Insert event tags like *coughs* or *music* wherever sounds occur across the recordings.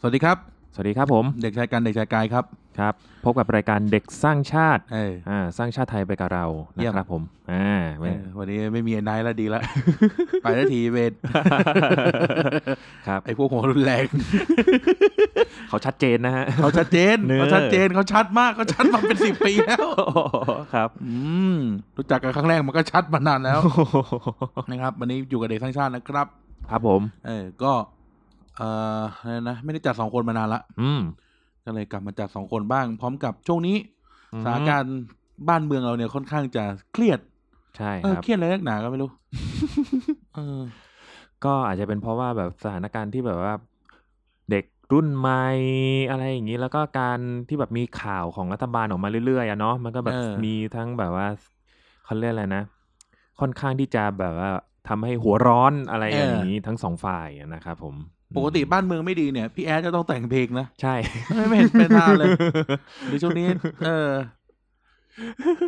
สวัสดีครับ สวัสดีครับผม เด็กชายกันเด็กชายกายครับ ครับ พบกับรายการเด็กสร้างชาติ เออ อ่าสร้างชาติไทยไปกับเรา เยี่ นะ ยม ครับผมอ่า เอ ไม่ อวันนี้ไม่มีไอ้นายแล้วดีละ *laughs* ไปแล้วทีเวน ครับ ไอ้พวกหัวรุนแรง เขาชัดเจนนะ *laughs* ฮะ เขาชัดเจน เนอะ เขาชัดเจนเขาชัดมากเขาชัดมาเป็น *laughs* สิบปีแล้ว ครับ อืมรู้จักกันครั้งแรกมันก็ชัดมานานแล้ว *laughs* นะครับ วันนี้อยู่กับเด็กสร้างชาตินะครับ ครับผม เออก็ เอ่ออะไรนะไม่ได้จัดสองคนมานานละ อืม ก็เลยกลับมาจัดสองคนบ้าง พร้อมกับช่วงนี้สถานการณ์บ้านเมืองเราเนี่ยค่อนข้างจะเครียด ใช่ เออ ครับ เครียดอะไรนักหนาก็ไม่รู้ *laughs* เออ ก็อาจจะเป็นเพราะว่าแบบสถานการณ์ที่แบบว่า เด็กรุ่นใหม่อะไรอย่างนี้แล้วก็การที่แบบมีข่าวของรัฐบาลออกมาเรื่อยๆอะเนาะมันก็แบบ เออ มีทั้งแบบว่าเขาเรียกอะไรนะ ค่อนข้างที่จะแบบว่าทำให้หัวร้อนอะไรอย่างนี้ทั้งสองฝ่ายอะนะครับผม ปกติบ้านเมืองไม่ดีเนี่ย พี่แอดจะต้องแต่งเพลง *laughs* นะ ใช่ ไม่ไม่เห็นเป็นทางเลยในช่วงนี้ เออ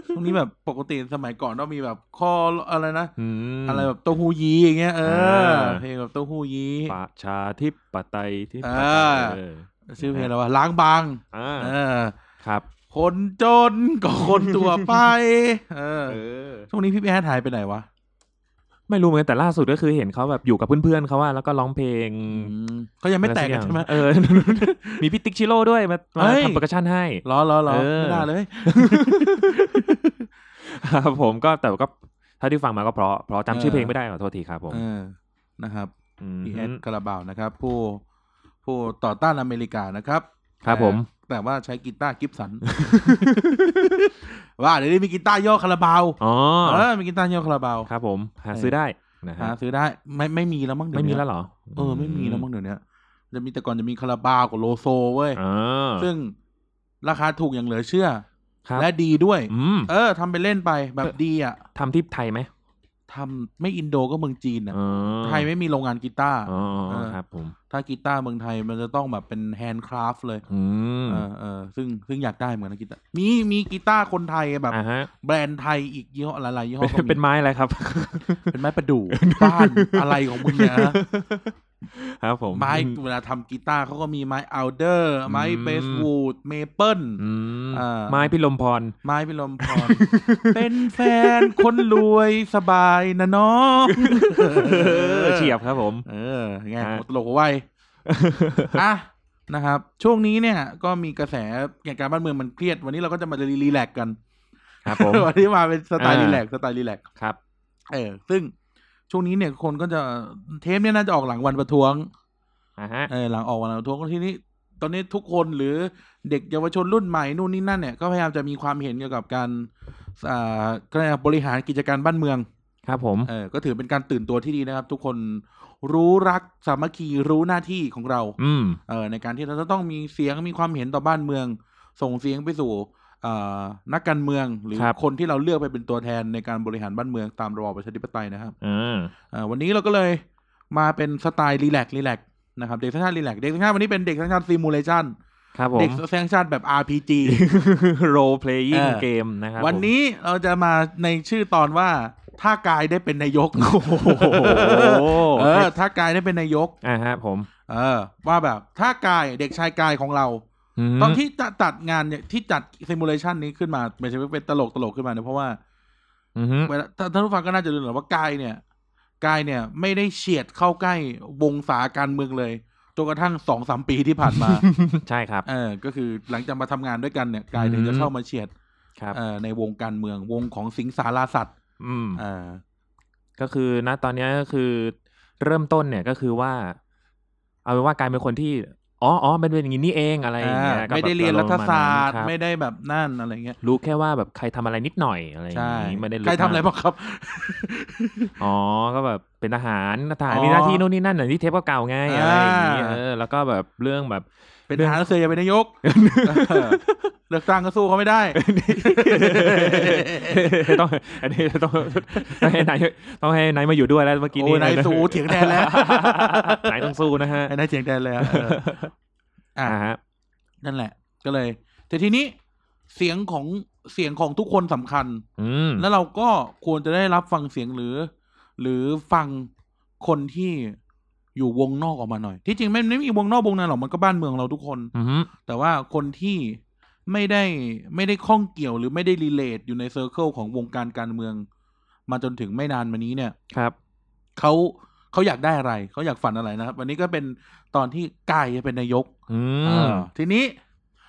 ช่วงนี้แบบปกติสมัยก่อนต้องมีแบบข้ออะไรนะ อืม อะไรแบบเต้าหู้ยี้อย่างเงี้ยเออ อ่า เพลงแบบเต้าหู้ยี้ ประชาธิปไตยที่ เออ เออ ชื่อเพลงอะไรวะล้างบาง อ่า เออ ครับ คนจนก็คนตัวไป เออ อ ช่วงนี้พี่แอดหายไปไหนวะ ไม่รู้เหมือนกันแต่ล่าสุดก็คือเห็นเขาแบบอยู่กับเพื่อนๆเขาว่าแล้วก็ร้องเพลง เขายังไม่แตกกันใช่ไหม เออ *laughs* มีพี่ติ๊กชิโร่ด้วยมามา เฮ้ย ทำโปรดักชั่น *laughs* ให้ ล้อล้อล้อ เออ ไม่น่าเลย ครับผมก็แต่ก็เท่าที่ฟังมาก็เพราะเพราะ เออ จำชื่อเพลงไม่ได้ขอโทษทีครับผม เออนะครับ ม พี่แอดคาราบาวนะครับ ผู้ผู้ต่อต้านอเมริกานะครับ ครับผม แต่ว่าใช้กีตาร์กิฟสัน *laughs* ว่าเดี๋ยวนี้มีกีตาร์ย่อคาราบาว อ๋อ เออมีกีตาร์ย่อคาราบาว ครับผม หา เออ ซื้อได้นะฮะ หาซื้อได้ไม่ไม่มีแล้วมั้งเดี๋ยวไม่มี นี้ แล้วเหรอ เออไม่มีแล้วมั้งเดี๋ยวนี้จะมีแต่ก่อนจะมีคาราบาวกับโลโซเว้ย อ่า ซึ่งราคาถูกอย่างเหลือเชื่อ ครับ และดีด้วย อืม เออทำไปเล่นไปแบบดีอ่ะ ทำที่ไทยไหม ทำไม่อินโดก็เมืองจีนอ่ะ อ๋อ ไทยไม่มีโรงงานกีตาร์ อ๋อ เออ ครับผม ถ้ากีตาร์เมืองไทยมันจะต้องแบบเป็นแฮนด์คราฟต์เลย อืม เออเออซึ่งซึ่งอยากได้เหมือนกันนะกีตาร์มีมีกีตาร์คนไทยแบบ อ่าฮะ แบรนด์ไทยอีกยี่ห้อหลายๆยี่ห้อ เป็น ก็มี เป็นไม้อะไรครับ เป็นไม้ประดู่ บ้านอะไรของมึงเนี่ย *laughs* นะครับ ผม ไม้เวลาทำกีตาร์เขาก็มีไม้อัลเดอร์ ไม้เบสวูดเมเปิล อืม เออ ไม้พิลมพร ไม้พิลมพร เป็นแฟน *laughs* คนรวยสบายนะน้อง *laughs* เฉียบครับผม เออไง ฮะ ตลกไว้ *laughs* อ่ะนะครับ ช่วงนี้เนี่ยก็มีกระแสเหตุการณ์บ้านเมืองมันเครียด วันนี้เราก็จะมารีแลกซ์กัน ครับผม *laughs* วันนี้มาเป็นสไตล์ อ่า รีแลกซ์สไตล์รีแลกซ์ ครับ เออ ซึ่งช่วงนี้เนี่ยคนก็จะเทปเนี่ยน่าจะออกหลังวันประท้วง อ่าฮะ เออหลังออกวันประท้วงก็ที่นี้ ตอนนี้ทุกคนหรือเด็กเยาวชนรุ่นใหม่นู่นนี่นั่นเนี่ยก็พยายามจะมีความเห็นเกี่ยวกับการอ่าก็เรียกว่าบริหารกิจการบ้านเมือง ครับผม เออก็ถือเป็นการตื่นตัวที่ดีนะครับ ทุกคนรู้รักสามัคคีรู้หน้าที่ของเรา อืม เออในการที่เราจะต้องมีเสียงมีความเห็นต่อบ้านเมือง ส่งเสียงไปสู่อ่านักการเมืองหรือ ครับ คนที่เราเลือกไปเป็นตัวแทนในการบริหารบ้านเมืองตามระบอบประชาธิปไตยนะครับ อ่า อ่าวันนี้เราก็เลยมาเป็นสไตล์รีแลกซ์รีแลกซ์นะครับ เด็กสังชาติรีแลกซ์เด็กสังชาติวันนี้เป็นเด็กสังชาติซิมูเลชัน ครับผ เด็ก ม *laughs* สังชาติแบบ RPG role เอ playing อ เกมนะครับ วันนี้เราจะมาในชื่อตอนว่า ถ้ากายได้เป็นนายก ผม โอ้โห เออถ้ากายได้เป็นนายก อ่าฮะผม เออ ว่าแบบถ้ากายเด็กชายกายของเรา ม ตอนที่จะจัดงานเนี่ยที่จัดซิมูเลชันนี้ขึ้นมาเป็นเป็นตลกตลกขึ้นมาเนี่ยเพราะว่า อืมฮึ เวลาท่านผู้ฟังก็น่าจะรู้แหละว่ากายเนี่ยกายเนี่ยไม่ได้เฉียดเข้าใกล้วงสาการเมืองเลยจนกระทั่งสองสามปีที่ผ่าน *laughs* มา ใช่ครับ เออ ก็คือหลังจากมาทำงานด้วยกันเนี่ย กายถึง อืม จะเข้ามาเฉียด ครับ เอ่อในวงการเมืองวงของสิงสาราสัตว์ อืม เออ ก็คือณตอนเนี้ยก็คือเริ่มต้นเนี่ยก็คือว่า เอาเป็นว่ากลายเป็นคนที่ อ๋ออ๋อมันเป็นอย่างนี้นี่เองอะไรอย่างเงี้ย อ่า ก็ ไม่ แบบ ได้เรียนรัฐศาสตร์ ปะมณนั้นคบ ไม่ได้แบบนั่นอะไรเงี้ย รู้แค่ว่าแบบใครทำอะไรนิดหน่อยอะไรอย่าง ใช่ งี้ไม่ได้ลึก ใครทำอะไร มาก บ้างครับ อ๋อ ก็แบบเป็นทหารทหาร อ๋อ มีหน้าที่โน่นนี่นั่นอย่างที่เทปเก่าๆไงอะไรอย่างงี้ อ่า เออแล้วก็แบบเรื่องแบบ *laughs* เป็นทหารเสืออย่าเป็นนายก *laughs* เออเลือกตั้งก็สู้เขาไม่ได้ ต้องอันนี้ต้องต้องให้นายต้องให้นายมาอยู่ด้วยแล้วเมื่อกี้ โอ้ นี้ ยนายสู้เถียงแทนแล้ว *laughs* นายต้องสู้นะฮะ นายเถียงแทนเลยอะเอออ่ะ อ่าฮะ นั่นแหละ ก็เลย แต่ทีนี้เสียงของเสียงของทุกคนสำคัญ อืม แล้วเราก็ควรจะได้รับฟังเสียงหรือ หรือฟังคนที่ อยู่วงนอกออกมาหน่อย ที่จริงไม่ไม่มีวงนอกวงในหรอกมันก็บ้านเมืองเราทุกคน อือฮึ แต่ว่าคนที่ไม่ได้ไม่ได้ข้องเกี่ยวหรือไม่ได้รีเลทอยู่ในเซอร์เคิลของวงการการเมือง มาจนถึงไม่นานมานี้เนี่ย ครับ เขาเขาอยากได้อะไร เขาอยากฝันอะไรนะครับ วันนี้ก็เป็นตอนที่กายเป็นนายก อื เอ ม อทีนี้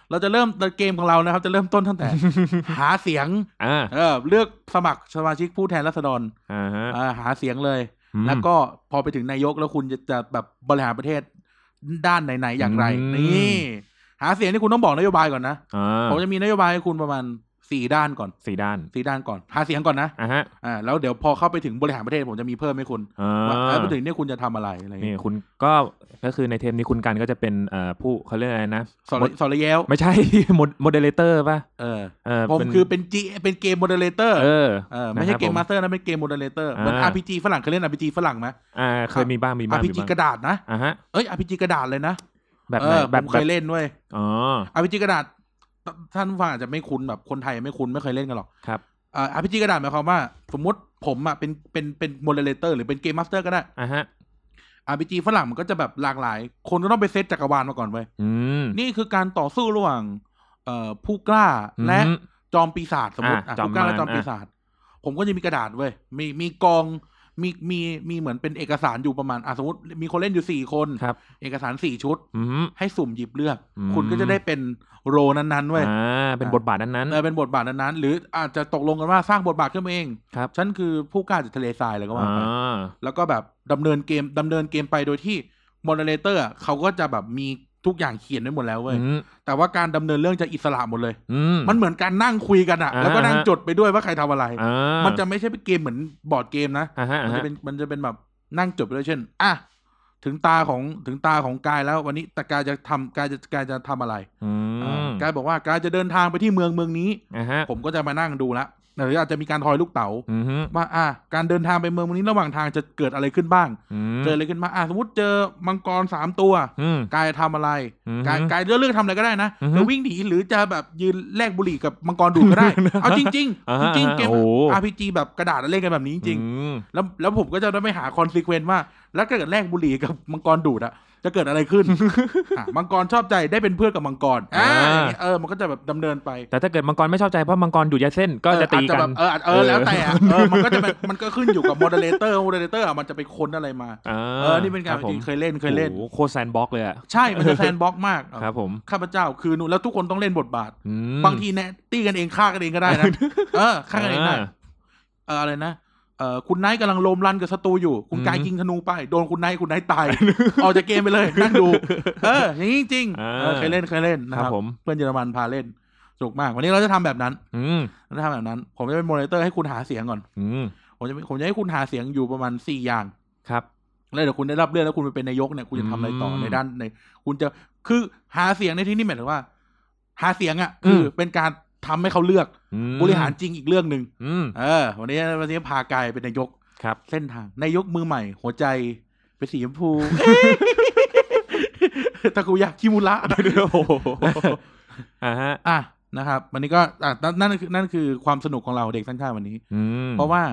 เราจะเริ่มเกมของเรานะครับ จะเริ่มต้นตั้งแต่ *laughs* หาเสียง อ่า เออ เลือกสมัครสมาชิกผู้แทนราษฎร อ่าฮะ เออหาเสียงเลย อืม แล้วก็พอไปถึงนายกแล้วคุณจะจะแบบบริหารประเทศด้านไหนๆอย่างไร อืม นี่หาเสียงนี่คุณต้องบอกนโยบายก่อนนะ อ่า ผมจะมีนโยบายให้คุณประมาณสี่ด้านก่อน สี่ด้าน สี่ด้านก่อน หาเสียงก่อนนะ อ่าฮะ อ่าแล้วเดี๋ยวพอเข้าไปถึงบริหารประเทศผมจะมีเพิ่มให้คุณ อ่ ว่าเอา อไปถึงเนี่ยคุณจะทำอะไรอะไรอย่าง นี่ เงี้ย คุณก็ก็คือในเทมนี้คุณกันก็จะเป็นเอ่อผู้เขาเรียกอะไรนะ สอนสอนระแย้ว ไม่ใช่ *laughs* โมเดเลเตอร์ป่ะ เออ เออ ผม เป็น คือเป็นจีเป็นเกมโมเดเลเตอร์ เออ เออไม่ใช่เกม นะครับผม มาสเตอร์นะเป็นเกมโมเดเลเตอร์เหมือน อ่า RPG ฝรั่งเคยเล่น RPG ฝรั่งไหม อ่าเค ครั ย บ มีบ้างมีบ้างมี RPG บ้าง กระดาษนะ อ่าฮะ เอ้ย RPG กระดาษเลยนะ แบบ เอ ไหน อ แบบ ผม แบ เค บ ยเล่นด้วย อ๋อ อา g พีจีกระดาษตท่านผู้ฟังอาจจะไม่คุ้นแบบคนไทยไม่คุ้นไม่เคยเล่นกันหรอก ครับ อ่า RPG กระดาษหมายความว่า สมมติผมอ่ะเป็นเป็นเป็นโมเดเลเตอร์หรือเป็นเกมมาสเตอร์ก็ได้ อ่าฮะ RPG ฝรั่งมันก็จะแบบหลากหลาย คนก็ต้องไปเซตจักรวาลมาก่อนเว้ย อืม นี่คือการต่อสู้ระหว่างเอ่อผู้กล้าและ อืม จอมปีศาจสมมติ อ่ะ อ่ะ จอม ผู้กล้าและ มาร จอม อ่ะ ปีศาจผมก็จะมีกระดาษเว้ยมีมีกองมีมีมีเหมือนเป็นเอกสารอยู่ประมาณอ่ะสมมติมีคนเล่นอยู่สี่คน ครับ เอกสารสี่ชุด อืม ให้สุ่มหยิบเลือก อืม คุณก็จะได้เป็นโรนั้นๆเว้ย อ่าเป็น อ่ะ บทบาทนั้น เออเป็นบทบาทนั้นๆหรืออาจจะตกลงกันว่าสร้างบทบาทขึ้นมาเอง ๆครับ ฉันคือผู้กล้าจากทะเลทรายเลยก็ว่า อ่า ไปแล้วก็แบบดำเนินเกมดำเนินเกมไปโดยที่มอนเตอร์เขาก็จะแบบมีทุกอย่างเขียนไว้หมดแล้วเว้ย อืม แต่ว่าการดำเนินเรื่องจะอิสระหมดเลย อืม มันเหมือนการนั่งคุยกันอะ อ่า แล้วก็นั่งจดไปด้วยว่าใครทำอะไร อ่า มันจะไม่ใช่เป็นเกมเหมือนบอร์ดเกมนะ อ่าฮะ มั อ่าน ฮะ จะเป็นมันจะเป็นแบบนั่งจดไปด้วยเช่นอ่ะถึงตาของถึงตาของกายแล้ววันนี้แต่กายจะทำกายจะกายจะทำอะไร อื อ่าม กายบอกว่ากายจะเดินทางไปที่เมืองเมืองนี้ อ่าฮะ ผมก็จะมานั่งดูละหรืออาจจะมีการทอยลูกเต๋า อืมฮึ ว่าอ่ะการเดินทางไปเมืองวันนี้ระหว่างทางจะเกิดอะไรขึ้นบ้าง อืม เจออะไรขึ้นมางอ่ะสมมติเจอมังกรสามตัว อืม กายจะทำอะไร อืม กายกายจะเลือกทำอะไรก็ได้นะ อือฮึ จะวิ่งหนีหรือจะแบบยืนแลกบุหรี่กับมังกรดูด *laughs* ก็ได้ เอาจริงๆจริง อ่าฮะ จริงๆเกม โอ้โห RPG แบบกระดาษแล้วเล่นกันแบบนี้จริง อืม ๆแล้วแล้วผมก็จะได้ไปหาคอนซีเควนต์ว่า แล้วถ้าเกิดแลกบุหรี่กับมังกรดูดอะจะเกิดอะไร *laughs* ขึ้น อ่ะมังกรชอบใจได้เป็นเพื่อนกับมังกรอ่าอย่างเงี้ยเออมันก็จะแบบดำเนินไป แต่ถ้าเกิดมังกรไม่ชอบใจเพราะมังกรดูดยาเส้นก็จะตี เอออาจ กั แบ น บเอออาจเออแล้วแต่อะเออมันก็จะเป็นมันก็ขึ้นอยู่กับโมเดเลเตอร์โมเดเลเตอร์มันจะไปค้นอะไรมา อ่า เออนี่เป็นการ คบผม จริงเคยเล่นเคยเล่น โอ้โหโคแซนบ็อกเลยอ่ะ ใช่มัน *laughs* จะแซนบ็อกมาก ครับผม ข้าพเจ้าคือหนูแล้วทุกคนต้องเล่นบทบาท อืม บางทีแนยตีกันเองฆ่ากันเองก็ได้นะ เออฆ่ากันเองได้ อ่า เอออะไรนะเออคุณไนท์กำลังโลมรันกับศัตรูอยู่ คุณ อืม กายยิงธนูไปโดนคุณไนท์คุณไนท์ตาย *laughs* ออกจากเกมไปเลยนั่งดู เอออย่างนี้จริงๆ อ่า เออเคยเล่นเคยเล่นนะ ค ครับ รับ ผม เพื่อนเยอรมันพาเล่นสนุกมาก วันนี้เราจะทำแบบนั้น อืม เราจะทำแบบนั้น ผมจะเป็นโมเดเลเตอร์ให้คุณหาเสียงก่อน อืม ผมจะผมจะให้คุณหาเสียงอยู่ประมาณสี่อย่าง ครับ แล้วเดี๋ยวคุณได้รับเลือกแล้วคุณไปเป็นนายกเนี่ยคุณจะทำอะไรต่อ อืม ในด้านใน คุณจะคือหาเสียงในที่นี่หมายถึงว่า หาเสียงอ่ะคืออ ม เป็นการทำให้เขาเลือก อืม บริหารจริงอีกเรื่องหนึ่ง อืม เออ วันนี้วันนี้พากายเป็นนายก ครับ เส้นทางนายกมือใหม่ หัวใจเป็นสีชมพู *laughs* ตะกุยะคิมุระ *laughs* โอ้โหอ่าฮะ อ่ะนะครับ วันนี้ก็อ่ะนั่นนั่นคือนั่นคือความสนุกของเราเด็กสั้นข้างวันนี้ อืม เพราะว่า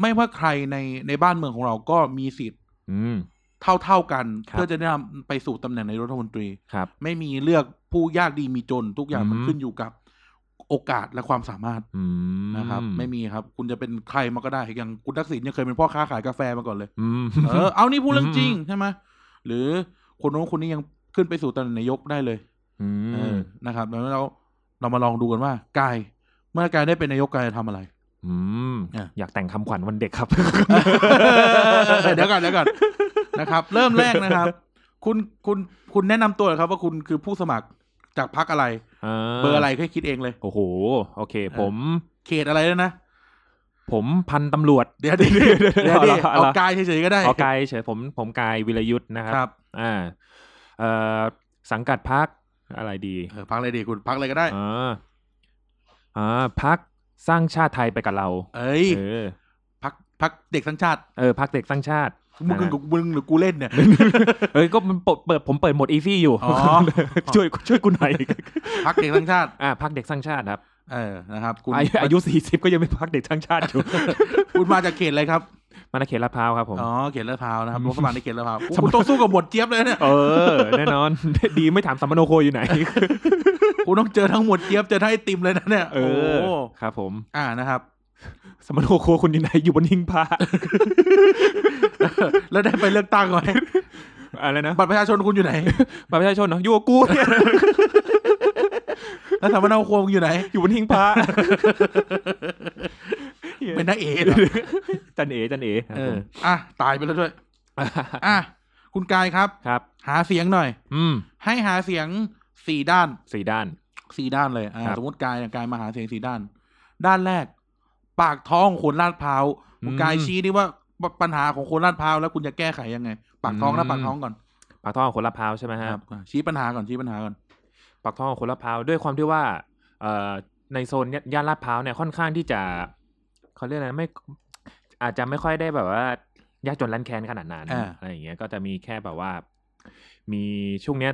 ไม่ว่าใครในในบ้านเมืองของเราก็มีสิทธิ์ อืม เท่าเท่าๆกัน ครับ เพื่อจะได้นำไปสู่ตำแหน่งนายกรัฐมนตรี ครับ ไม่มีเลือกผู้ยากดีมีจน ทุกอย่างมัน อืม ขึ้นอยู่กับโอกาสและความสามารถ อืม นะครับ ไม่มีครับ คุณจะเป็นใครมาก็ได้อย่างคุณทักษิณเนี่ยเคยเป็นพ่อค้าขายกาแฟมาก่อนเลย อืม เอ *laughs* อเอานี่พูดเรื่อง อืม จริงใช่ไหมหรือคนโน้นคนนี้ยังขึ้นไปสู่ตำแหน่งนายกได้เลย อื เออมนะครับแล้วเราเรามาลองดูกันว่ากายเมื่อกายได้เป็นนายกกายจะทำอะไร *laughs* อืม อ่ะ อยากแต่งคำขวัญวันเด็กครับ เดี๋ยวก่อนเดี๋ยวก่อนนะครับ เริ่มแรกนะครับ คุณคุณคุณแนะนำตัวหน่อยครับว่าคุณคือผู้สมัครจากพักอะไร เบอร์อะไรให้คิดเองเลย โอ้โห โอเค เออ ผม เขตอะไรด้วยนะ ผมพันตำรวจ เดี๋ยวดิเดี๋ยวดิ *laughs* เอาละ เอากายเฉยๆก็ได้ เอากายเฉยผมผมกายวิรยุทธ์นะค ค รั รับ บ อ่า เอ่อ สังกัดพักอะไรดี เออพักอะไรดีคุณพักอะไรก็ได้ อ่าอ่าพักสร้างชาติไทยไปกับเรา เอ้ย เออ พักพักเด็กสัญชาติ เออพักเด็กสร้างชาติ มึง นะฮะ กับมึงหรือกูเล่นเนี่ย เอ้ยก็มันเปิดเปิดผมเปิดโหมดอีซี่อยู่ อ๋อ *laughs* ช่วยช่วยกูหน่อย พักเด็กสัญชาติ *laughs* อ่าพักเด็กสร้างชาติครับ เออนะครับ คุณ อายุอายุสี่สิบก็ยังไม่พักเด็กสร้างชาติอยู่ คุณมาจากเขตอะไรครับ *laughs* มานาเขตลาดพร้าวครับผม อ๋อเขตลาดพร้าวนะครับ อืม ลงสมัครในเขตลาดพร้าวกูต้องสู้กับหมวดเจี๊ยบเลย *laughs* เนี่ย เออ แน่นอน *laughs* ดีไม่ถามสัมมโนโคอยู่ไหน *laughs* กูต้องเจอทั้งหมวดเจี๊ยบเจอทั้งไอติมเลยนะเนี่ย เอ โอ้ อ โห ครับผม อ่านะครับ สัมมโนโคคุณอยู่ไหนอยู่บนหิ้งพระ *laughs* แล้วได้ไปเลือกตั้ง *laughs* ไหม อะไรนะ บัตรประชาชนคุณอยู่ไหน *laughs* บัตรประชาชนเนาะอยู่กับกู *laughs* เนี่ย แล้วสามเณรครัวมึงอยู่ไหน อยู่บนหิ้งพระ *laughs* เป็นนักเอก *laughs* เหรอ จันเอจันเอครับ เอ ผ อ ม อ่ะตายไปแล้วด้วย อ่ะคุณกายครับ ครับ หาเสียงหน่อย อืม ให้หาเสียงสี่ด้าน สี่ด้าน สี่ด้านเลยอ่า ครับ สมมติกายเนี่ยกายมาหาเสียงสี่ด้าน ด้านแรก ปากท้องของคนลาดพร้าวคุณ อืม กายชี้ดิว่าปปัญหาของคนลาดพร้าวแล้วคุณจะแก้ไขยังไง ปากท้องนะปากท้องก่อน ปากท่อของคนละพร้าวใช่ไหมฮะ ครับอ่ะชี้ปัญหาก่อนชี้ปัญหาก่อน ปากท่อของคนลาดพร้าวด้วยความที่ว่าเอ่อในโซนย่านลาดพร้าวเนี่ยค่อนข้างที่จะเขาเรียกอะไรนะไม่อาจจะไม่ค่อยได้แบบว่ายากจนร้านแค้นขนาดนั้น อ่า อะไรอย่างเงี้ยก็จะมีแค่แบบว่า มีช่วงเนี้ย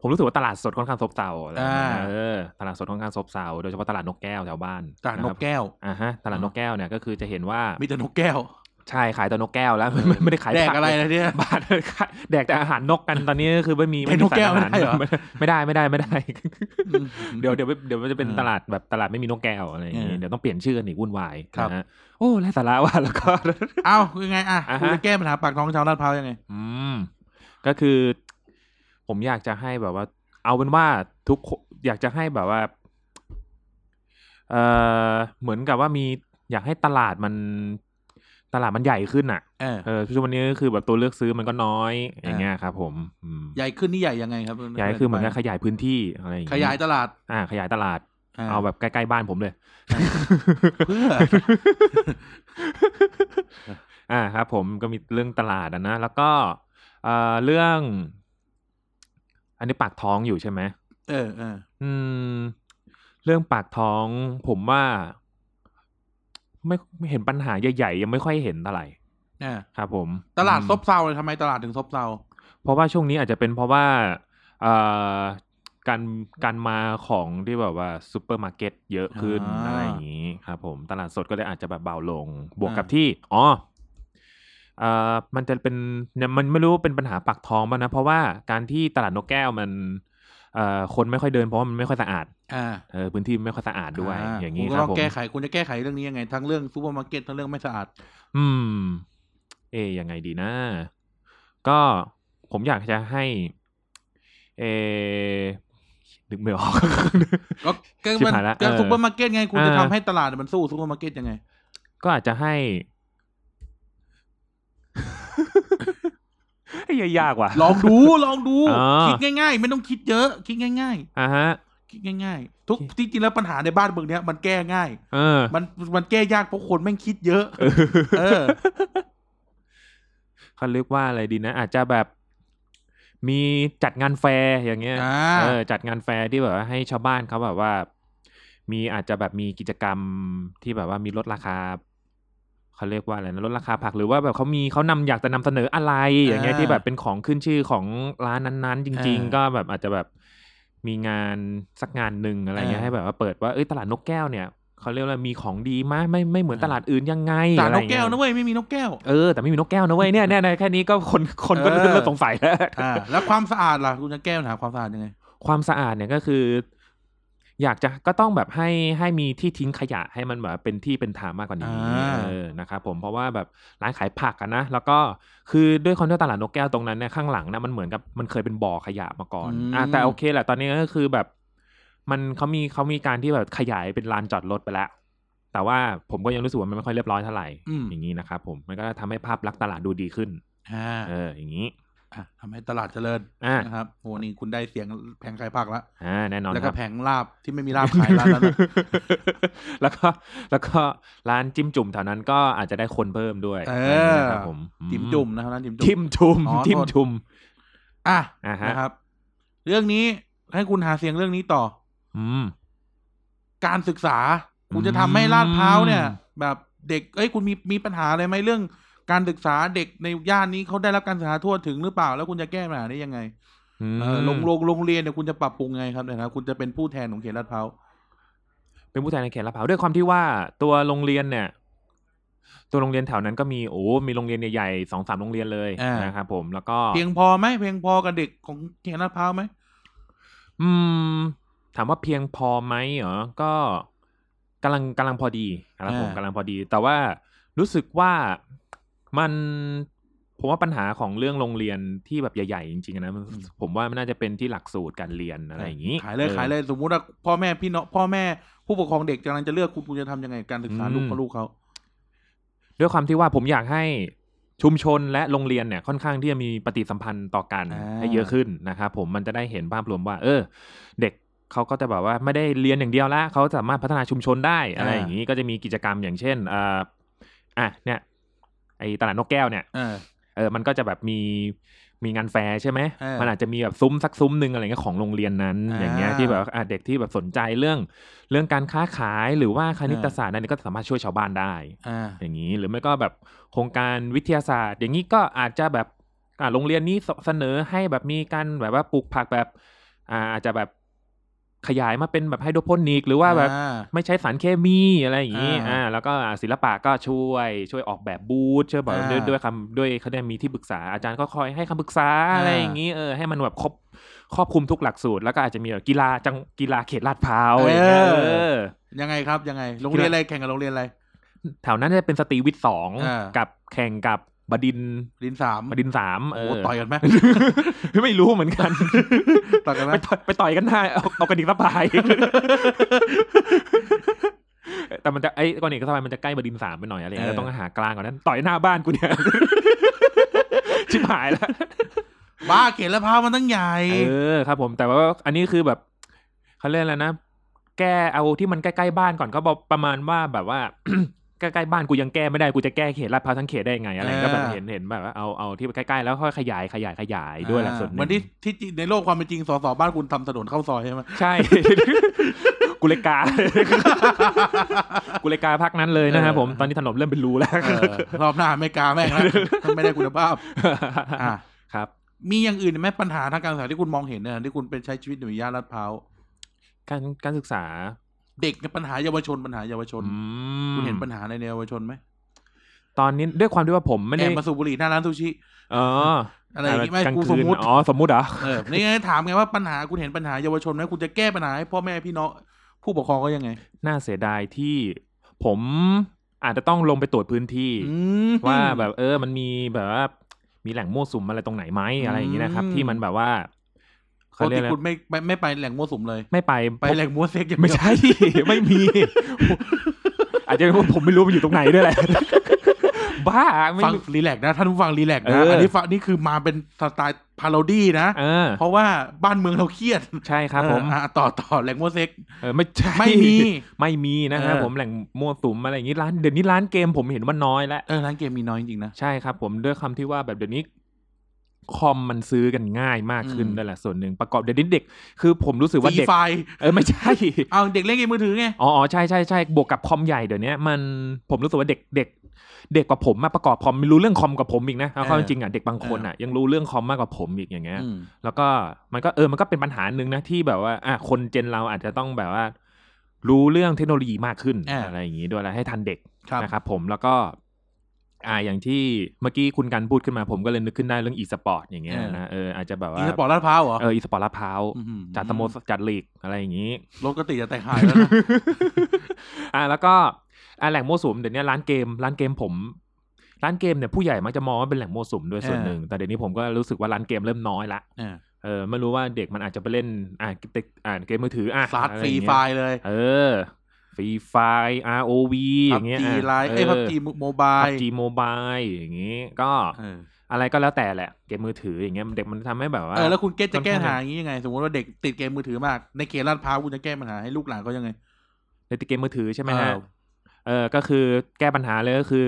ผมรู้สึกว่าตลาดสดค่อนข้างซบเซาอะไรอย่างเงี้ยเออตลาดสดค่อนข้างซบเซาโดยเฉพาะตลาดนกแก้วแถวบ้าน ตลาดนก ะครับ แก้ว อ่าฮะตลาดนกแก้วเนี่ยก็คือจะเห็นว่า มีแต่นกแก้ว ใช่ขายแต่นกแก้วแล้วไม่ไม่ไม่ได้ขาย แดก ผั อะไรนะ *laughs* เนี่ย บาทแดกแต่อาหารนกกันตอนนี้ก็คือไม่มี *laughs* เป็นนกแก้ว สาา ไม่ได้เหรอ *laughs* ไม่ได้ไม่ได้ไม่ได้ *laughs* อืม เดี๋ยวเดี๋ยวเดี๋ยวมันจะเป็น เออ ตลาดแบบตลาดไม่มีนกแก้วอะไรอย่างงี้ เออ เดี๋ยวต้องเปลี่ยนชื่อกันอีกวุ่นวาย ครับ นะฮะโอ้และสาระ *laughs* ว่าแล้วก็ *laughs* เอ้ายังไงอ่ะ อ่ะฮะ คุณจะแก้ปัญหาปากท้องชาวลาดพร้าวยังไง อืมก็คือ ผมอยากจะให้แบบว่า เอาเป็นว่าทุกคนอยากจะให้แบบว่า เออเหมือนกับว่ามี อยากให้ตลาดมัน ตลาดมันใหญ่ขึ้นอ่ะ เออ เออช่วงนี้ก็คือแบบตัวเลือกซื้อมันก็น้อย อย่างเงี้ยครับผมอืม ใหญ่ขึ้นนี่ใหญ่ยังไงครับ ย้ายคือเหมือนกับขยายพื้นที่อะไรอย่าง ขยายตลาด อ่า ขยายตลาด เอาแบบใกล้ๆบ้านผมเลย เพื่อ อ่าครับผมก็มีเรื่องตลาดอะนะ แล้วก็เอ่อเรื่อง อันนี้ปากท้องอยู่ใช่ไหม เออเออ อืม เรื่องปากท้อง ผมว่าไม่ไม่เห็นปัญหาใหญ่ๆยังไม่ค่อยเห็นเท่าไหร่ เออ ครับ ผม ตลาด อืม ซบเซาเลยทำไมตลาดถึงซบเซา เพราะว่าช่วงนี้อาจจะเป็นเพราะว่าเอ่อการการมาของที่แบบว่าซูเปอร์มาร์เก็ตเยอะขึ้น อ่า อะไรอย่างนี้ครับผมตลาดสดก็เลยอาจจะแบบเบาลง บวก อ่ากั กับที่อ๋อเอ่อมันจะเป็นเนี่ยมันไม่รู้เป็นปัญหาปากท้องป่ะนะ เพราะว่าการที่ตลาดนกแก้วมันเอ่อคนไม่ค่อยเดินเพราะว่ามันไม่ค่อยสะอาด อ่า เออพื้นที่ไม่ค่อยสะอาดด้วย อย่าง นี้ นี้ คุณ ค ก็ รับ ต้อง ผม แก้ไขคุณจะแก้ไขเรื่องนี้ยังไง ทั้งเรื่องซูเปอร์มาร์เก็ตทั้งเรื่องไม่สะอาด อืม เอะยังไงดีนะ ก็ผมอยากจะให้ เออนึกไม่ออก *laughs* ก็ก็ ชิบ มัน หายละ ก็ เออ ซูเปอร์มาร์เก็ตไงคุณจะ เออ ทำให้ตลาดมันสู้ซูเปอร์มาร์เก็ตยังไง ก็อาจจะให้ *laughs* ไอ้เหี้ยยากว่ะ ลองดูลองดู อ๋อ คิดง่าย ๆ ไม่ต้องคิดเยอะ คิดง่าย อ่ะฮะ ๆ คิดง่าย ๆ ทุกที่จริงแล้วปัญหาในบ้านเมืองเนี้ยมันแก้ง่าย เออ *laughs* มันมันแก้ยากเพราะคนแม่งคิดเยอะ เออ เออ เขาเรียกว่าอะไรดีนะ อาจจะแบบ มีจัดงานแฟร์อย่างเงี้ย อ่า เออ จัดงานแฟร์ที่แบบว่าให้ชาวบ้านเขาแบบว่า มีอาจจะแบบมีกิจกรรมที่แบบว่ามีลดราคาเขาเรียกว่าอะไรนะลดราคาผักหรือว่าแบบเขามีเขานำอยากจะนำเสนออะไร อย่างเงี้ย อ่า ที่แบบเป็นของขึ้นชื่อของร้านนั้นๆ จริง อ่า ๆ ก็แบบอาจจะแบบมีงานสักงานหนึ่งอะไรเงี้ย อ่า ให้แบบว่าเปิดว่าเอ้ยตลาดนกแก้วเนี่ยเขาเรียกว่ามีของดีมากไม่ไม่เหมือน อ่า ตลาดอื่นยังไง ตลาด อะไร น อก ย่าง แก้วเงี้ย นะเว้ยไม่มีนกแก้ว เออแต่ไม่มีนกแก้วนะเว้ยเนี่ยเนี่ยเนี่ยแค่นี้ก็คนคนก็ เออ เริ่มสงสัยแล้ว อ่า แล้วความสะอาดล่ะคุณจะแก้ปัญหาความสะอาดยังไง ความสะอาดเนี่ยก็คือ อยากจะก็ต้องแบบให้ให้มีที่ทิ้งขยะให้มันแบบเป็นที่เป็นทางมากกว่านี้ อ่า เออนะครับผมเพราะว่าแบบร้านขายผักอะนะแล้วก็คือด้วยความที่ตลาดนกแก้วตรงนั้นเนี่ยข้างหลังนะมันเหมือนกับมันเคยเป็นบ่อขยะมาก่อน อืม อ่ะแต่โอเคแหละตอนนี้ก็คือแบบ มันเขามีเขามีการที่แบบขยายเป็นลานจอดรถไปแล้ว แต่ว่าผมก็ยังรู้สึกว่ามันไม่ค่อยเรียบร้อยเท่าไหร่ อืม อย่างนี้นะครับผมมันก็ทำให้ภาพลักษณ์ตลาดดูดีขึ้น อ่า เออ อย่างนี้ อ่ะทำให้ตลาดเจริญ อ่า นะครับโหนี่คุณได้เสียงแผงขายผักละ อ่าแน่นอน แล้ว ค ก็ รับ แผงลาบที่ไม่มีลาบขายร้านนั้นนะ *laughs* แล้วก็แล้วก็ร้านจิ้มจุ่มแถวนั้นก็อาจจะได้คนเพิ่มด้วย เออ นะครับผมอื จิ้มจุ่มนะครับร้านจิ้มจุ่ม จิ้มจุ่ม อ๋อโทษ จิ้มจุ่ม อ่ะ อ่าฮะ นะครับ เรื่องนี้ให้คุณหาเสียงเรื่องนี้ต่อ อืม การศึกษา คุณ อืม จะทำให้ลาดพร้าวเนี่ย แบบเด็กเอ้ยคุณมีมีปัญหาอะไรไหมเรื่อง การศึกษาเด็กในย่านนี้เขาได้รับการศึกษาทั่วถึงหรือเปล่า แล้วคุณจะแก้ปัญหาได้ยังไง อืม เออโรงโรงโรงเรียนเนี่ยคุณจะปรับปรุงไงครับเนี่ยนะครับคุณจะเป็นผู้แทนของเขตลาดพร้าว เป็นผู้แทนในเขตลาดพร้าวด้วยความที่ว่าตัวโรงเรียนเนี่ย ตัวโรงเรียนแถวนั้นก็มีโอ้มีโรงเรียนใหญ่ๆสองสามโรงเรียนเลย อ่าน นะครับผมแล้วก็ เพียงพอไหมเพียงพอกับเด็กของเขตลาดพร้าวไหม อืม ถามว่าเพียงพอไหมเหรอก็กำลังกำลังพอดีครับผมกำลังพอดี แต่ว่ารู้สึกว่ามันผมว่าปัญหาของเรื่องโรงเรียนที่แบบใหญ่ๆจริงๆนะมันผมว่ามันน่าจะเป็นที่หลักสูตรการเรียนอะไรอย่างนี้ ขายเลย ออ ขายเลยสมมุติว่าพ่อแม่พี่น้องพ่อแม่ผู้ปกครองเด็กกำลังจะเลือกคุณคุณจะทำยังไงกับการศึกษา อืม ลูกเขาลูกเขา ด้วยความที่ว่าผมอยากให้ชุมชนและโรงเรียนเนี่ยค่อนข้างที่จะมีปฏิสัมพันธ์ต่อกัน า ให้เยอะขึ้นนะครับผมมันจะได้เห็นภาพรวมว่า เออ เด็กเขาก็จะแบบว่าไม่ได้เรียนอย่างเดียวละเขาสามารถพัฒนาชุมชนได้อะไรอย่างนี้ก็จะมีกิจกรรมอย่างเช่นอ่าอ่ะเนี่ย ไอตลาดนกแก้วเนี่ย เออ เออ มันก็จะแบบมีมีงานแฟร์ใช่ไหม เออ มันอาจจะมีแบบซุ้มสักซุ้มหนึ่งอะไรเงี้ยของโรงเรียนนั้น อ่า อย่างเงี้ยที่แบบว่าอ่ะเด็กที่แบบสนใจเรื่องเรื่องการค้าขายหรือว่าคณิต เออ ศาสตร์นั้นก็สามารถช่วยชาวบ้านได้ อ่า อย่างนี้หรือไม่ก็แบบโครงการวิทยาศาสตร์ อย่างนี้ก็อาจจะแบบอ่าโรงเรียนนี้เสเสนอให้แบบมีการแบบว่าปลูกผักแบบอ่าอาจจะแบบขยายมาเป็นแบบไฮโดรโพนิก หรือว่าแบบไม่ใช้สารเคมีอะไรอย่างนี้ อ่า อ่าแล้วก็อ่าศิลปะก็ช่วยช่วยออกแบบบูธช่วยแบบ อ่า ด้วยด้วยคำด้วยเขาได้มีที่ปรึกษาอาจารย์ก็คอยให้คำปรึกษา อ่า อะไรอย่างนี้เออให้มันแบบครอบครอบคลุมทุกหลักสูตร แล้วก็อาจจะมีแบบกีฬาจังกีฬาเขตลาดพร้าวอย่างเงี้ยเออ ยังไงครับยังไงโรงเรียนอะไรแข่งกับโรงเรียนอะไร แถวนั้นจะเป็นสตรีวิทย์สอง อ่ากั กับแข่งกับบดินทร์ ดินสาม บดินทร์สามเอ โอ้โห อ ต่อยกันไหม *laughs* ไม่รู้เหมือนกัน ต่ *laughs* อยกันไหม ไปต่อยไปต่อยกันหน้าเอาเอากระดิ่งสะพาย แต่มันจะไอ้กระดิ่งสะพายมันจะใกล้บดินทร์สามไปหน่อยอะไรอย่างเงี้ย เออ เราต้องหากลางก่อนนั้นต่อยหน้าบ้านกูเนี่ย *laughs* ชิบหายแล้ว บ้าเขตละพร้าวมันตั้งใหญ่ เออครับ ผมแต่ว่าอันนี้คือแบบเขาเรียกแล้วนะ แก้เอาที่มันใกล้ๆบ้านก่อนก็บอกประมาณว่าแบบว่า *clears throat* ใกล้ๆบ้านกูยังแก้ไม่ได้กูจะแก้เขตลาดพร้าวทั้งเขตได้ยังไงอะไรอย่างเงี้ยก็แบบเห็นเห็นแบบว่าเอาเอาที่ใกล้ๆแล้วค่อยขยายขยายขยายด้วยแหละ อ่า ส่วนหง เหมือนที่ที่จริงในโลกความเป็นจริงสสบ้านคุณทำถนนเข้าซอยใช่ไหม *laughs* ใช่ *laughs* กุเลกา *laughs* กุเลกาพักนั้นเลยนะครับ เออ ผมตอนนี้ถนนเริ่มเป็นรูแล้ว เออรอบหน้าไม่กล้าแม่งแล้วทำไม่ได้คุณภาพอ่ะ ครับ มีอย่างอื่นไหมปัญหาทางการศึกษาที่คุณมองเห็นเนี่ยที่คุณเป็นใช้ชีวิตอยู่ในย่านลาดพร้าว การการศึกษา เด็กเนี่ยปัญหาเยาวชนปัญหาเยาวชน อืม คุณเห็นปัญหาในเยาวชนไหม ตอนนี้ด้วยความที่ว่าผมไม่ แอ ได้ บมาสูบบุหรี่หน้าร้านซูชิ เออ อะไรอย่างงี้ไหม กลาง กูส คื ม น มติ อ๋อสมมุติเหรอ เออนี่ไงถามไงว่าปัญหาคุณเห็นปัญหาเยาวชนไหมคุณจะแก้ปัญหาให้พ่อแม่พี่น้องผู้ปกครองก็ยังไง น่าเสียดายที่ผมอาจจะต้องลงไปตรวจพื้นที่ อืม ว่าแบบเออมันมีแบบว่ามีแหล่งมั่วสุมอะไรตรงไหนไหมอะไรอย่างงี้นะครับ อืม ที่มันแบบว่า ป เขา ก เรีย ติ กอะไร คุณไม่ไม่ไม่ไปแหล่งมั่วสุมเลย ไม่ไป ไปแหล่งมั่วเซ็กยัง ไม่ *laughs* ใช่ ไม่มี *laughs* อาจจะเป็นว่าผมไม่รู้มันอยู่ตรงไหนด้วยแหละ *laughs* บ้าไม่ ฟัง รู้ รีแลกซ์นะท่านผู้ฟังรีแลกซ์ เอ นะ ออั อันนี้ฟังนี่คือมาเป็นสไตล์พาโรดี้นะ เออ เพราะว่าบ้านเมืองเราเครียด ใช่ครับ เออ ผม อ่ะต่อต่อแหล่งมั่วเซ็ก *laughs* เออไม่ใช่ ไม่มี ไม่มีนะครับ เออ ผมแหล่งมั่วสุมอะไรอย่างนี้ร้านเดี๋ยวนี้ร้านเกมผมเห็นว่าน้อยแล้ว เออร้านเกมมีน้อยจริงๆนะ ใช่ครับผมด้วยคำที่ว่าแบบเดี๋ยวนี้คอมมันซื้อกันง่ายมากขึ้น อืม นั่นแหละส่วนหนึ่งประกอบเดี๋ยวนี้เด็ก คือผมรู้สึกฟว่ารี เด็ก ไฟ เออไม่ใช่ *laughs* เอาเด็กเล่นเกมมือถือไง อ๋ออ๋อใช่ใช่ใช่บวกกับคอมใหญ่เดี๋ยวนี้มันผมรู้สึกว่าเด็กเด็กเด็กกว่าผมมาประกอบคอมไม่รู้เรื่องคอมกับผมอีกนะเอาเข้า เออจริงๆอ่ะเด็กบางคนอ่ะยังรู้เรื่องคอมมากกว่าผมอีกอย่างเงี้ย อืม แล้วก็มันก็เออมันก็เป็นปัญหาหนึ่งนะที่แบบว่าอ่ะคนเจนเราอาจจะต้องแบบว่า รู้เรื่องเทคโนโลยีมากขึ้นอะไรอย่างงี้ด้วยแล้วให้ทันเด็ก ครับ นะครับผมแล้วก็ อ่าอย่างที่เมื่อกี้คุณกันพูดขึ้นมาผมก็เลยนึกขึ้นได้เรื่องอีสปอร์ตอย่างเงี้ย เออ นะเอออาจจะแบบว่า อีสปอร์ตลาดพร้าวเหรอ เอออีสปอร์ตลาดพร้าว ม จัดสโมสรจัดลีกอะไรอย่างงี้ รถก็ติดจะแตกหายแล้วนะ อ่าแล้วก็อ่าแหล่งมั่วสุมเดี๋ยวนี้ร้านเกม ร้านเกมผม ร้านเกมเนี่ยผู้ใหญ่มักจะมองว่าเป็นแหล่งมั่วสุมด้วยส่วนหนึ่งแต่เดี๋ยวนี้ผมก็รู้สึกว่าร้านเกมเริ่มน้อยละ เออ เออไม่รู้ว่าเด็กมันอาจจะไปเล่นอ่าเด็กอ่านเกมมือถืออ่ะ ซัด อะ ฟ อ รี ย่าง ไฟ เงี้ย เลย เออฟรีไฟ ROV พั อย่างเงี้ย จี อ่ะ ไลน์เอ้ยพับจีโมบา พั ย บจีโมบายอย่างงี้ ก็ เออ อะไรก็แล้วแต่แหละเกมมือถืออย่างเงี้ยเด็กมันทำให้แบบว่า เออแล้วคุณเกตจะแก้ปัญหาอย่างนี้ยังไง สมมติว่าเด็กติดเกมมือถือมาก ในเขตลาดพร้าวคุณจะแก้ปัญหาให้ลูกหลานเขายังไง ในติดเกมมือถือใช่ไหม เอ ฮะ อ เออ ก็คือแก้ปัญหาเลยก็คือ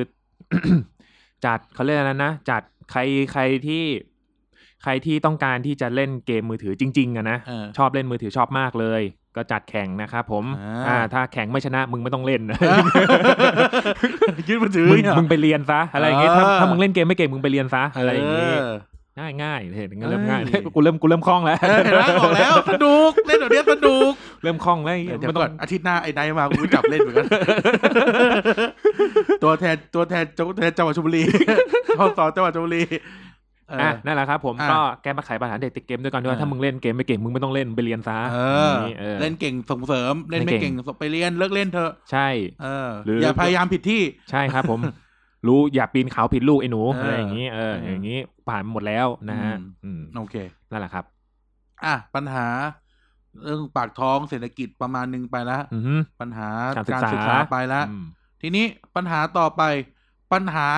*coughs* จัดเขาเรียกอะไรนะ จัดใครใครที่ ใครที่ต้องการที่จะเล่นเกมมือถือจริง ๆอะนะ เออ ชอบเล่นมือถือชอบมากเลย ก็จัดแข่งนะครับผม อ่า อ่า ถ้าแข่งไม่ชนะมึงไม่ต้องเล่น ยึดมือถือ มึง เนี่ย มึงไปเรียนซะอะไรอย่างเงี้ยถ้า เออ ถ้ามึงเล่นเกมไม่เก่งมึงไปเรียนซะอะไรอย่างงี้ เอ ง่ายง่ายๆเห็นงั้นเริ่มง่าย เอ้ย กูเริ่มกูเริ่มคล่องแล้ว เออเห็นไหมบอกแล้วสนุกเล่นเดี๋ยวนี้สนุก เริ่มคล่องแล้วไอ้ เอ เหี้ อย เดี๋ย มัวนต้ ก่ อ อน ง อาทิตย์หน้าไอ้ไนท์มากูไปจับเล่นเหมื *laughs* อนกัน ตัวแทนตัวแทนจังตัวแทนจังหวัดชลบุรี *laughs* ทอสอจังหวัดชลบุรีเออ อ่ะนั่นแหละครับผม อ่ะ ก็แก้มาไขปัญหาเด็กติดเกมด้วยกันด้วยว่า อ่ะ ถ้ามึงเล่นเกมไม่เก่งมึงไม่ต้องเล่นไปเรียนซะ เออ ย่างนี้เออ เล่นเก่งส่งเสริม เล่นไม่ ไม่เก่ เก่ง ง ส่งไปเรียนเลิกเล่นเถอะ ใช่ เออ หรือ อ อ ย่าพยายามผิดที่ ใช่ครับผม *laughs* รู้อย่าปีนเขาผิดลูกไอ้หนู เอออ อะไรอย่างนี้เออ เอออ อย่างนี้ผ่านหมดแล้วนะฮะ อืม อืม โอเค นั่นแหละครับ อ่ะปัญหา เรื่องปากท้องเศรษฐกิจประมาณหนึ่งไปแล้ว อือฮึ ปัญหา การศึกษา ไปแล้ว อืม ทีนี้ปัญหาต่อไป ปัญหา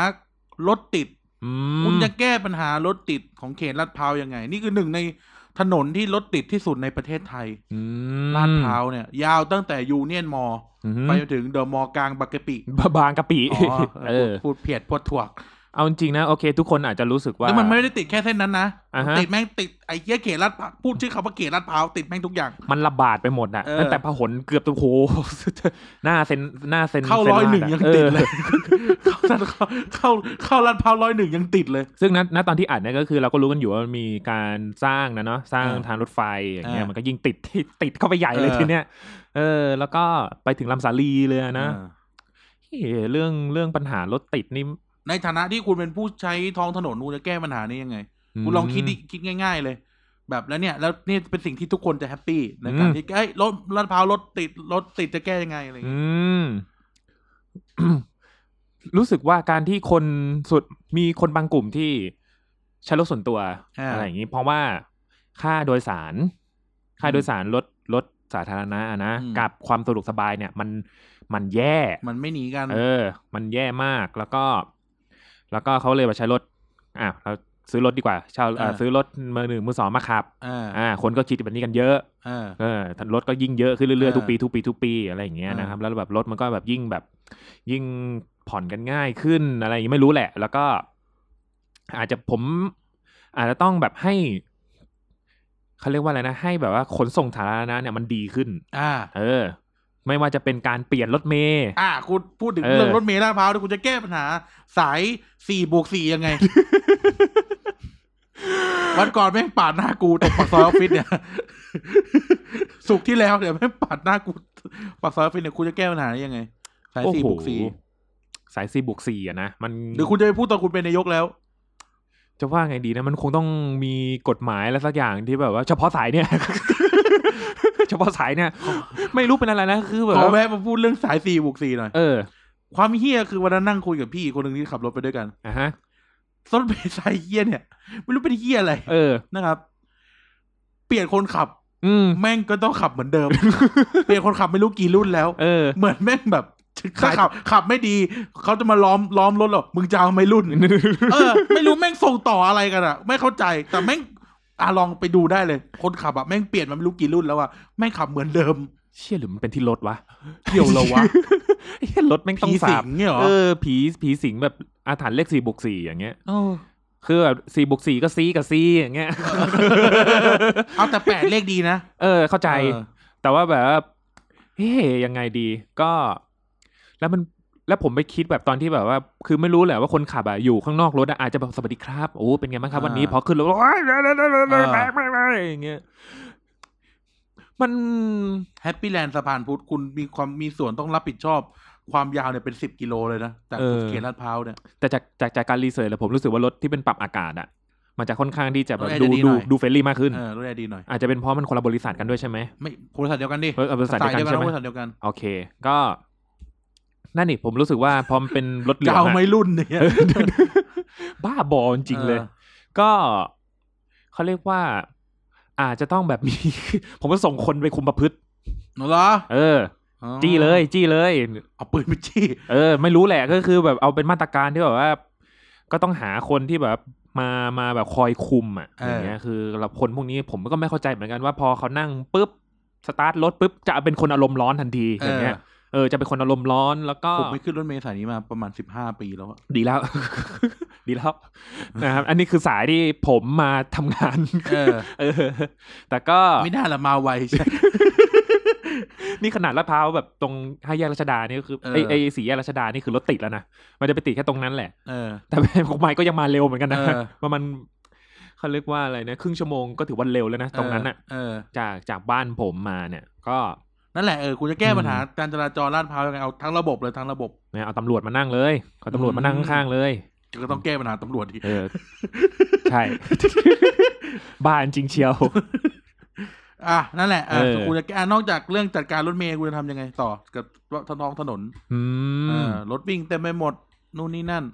รถติด อืม คุณจะแก้ปัญหารถติดของเขตลาดพร้าวยังไง นี่คือหนึ่งในถนนที่รถติดที่สุดในประเทศไทย อืม ลาดพร้าวเนี่ย ยาวตั้งแต่ยูเนียนมอ อือฮึ ไปจนถึงเดอะมอกลางบางกะปิ บางกะปิ อ๋อ เออ พูดเพียดพวดถ่วก เอาจริงๆนะโอเค ทุกคนอาจจะรู้สึกว่า แล้วมันไม่ได้ติดแค่เส้นนั้นนะ อ่าฮะ ติดแม่งติดไอ้เหี้ยเขตลาดพร้าวพูดชื่อคำว่าเขตลาดพร้าวติดแม่งทุกอย่าง มันระบาดไปหมดอ่ะ เออ ตั้งแต่พหลเกือบตัวโห *laughs* หน้าเซนหน้าเซน เข้า ซ ร้อย ลาด หนึ่งยัง ะ ติด ออ เลย เข้าเข้าเข้าลาดพร้าวร้อยหนึ่งยังติดเลย ซึ่งณณตอนที่อัดเนี่ยก็คือเราก็รู้กันอยู่ว่ามันมีการสร้างนะเนาะสร้าง อ่า ทางรถไฟอย่างเงี้ย อ่ามั มันก็ยิ่งติดที่ติดเข้าไปใหญ่เลย เออ ทีเนี้ยเออ แล้วก็ไปถึงลำสาลีเลยอะนะเฮ้ยเรื่องเรื่องปัญหารถติดนี่ ในฐานะที่คุณเป็นผู้ใช้ท้องถนนคุณจะแก้ปัญหานี้ยังไง คุณลองคิดดิคิดง่าย ๆ เลย แบบแล้วเนี่ย แล้วนี่เป็นสิ่งที่ทุกคนจะแฮปปี้ในการที่เอ้ยรถลาดพร้าวรถติดรถติดจะแก้ยังไงอะไรอย่าง อื เงี้ย ม รู้สึกว่าการที่คนสุดมีคนบางกลุ่มที่ใช้รถส่วนตัว า อะไรอย่างนี้ เพราะว่าค่าโดยสาร ค่าโดยสารรถรถสาธารณะอะนะ อืม กับความสะดวกสบายเนี่ย มันมันแย่ มันไม่หนีกัน เออ มันแย่มาก แล้วก็ แล้วก็เขาเลยมาใช้รถ อ่ะเราซื้อรถดีกว่า เช่าเอ่ออา ซื้อรถมือหนึ่งมือสองมาขับ อ่า อ่า คนก็คิดแบบนี้กันเยอะ อ่า เออ รถก็ยิ่งเยอะขึ้นเรื่อย อ่า ๆ ทุกปี ทุกปี ทุกปี อะไรอย่างเงี้ย อ่าน นะครับ แล้วแบบรถมันก็แบบยิ่งแบบ ยิ่งผ่อนกันง่ายขึ้นอะไรอย่างงี้ไม่รู้แหละ แล้วก็ อาจจะผม อาจจะต้องแบบให้ เขาเรียกว่าอะไรนะ ให้แบบว่าขนส่งสาธารณะเนี่ยมันดีขึ้น อ่า เออ ไม่ว่าจะเป็นการเปลี่ยนรถเมล์ อ่าคุณพูดถึง เออ เรื่องรถเมล์ลาดพร้าวด้วยคุณจะแก้ปัญหา สายสี่บวกสี่ยังไง *laughs* วันก่อนแม่งปาดหน้ากูตรงปากซอยออฟฟิศเนี่ย *laughs* สุกร์ที่แล้วเนี่ยแม่งปาดหน้ากูปากซอยออฟฟิศเนี่ยคุณจะแก้ปัญหานี้ยังไง สาย โอ้ สี่ โห บวกสี่ สายสี่บวกสี่อะนะมัน หรือคุณจะไปพูดตอนคุณเป็นนายกแล้ว จะว่าไงดีนะ มันคงต้องมีกฎหมายอะไรสักอย่างที่แบบว่า เฉพาะสายเนี่ย *laughs* เฉพาะสายเนี่ย ไม่รู้เป็นอะไรนะคือแบบ ขอ ว่า แวะมาพูดเรื่องสายสี่บวกสี่หน่อย เออ ความเฮี้ยคือวันนั้นนั่งคุยกับพี่อีกคนหนึ่งที่ขับรถไปด้วยกัน อ่ะฮะ รถเมล์สายเฮี้ยเนี่ยไม่รู้เป็นเฮี้ยอะไร เออ นะครับ เปลี่ยนคนขับ อืม แม่งก็ต้องขับเหมือนเดิม *laughs* เปลี่ยนคนขับไม่รู้กี่รุ่นแล้ว เออ เหมือนแม่งแบบถ้า ขาย ขับ ขับไม่ดี เขาจะมาล้อมล้อมรถหรอกมึงจะเอาไม่รุ่น เออ ไม่รู้แม่งส่งต่ออะไรกันอะไม่เข้าใจ แต่แม่งอ่ะลองไปดูได้เลย คนขับอะแม่งเปลี่ยนมาไม่รู้กี่รุ่นแล้วอะแม่งขับเหมือนเดิม เชี่ยหรือมันเป็นที่รถวะ เกี่ยวเหรอวะ *laughs* เหี้ยรถแม่งต้อ ผี ง สิ สาง บ เนี่ยเหรอ เออ ผีผีสิงแบบอาถรรพ์เลขสี่บวกสี่อย่างเงี้ย เออ คือแบบสี่บวกสี่ก็ซีกับซีอย่างเงี้ย เอาแต่แปดเลขดีนะ เออ เข้าใจ เออ แต่ว่าแบบว่าเฮ้ยยังไงดี ก็ แล้วมันแล้วผมไปคิดแบบตอนที่แบบว่า คือไม่รู้แหละว่าคนขับอะอยู่ข้างนอกรถอะอาจจะแบบสวัสดีครับโอ้เป็นไงบ้างครับวันนี้พอขึ้นรถโอ้ยเลยเลยเลยเลยแรงมากเลยอย่างเงี้ยมัน แฮปปี้แลนด์สะพานพุทธคุณมีความมีส่วนต้องรับผิดชอบ ความยาวเนี่ยเป็นสิบกิโลเลยนะจากจุดเขตลาดพร้าวเนี่ย แต่จากจากจากการรีเสิร์ชแล้วผมรู้สึกว่ารถที่เป็นปรับอากาศอะมันจะค่อนข้างที่จะแบบ เออ ดู จะดีห ดู น่อย ดูเฟรนลี่มากขึ้น เออรู้ได้ดีหน่อย อาจจะเป็นเพราะมันคนละบริษัทกันด้วยใช่ไหม ไม่บริษัทเดียวกันดิ เออเอาบริษัทเดียวกันใช่ไหม บริษัทเดียวกัน โอเค ก็ นั่นนี่ผมรู้สึกว่าพอมันเป็นรถเหลื จะ อง เอา อะ ไม่รุ่นเนี่ย เออ *laughs* บ้าบอจริงๆเลย ก็เขาเรียกว่า อาจจะต้องแบบมี *laughs* ผมก็ส่งคนไปคุมประพฤติ เออเหรอ เออ จี้เลย จี้เลย เอาปืนไปจี้ เออ ไม่รู้แหละก็คือแบบเอาเป็นมาตรการที่แบบว่า ก็ต้องหาคนที่แบบมามาแบบคอยคุมอ่ะ เอออ อย่างเงี้ยคือเราคนพวกนี้ผมก็ไม่เข้าใจเหมือนกันว่าพอเขานั่งปุ๊บสตาร์ทรถปุ๊บจะเป็นคนอารมณ์ร้อนทันทีอย่างเงี้ยเออจะเป็นคนอารมณ์ร้อนแล้วก็ ผมไม่ขึ้นรถเมล์สายนี้มาประมาณสิบห้าปีแล้วอะ ดีแล้ว *laughs* ดีแล้วนะครับ อันนี้คือสายที่ผมมาทำงาน *laughs* เออ เออ แต่ก็ ไม่น่าละมาไว *laughs* ใช่ *laughs* นี่ขนาดลาดพร้าวแบบตรงห้าแยกรัชดานี่ก็คือ เออ ไอไอสี่แยกรัชดานี่คือรถติดแล้วนะมันจะไปติดแค่ตรงนั้นแหละ เออ *laughs* แต่ ของไมค์ก็ยังมาเร็วเหมือนกันนะ เออ ว่ามัน เขาเรียกว่าอะไรนะครึ่งชั่วโมงก็ถือว่าเร็วแล้วนะตรงนั้น อ่ะ อ่ะ เออ จากจากบ้านผมมาเนี่ย ก็ นั่นแหละเออคุณจะแก้ปัญหา อืม การจราจรลาดพร้าวยังไงเอาทั้งระบบเลยทั้งระบบ เนี่ยเอาตำรวจมานั่งเลยเอาตำรวจมานั่ง อืม ข้างๆเลย ก็ต้องแก้ปัญหาตำรวจอีก เออ ใช่ *laughs* บ้านจริงเชียว อ่ะนั่นแหละเออ เออ คุณจะแก้อ่ะนอกจากเรื่องจัดการรถเมล์คุณจะทำยังไงต่อ กับท้องถนน อื เอ ม อรถวิ่งเต็มไปหมดนู่นนี่นั่น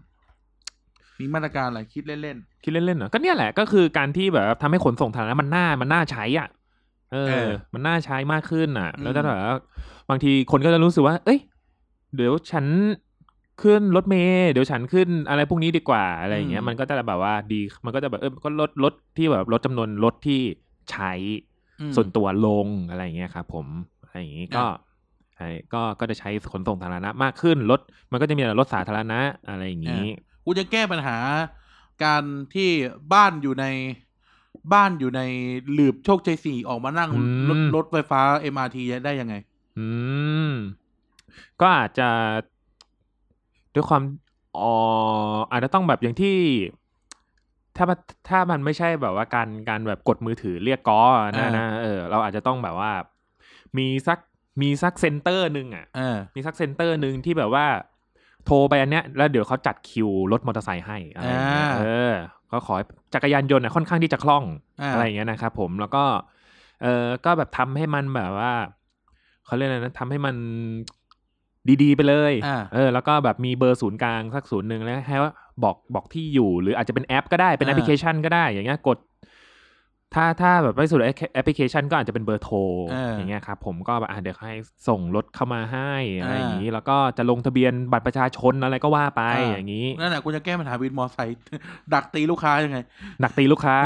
มีมาตรการอะไรคิดเล่น คิดเล่นๆเหรอก็เนี่ยแหละก็คือการที่แบบทำให้ขนส่งสาธารณะมันน่ามันน่าใช้อ่ะเอ เอ อ อ มันน่าใช้มากขึ้นอ่ะ อืม แล้วก็แบบว่าบางทีคนก็จะรู้สึกว่า เอ้ย เดี๋ยวฉันขึ้นรถเมล์เดี๋ยวฉันขึ้นอะไรพวกนี้ดีกว่าอะไรอย่างเงี้ยมันก็จะแบบว่าดี มันก็จะแบบเออก็ลดลดที่แบบลดจำนวนรถที่ใช้ ๆอืม ส่วนตัวลงอะไรอย่างเงี้ยครับผมอะไรอย่างงี้ก็ อ่ะ ใช่ก็ก็จะใช้ขนส่งสาธารณะมากขึ้นรถมันก็จะมีแต่รถสาธารณะอะไรอย่างงี้ คุณจะแก้ปัญหาการที่บ้านอยู่ในบ้านอยู่ในหลืบโชคชัยสี่ออกมานั่ง อืม รถรถไฟฟ้า MRT ได้ยังไง อืม ก็อาจจะด้วยความอ๋ออาจจะต้องแบบอย่างที่ ถ้ามันถ้ามันไม่ใช่แบบว่าการการแบบกดมือถือเรียกกอนะ อ่า นะเออ เราอาจจะต้องแบบว่า มีสักมีสักเซ็นเตอร์หนึ่งอ่ะ เออ มีสักเซ็นเตอร์หนึ่งที่แบบว่า โทรไปอันเนี้ยแล้วเดี๋ยวเขาจัดคิวรถมอเตอร์ไซค์ให้อะไรอย่างเงี้ย อ่า เออก็ขอให้จักรยานยนต์น่ะค่อนข้างที่จะคล่อง อ่า อะไรอย่างเงี้ยนะครับผมแล้วก็ เออก็แบบทำให้มันแบบว่าเขาเรียกอะไรนะทำให้มันดีๆไปเลย อ่า เออ แล้วก็แบบมีเบอร์ศูนย์กลางสักศูนย์หนึ่งแล้วให้ว่าบอกบอกที่อยู่ หรืออาจจะเป็นแอปก็ได้เป็น อ่า แอปพลิเคชันก็ได้ อย่างเงี้ยกด ถ้าถ้าแบบไม่สุดแอปพลิเคชันก็อาจจะเป็นเบอร์โทร เอออ อย่างเงี้ยครับผมก็แบบอ่ะเดี๋ยวให้ส่งรถเข้ามาให้อะไร อ่า อย่างนี้ แล้วก็จะลงทะเบียนบัตรประชาชนอะไรก็ว่าไป อ่า อย่างนี้ *laughs* นั่นแหละคุณจะแก้ปัญหาวินมอไซค์ ดักตีลูกค้ายังไง หนักตีลูกค้า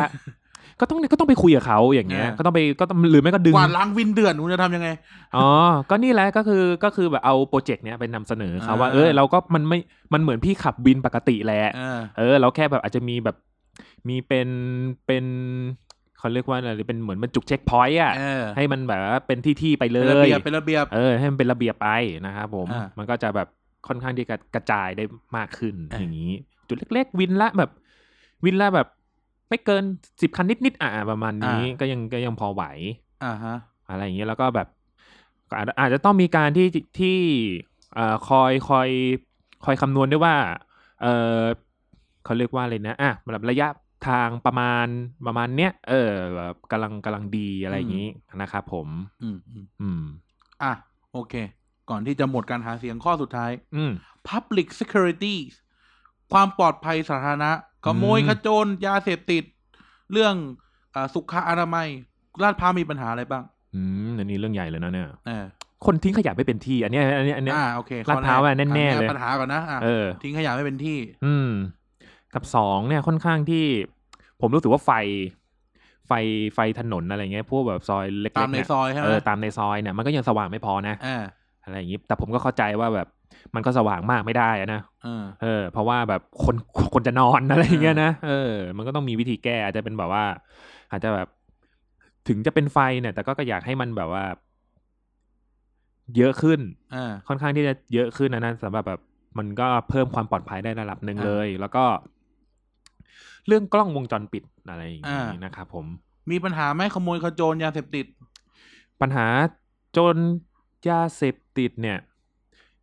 ก็ต้องก็ต้องไปคุยกับเขาอย่างเงี้ย เออ ก็ต้องไปก็ต้องหรือไม่ก็ดึง กวาดล้างวินเดือนคุณจะทำยังไง อ๋อก็นี่แหละก็คือก็คือแบบเอาโปรเจกต์เนี้ยไปนำเสนอเขาว่า อ่า เออเราก็มันไม่มันเหมือนพี่ขับบินปกติแหละ เออ เออเราแค่แบบอาจจะมีแบบมีเป็นเป็นเขาเรียกว่าอะไรเป็นเหมือนมันจุกเช็คพอยต์อ่ะ เออ ให้มันแบบว่าเป็นที่ที่ไปเล เป็นระ ย เบียบเป็นระเบียบ เออ ให้มันเป็นระเบียบไปนะครับผม อ่ามั มันก็จะแบบค่อนข้างที่จะกระจายได้มากขึ้น อ่า อย่างนี้ จุดเล็ก ๆ วินละแบบ วินละแบบ ไม่เกินสิบคันนิดๆอ่ะประมาณนี้ก็ยังก็ยังพอไหว อ่าฮะ อะไรอย่างเงี้ยแล้วก็แบบก็อาจอาจจะต้องมีการที่ที่เอ่อคอยคอยคอยคำนวณด้วยว่าเออเขาเรียกว่าอะไรนะอ่ะแบบระยะทางประมาณประมาณเนี้ยเออแบบกำลังกำลังดีอะไรอย่างนี้นะครับผม อืมอืม อืม อ่ะโอเค ก่อนที่จะหมดการหาเสียงข้อสุดท้าย อืม Public Security ความปลอดภัยสาธารณะขโมย อืม ขโจรยาเสพติด เรื่องอาสุขอนามัยลาดพร้าวมีปัญหาอะไรบ้าง อืมอันนี้เรื่องใหญ่เลยนะเนี่ย เออ คนทิ้งขยะไม่เป็นที่ อันเนี้ยอันเนี้ยอันเนี้ย อ่าโอเค ลาดพร้าวอะแน่ๆ อ่ะ เลย ปัญหาก่อนนะอ่ะ เออ ทิ้งขยะไม่เป็นที่ อืม กับสองเนี่ยค่อนข้างที่ ผมรู้สึกว่าไฟ ไฟไฟถนนอะไรเงี้ยพวกแบบซอยเล็กๆ ตามใน เนี่ย ซอยใช่ไหม เออตามในซอยเนี่ยมันก็ยังสว่างไม่พอนะ เออ อะไรอย่างนี้แต่ผมก็เข้าใจว่าแบบมันก็สว่างมากไม่ได้อะนะ เออ เออ เพราะว่าแบบคนคนจะนอน อะไรอย่างเงี้ยนะเออ มันก็ต้องมีวิธีแก้อาจจะเป็นแบบว่า อาจจะแบบถึงจะเป็นไฟเนี่ย แต่ก็ก็อยากให้มันแบบว่า เยอะขึ้น เออ ค่อนข้างที่จะเยอะขึ้นนะนะสำหรับแบบมันก็เพิ่มความปลอดภัยได้ระดับหนึ่ง อ่า เลย แล้วก็ เรื่องกล้องวงจรปิดอะไรอย่าง อ่า นี้นะครับผม มีปัญหาไหมขโมยขโจรยาเสพติด ปัญหาจนยาเสพติดเนี่ย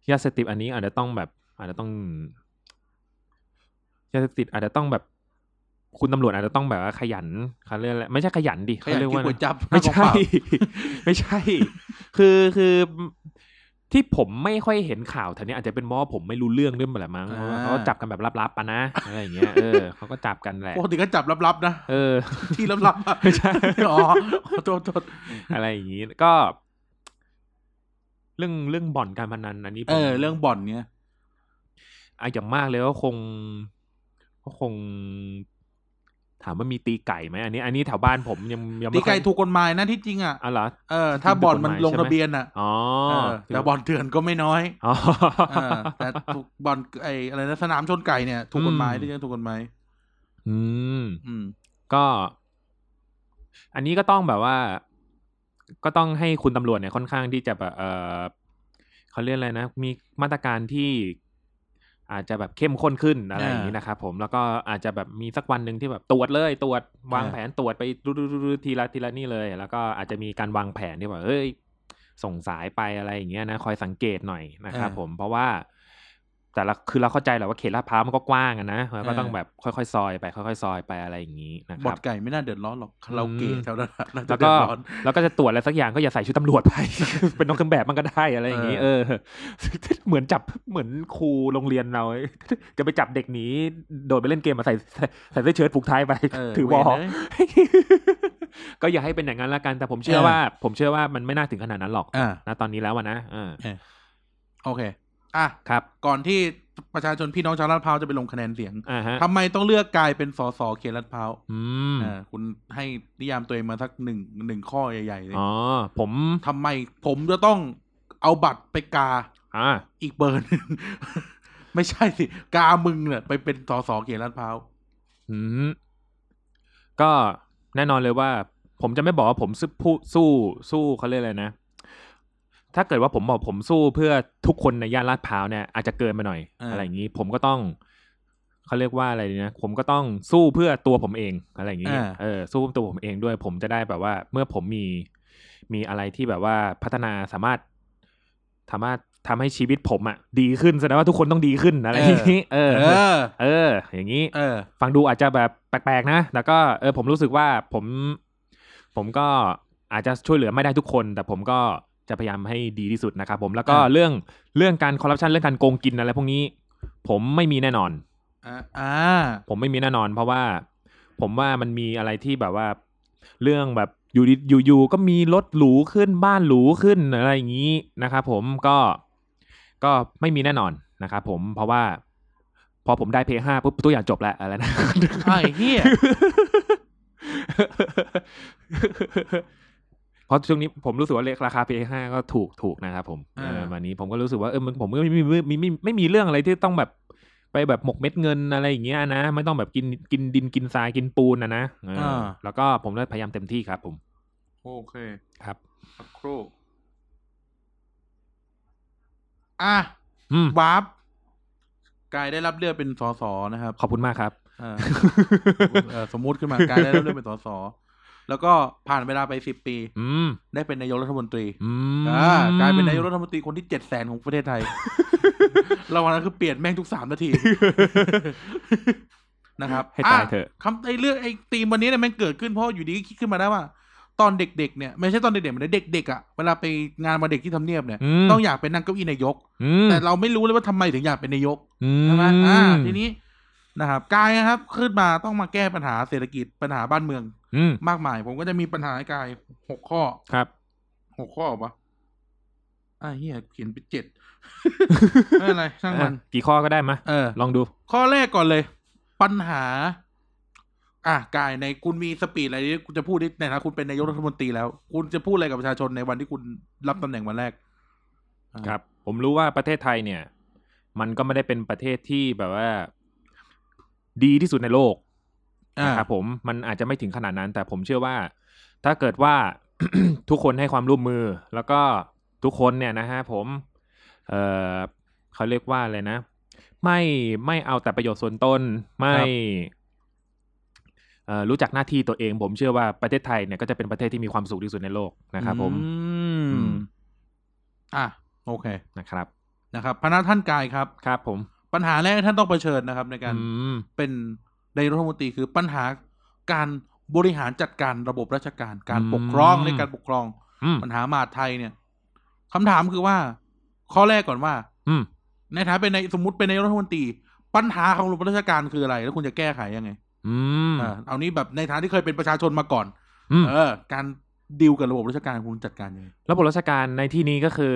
ยาเสพติดอันนี้อาจจะต้องแบบ อาจจะต้องยาเสพติดอาจจะต้องแบบ คุณตำรวจอาจจะต้องแบบว่าขยันเขาเรียกอะไรไม่ใช่ขยันดิ ขยะ เขาเรียก กิน ว่า ก๋วยจับ ไม่ หน้ากองปราใช่ *laughs* บ ไม่ใช่ คือคือที่ผมไม่ค่อยเห็นข่าวแถวเนี้ยอาจจะเป็นเพราะว่าผมไม่รู้เรื่องด้วยมั้งแหละมั้งเพราะว่า อ่า เขาก็จับกันแบบลับๆปะนะอะไรอย่างเงี้ยเออเขาก็จับกันแหละ ปกติก็จับลับๆนะ เออ ที่ลับๆอะ ไม่ใช่ อ๋อโทษโทษ *laughs* อะไรอย่างนี้ก็ เรื่องเรื่องบ่อนการพนันอันนี้ผม เออ เรื่องบ่อนเนี่ย อะอย่างมากเลยก็คงก็คง ถามว่ามีตีไก่ไหมอันนี้ อันนี้แถวบ้านผมยังยัง ตี ม่ค่ ไก่ อย ถูกกฎหมายนะที่จริงอ่ะ อ๋อเหรอ เออ ถ้าบ่อนมัน ถูกกฎหมาย ลง ใช่ไหม ทะเบียนอ่ะ อ๋อ เออแต่บ่อนเถื่อนก็ไม่น้อย อ๋อ เออ แต่ถูกบ่อนไออะไรนะสนามชนไก่เนี่ย ถูกกฎหมาย อืม ที่จริงถูกกฎหมาย อืม อืม ก็ อันนี้ก็ต้องแบบว่า ก็ต้องให้คุณตำรวจเนี่ยค่อนข้างที่จะแบบเออเขาเรียกอะไรนะ มีมาตรการที่ อาจจะแบบเข้มข้นขึ้นอะไรอย่างนี้นะครับผมแล้วก็อาจจะแบบมีสักวันหนึ่งที่แบบตรวจเลยตรวจวาง อ่า แผนตรวจไปดูๆๆๆทีละทีละนี่เลย แล้วก็อาจจะมีการวางแผนที่แบบเฮ้ยส่งสายไปอะไรอย่างเงี้ยนะคอยสังเกตหน่อยนะครับผมเพราะว่า แต่ละคือเราเข้าใจแหละว่าเขตลาดพร้าวมันก็กว้างอะนะเราก็ต้องแบบค่อยๆซอยไปค่อยๆซอยไปอะไรอย่างนี้นะค บอ รับ ดไก่ไม่น่าเดือดร้อนหรอกคาราโอเกะแถวนั้นน่าจะ แล้ว เดื ก็ อดร้อน แล้วก็จะตรวจอะไรสักอย่างก็อย่าใส่ชุดตำรวจไป *laughs* เป็นนอกเครื่องแบบมันก็ได้อะไรอย่างนี้เออ *laughs* เหมือนจับเหมือนครูโรงเรียนเรา *laughs* จะไปจับเด็กหนีโดดไปเล่นเกมมาใส่ใส่ใส่เสื้อเชิ้ตผูกไทยไป เออ ถือบอล เว้ยเลย *laughs* ก็อย่าให้เป็นอย่างนั้นละกันแต่ผมเชื่อ เออ ว่า ผมเชื่อว่ามันไม่น่าถึงขนาดนั้นหรอก อ่า นะตอนนี้แล้วอะนะเออ โอเค อ่ะ ครับ ก่อนที่ประชาชนพี่น้องชาวลาดพร้าวจะไปลงคะแนนเสียง อ่าฮะ ทำไมต้องเลือกกายเป็นสสเขตลาดพร้าว อืม อ่าคุณให้นิยามตัวเองมาสักหนึ่งหนึ่งข้อใหญ่ๆเลย อ๋อผม ทำไมผมจะต้องเอาบัตรไปกา อ่า อีกเบอร์หนึง *laughs* ไม่ใช่สิ กามึงเนี่ยไปเป็นสสเขตลาดพร้าว อืมก็แน่นอนเลยว่า ผมจะไม่บอกว่าผมสู้ผู้สู้สู้เขาเรียกอะไรนะ ถ้าเกิดว่าผมบอกผมสู้เพื่อทุกคนในย่านลาดพร้าวเนี่ยอาจจะเกินไปหน่อย อะไรอย่างนี้ ผมก็ต้องเขาเรียกว่าอะไรดีนะผมก็ต้องสู้เพื่อตัวผมเองอะไรอย่างนี้ า เออสู้เพื่อตัวผมเองด้วย ผมจะได้แบบว่า เมื่อผมมีมีอะไรที่แบบว่าพัฒนาสามารถสามารถทำให้ชีวิตผมอะดีขึ้นแสดงว่าทุกคนต้องดีขึ้นอะไรอย่างนี้ เออ เออ เออ อย่างนี้ เออ ฟังดูอาจจะแบบแปลกๆนะ แล้วก็เออผมรู้สึกว่าผม ผมก็อาจจะช่วยเหลือไม่ได้ทุกคน แต่ผมก็จะพยายามให้ดีที่สุดนะครับผม แล้วก็ อ่า เรื่องเรื่องการคอร์รัปชันเรื่องการโกงกินอะไรพวกนี้ ผมไม่มีแน่นอน อ่าอ่า ผมไม่มีแน่นอน เพราะว่าผมว่ามันมีอะไรที่แบบว่า เรื่องแบบอยู่ดีอยู่ๆก็มีรถหรูขึ้นบ้านหรูขึ้นอะไรอย่างนี้นะครับผมก็ก็ไม่มีแน่นอนนะครับผมเพราะว่า พอผมได้เพย์ห้าปุ๊บตัวอย่างจบแล้วอะไรนะ ไอ้เหี้ย เพราะช่วงนี้ผมรู้สึกว่าเลขราคา PS5 ก็ถูกถูกนะครับผม อ่า เออวันนี้ผมก็รู้สึกว่าเออมันผมก็ไม่มีไม่ไม่ไม่ไม่มีเรื่องอะไรที่ต้องแบบไปแบบหมกเม็ดเงินอะไรอย่างเงี้ยนะ ไม่ต้องแบบกินกินดินกินทรายกินปูนนะนะเอออา แล้วก็ผมก็พยายามเต็มที่ครับผม *laughs* โอเค ครับ สักครู่ อ่ะ อืม วาร์ปกายได้รับเลือกเป็นสสนะครับ ขอบคุณมากครับ เออเออสมมุติขึ้นมากายได้รับเลือกเป็นสสแล้วก็ผ่านเวลาไปสิบปี อืม ได้เป็นนายกรัฐมนตรี อืม อ่ากลายเป็นนายกรัฐมนตรีคนที่เจ็ดแสนของประเทศไทย *laughs* ระหว่างนั้นคือเปลี่ยนแม่งทุกสามนาที นะครับ *laughs* ให้ตาย ะ เถอะ คำไอ้เรื่องไอ้ธีมวันนี้เนี่ยมันเกิดขึ้นเพราะอยู่ดีก็คิดขึ้นมาได้ว่า ตอนเด็กๆเนี่ยไม่ใช่ตอนเด็กๆเหมือนเด็กๆอ่ะเวลาไปงานมาเด็กที่ทำเนียบเนี่ย ม ต้องอยากเป็นนั่งเก้าอี้นายก อืม แต่เราไม่รู้เลยว่าทำไมถึงอยากเป็นนายก อื ใช่ไหม ม อ่า ทีนี้นะครับกายนะครับขึ้นมาต้องมาแก้ปัญหาเศรษฐกิจปัญหาบ้านเมือง อืม มากมาย ผมก็จะมีปัญหาให้กายหกข้อ ครับ หกข้อปะอ่าเฮียเขียนไปเจ็ด *laughs* ไม่เป็นไรช่างมัน อ่ะกี่ข้อก็ได้มะ เออ ลองดู ข้อแรกก่อนเลย ปัญหา อ่ะกายในคุณมีสปีดอะไรที่คุณจะพูดในฐานะคุณเป็นนายกรัฐมนตรีแล้ว คุณจะพูดอะไรกับประชาชนในวันที่คุณรับตำแหน่งวันแรก อ่า ครับผมรู้ว่าประเทศไทยเนี่ย มันก็ไม่ได้เป็นประเทศที่แบบว่า ดีที่สุดในโลก อ่า นะครับผมมันอาจจะไม่ถึงขนาดนั้น แต่ผมเชื่อว่า ถ้าเกิดว่า *coughs* ทุกคนให้ความร่วมมือ แล้วก็ทุกคนเนี่ยนะฮะผมเออเขาเรียกว่าอะไรนะ ไม่ไม่เอาแต่ประโยชน์ส่วนตนไม่เอ่อรู้จักหน้าที่ตัวเอง ผมเชื่อว่าประเทศไทยเนี่ยก็จะเป็นประเทศที่มีความสุขที่สุดในโลกนะครับผม อืมอ่ะโอเค นะครับ นะครับพนักท่านกายครับ ครับผม ปัญหาแรกที่ท่านต้องเผชิญนะครับ ในการ อืม เป็นนายกรัฐมนตรีคือปัญหาการบริหารจัดการระบบราชการ การปกครอง อืม ในการปกครอง อืม ปัญหามหาดไทยเนี่ยคำถามคือว่า ข้อแรกก่อนว่า อืม ในฐานะเป็นในสมมติเป็นนายกรัฐมนตรี ปัญหาของระบบราชการคืออะไร แล้วคุณจะแก้ไขยังไง อืม เออเอานี้แบบในฐานะที่เคยเป็นประชาชนมาก่อน อืม เออ การดิวกับระบบราชการคุณจัดการยังไง ระบบราชการในที่นี้ก็คือ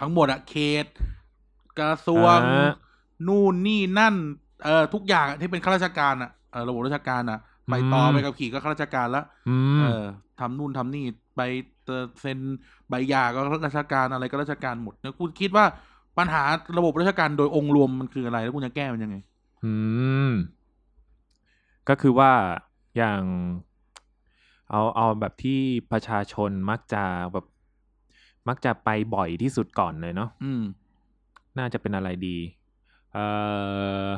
ทั้งหมดอะเขต กระทรวง อ่า นู่นนี่นั่น เออทุกอย่างที่เป็นข้าราชการอะเออระบบราชการอะไปต่อ อืม ไปกับขี่ก็ข้าราชการละ อืม เออทำนู่นทำนี่ไปเอ่อเซ็นใบหย่าก็ราชการอะไรก็ราชการหมดแล้วคุณคิดว่าปัญหาระบบราชการโดยองค์รวมมันคืออะไร แล้วคุณจะแก้มันยังไง อืม ก็คือว่าอย่าง เอาเอาแบบที่ประชาชนมักจะแบบ มักจะไปบ่อยที่สุดก่อนเลยเนาะ อืม น่าจะเป็นอะไรดี เออ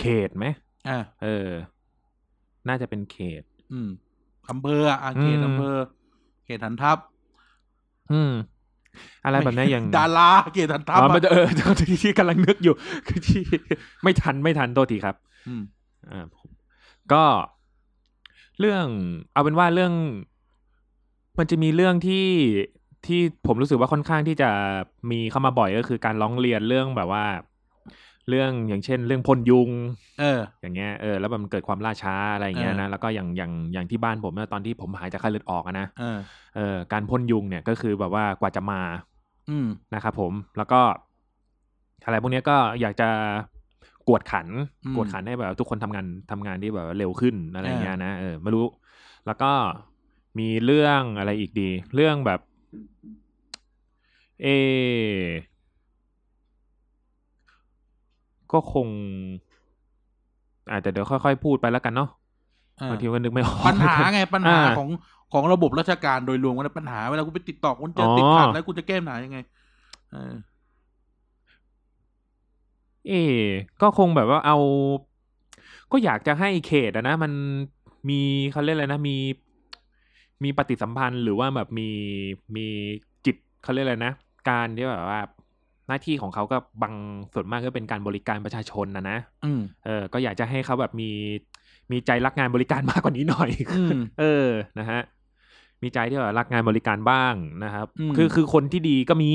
เขตไหม อ่า เออ น่าจะเป็นเขต อืมอำเภออะอ่ะเขต อืม อำเภอเขตทันทัพ อืม อะไรแบบนี้อย่าง ดาราเขตทันทัพ อ๋อ อะ มันจะเออ *laughs* โทษทีที่กำลังนึกอยู่ *laughs* คือที่ไม่ทันไม่ทันโทษทีครับ อืม อ่าผมก็ เรื่อง เอาเป็นว่าเรื่อง มันจะมีเรื่องที่ที่ผมรู้สึกว่าค่อนข้างที่จะมีเข้ามาบ่อยก็คือการร้องเรียนเรื่องแบบว่า เรื่องอย่างเช่น เรื่องพ่นยุง เออ อย่างเงี้ยเออแล้วแบบมันเกิดความล่าช้าอะไรอย่างเงี้ย เออนะแล้วก็อย่างอย่างอย่างที่บ้านผมเนี่ยตอนที่ผมหายจากไข้เลือดออกอะนะ เออ เออการพ่นยุงเนี่ยก็คือแบบว่ากว่าจะมา อืม นะครับผมแล้วก็อะไรพวกเนี้ยก็อยากจะกวดขัน อืม กวดขันให้แบบทุกคนทำงานทำงานที่แบบว่าเร็วขึ้นอะไร อ่า เงี้ยนะเออไม่รู้ แล้วก็มีเรื่องอะไรอีกดี เรื่องแบบ เออก็คงอาจจะเดี๋ยวค่อยๆ พูดไปแล้วกันเนาะ เออบ างทีก็นึกไม่ออก ปัญหาไงปัญหา อ่า ของของระบบราชการโดยรวมว่าปัญหาเวลากูไปติดต่อคนเจออ อ ติดขัดแล้วกูจะแก้ปัญหายังไง เออ เอ๊ะก็คงแบบว่าเอา ก็อยากจะให้เขตอะนะ มันมีเขาเรียกอะไรนะ มี มีปฏิสัมพันธ์หรือว่าแบบมีมีจิตเขาเรียกอะไรนะ การที่แบบว่า หน้าที่ของเขาก็บางส่วนมากก็เป็นการบริการประชาชนนะนะ อืม เออ ก็อยากจะให้เขาแบบมีมีใจรักงานบริการมากกว่านี้หน่อย อืม เออ นะฮะ มีใจที่แบบรักงานบริการบ้างนะครับ อืม คือคือคนที่ดีก็มี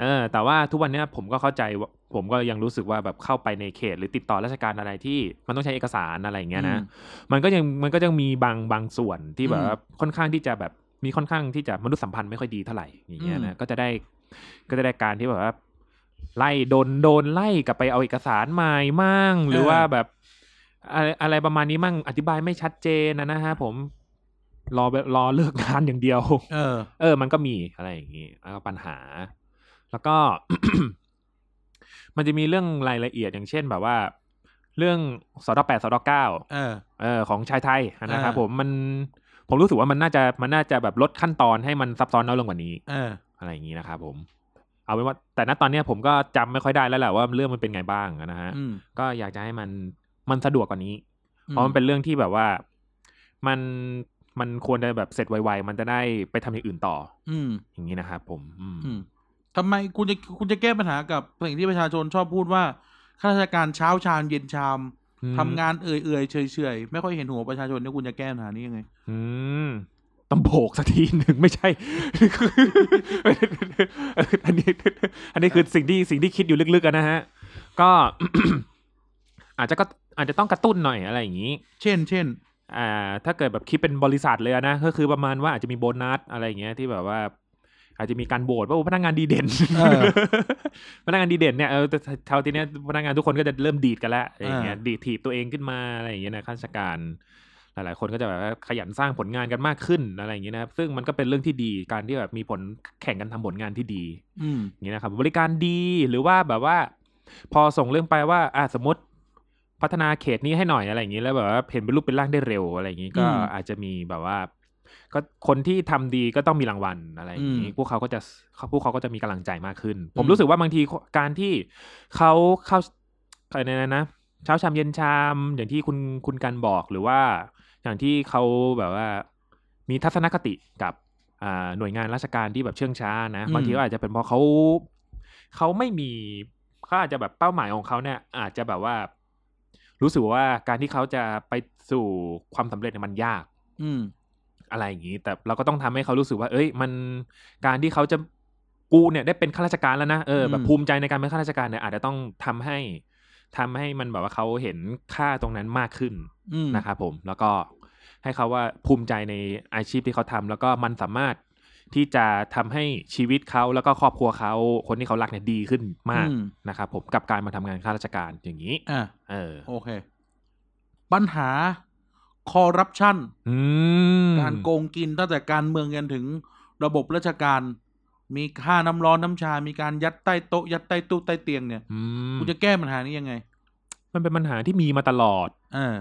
เออ แต่ว่าทุกวันเนี้ยผมก็เข้าใจว่าผมก็ยังรู้สึกว่าแบบเข้าไปในเขต หรือติดต่อราชการอะไรที่มันต้องใช้เอกสารอะไรอย่างเงี้ยนะ มันก็ยังมันก็ยังมีบางบางส่วนที่แบบ อืม ว่าค่อนข้างที่จะแบบมีค่อนข้างที่จะมนุษยสัมพันธ์ไม่ค่อยดีเท่าไหร่อย่างเงี้ย อื นะ ม ก็จะได้ก็จะได้การที่แบบว่าไล่โดนโดนไล่กลับไปเอาเอกสารใหม่มั่งหรือว่าแบบอะไรอะไรประมาณนี้มั่งอธิบายไม่ชัดเจนนะนะฮะผมรอรอเลิกงานอย่างเดียว *laughs* เออ เออ มันก็มีอะไรอย่างนี้แล้วก็ปัญหา แล้วก็ *coughs* มันจะมีเรื่องรายละเอียดอย่างเช่นแบบว่า เรื่องสดแปดสดเก้า เออ เออของชายไทยนะครับ อ่า ผมมันผมรู้สึกว่ามันน่าจะมันน่าจะแบบลดขั้นตอนให้มันซับซ้อนน้อยลงกว่านี้ เออ อะไรอย่างนี้นะครับผมเอาเป็นว่าแต่ณตอนเนี้ยผมก็จำไม่ค่อยได้แล้วแหละว่าเรื่องมันเป็นไงบ้างนะฮะ อืม ก็อยากจะให้มันมันสะดวกกว่านี้ อื เพราะมันเป็นเรื่องที่แบบว่ามันมันควรจะแบบเสร็จไวๆมันจะได้ไปทำอย่างอื่นต่อ อืม อย่างนี้นะครับผมอืม อืมทำไมคุณจะคุณจะแก้ปัญหากับสิ่งที่ประชาชนชอบพูดว่าข้าราชการเช้าชามเย็นชามทำงานเอื่อยๆเฉยๆไม่ค่อยเห็นหัวประชาชนเนี่ยคุณจะแก้ปัญหานี้ยังไง อืมต้องโบกสักทีหนึ่ง *laughs* ไม่ใช่ อันนี้ อันนี้คือสิ่งที่สิ่งที่คิดอยู่ลึกๆอะนะฮะ ก็ *coughs* อาจจะก็อาจจะต้องกระตุ้นหน่อยอะไรอย่างนี้ เช่น เช่น อ่า ถ้าเกิดแบบคิดเป็นบริษัทเลยอะนะก็คือประมาณว่าอาจจะมีโบนัสอะไรอย่างเงี้ยที่แบบว่า อาจจะมีการโบสว่าโอ้พนักงานดีเด่น เออ *laughs* พนักงานดีเด่นเนี่ยเออแต่เท่าทีเนี้ยพนักงานทุกคนก็จะเริ่มดีดกันแล้วอะไรอย่างเงี้ยดีดถีบตัวเองขึ้นมาอะไรอย่างเงี้ยนะข้าราชการ หลายๆ คนก็จะแบบว่าขยันสร้างผลงานกันมากขึ้นอะไรอย่างเงี้ยนะครับซึ่งมันก็เป็นเรื่องที่ดีการที่แบบมีผลแข่งกันทำผลงานที่ดี อืม อย่างนี้นะครับบริการดีหรือว่าแบบว่า พอส่งเรื่องไปว่าอ่ะสมมติพัฒนาเขตนี้ให้หน่อยอะไรอย่างนี้แล้วแบบว่าเห็นเป็นรูปเป็นร่างได้เร็วอะไรอย่างนี้ก็ อืม อาจจะมีแบบว่า ก็คนที่ทำดีก็ต้องมีรางวัลอะไรอย่างนี้ อืม พวกเขาก็จะพวกเขาก็จะมีกำลังใจมากขึ้น ผม อืม รู้สึกว่าบางทีการที่เขาเข้าอะไรนะนะ เช้าชามเย็นชามอย่างที่คุณคุณกันบอกหรือว่า อย่างที่เขาแบบว่า มีทัศนคติกับอ่าหน่วยงานราชการที่แบบเชื่องช้านะ อืม บางทีก็อาจจะเป็นเพราะเขาเขาไม่มีเขาอาจจะแบบเป้าหมายของเขาเนี่ย อาจจะแบบว่า รู้สึกว่าการที่เขาจะไปสู่ความสำเร็จเนี่ยมันยาก อืม อะไรอย่างนี้ แต่เราก็ต้องทำให้เขารู้สึกว่า เอ้ย มันการที่เขาจะกูเนี่ยได้เป็นข้าราชการแล้วนะเอออ ม แบบภูมิใจในการเป็นข้าราชการเนี่ยอาจจะต้องทำให้ทำให้มันแบบว่าเขาเห็นค่าตรงนั้นมากขึ้น อืม นะครับผม แล้วก็ให้เขาว่าภูมิใจในอาชีพที่เขาทำแล้วก็มันสามารถที่จะทำให้ชีวิตเขาแล้วก็ครอบครัวเขาคนที่เขารักเนี่ยดีขึ้นมาก อืม นะครับผมกับการมาทำงานข้าราชการอย่างนี้ อ่ะ เออ โอเค ปัญหาคอร์รัปชัน อืม การโกงกินตั้งแต่การเมืองยันถึงระบบราชการ มีค่าน้ำร้อนน้ำชา มีการยัดใต้โต๊ะยัดใต้ตู้ใต้เตียงเนี่ย อืม คุณจะแก้ปัญหานี้ยังไง มันเป็นปัญหาที่มีมาตลอด เออ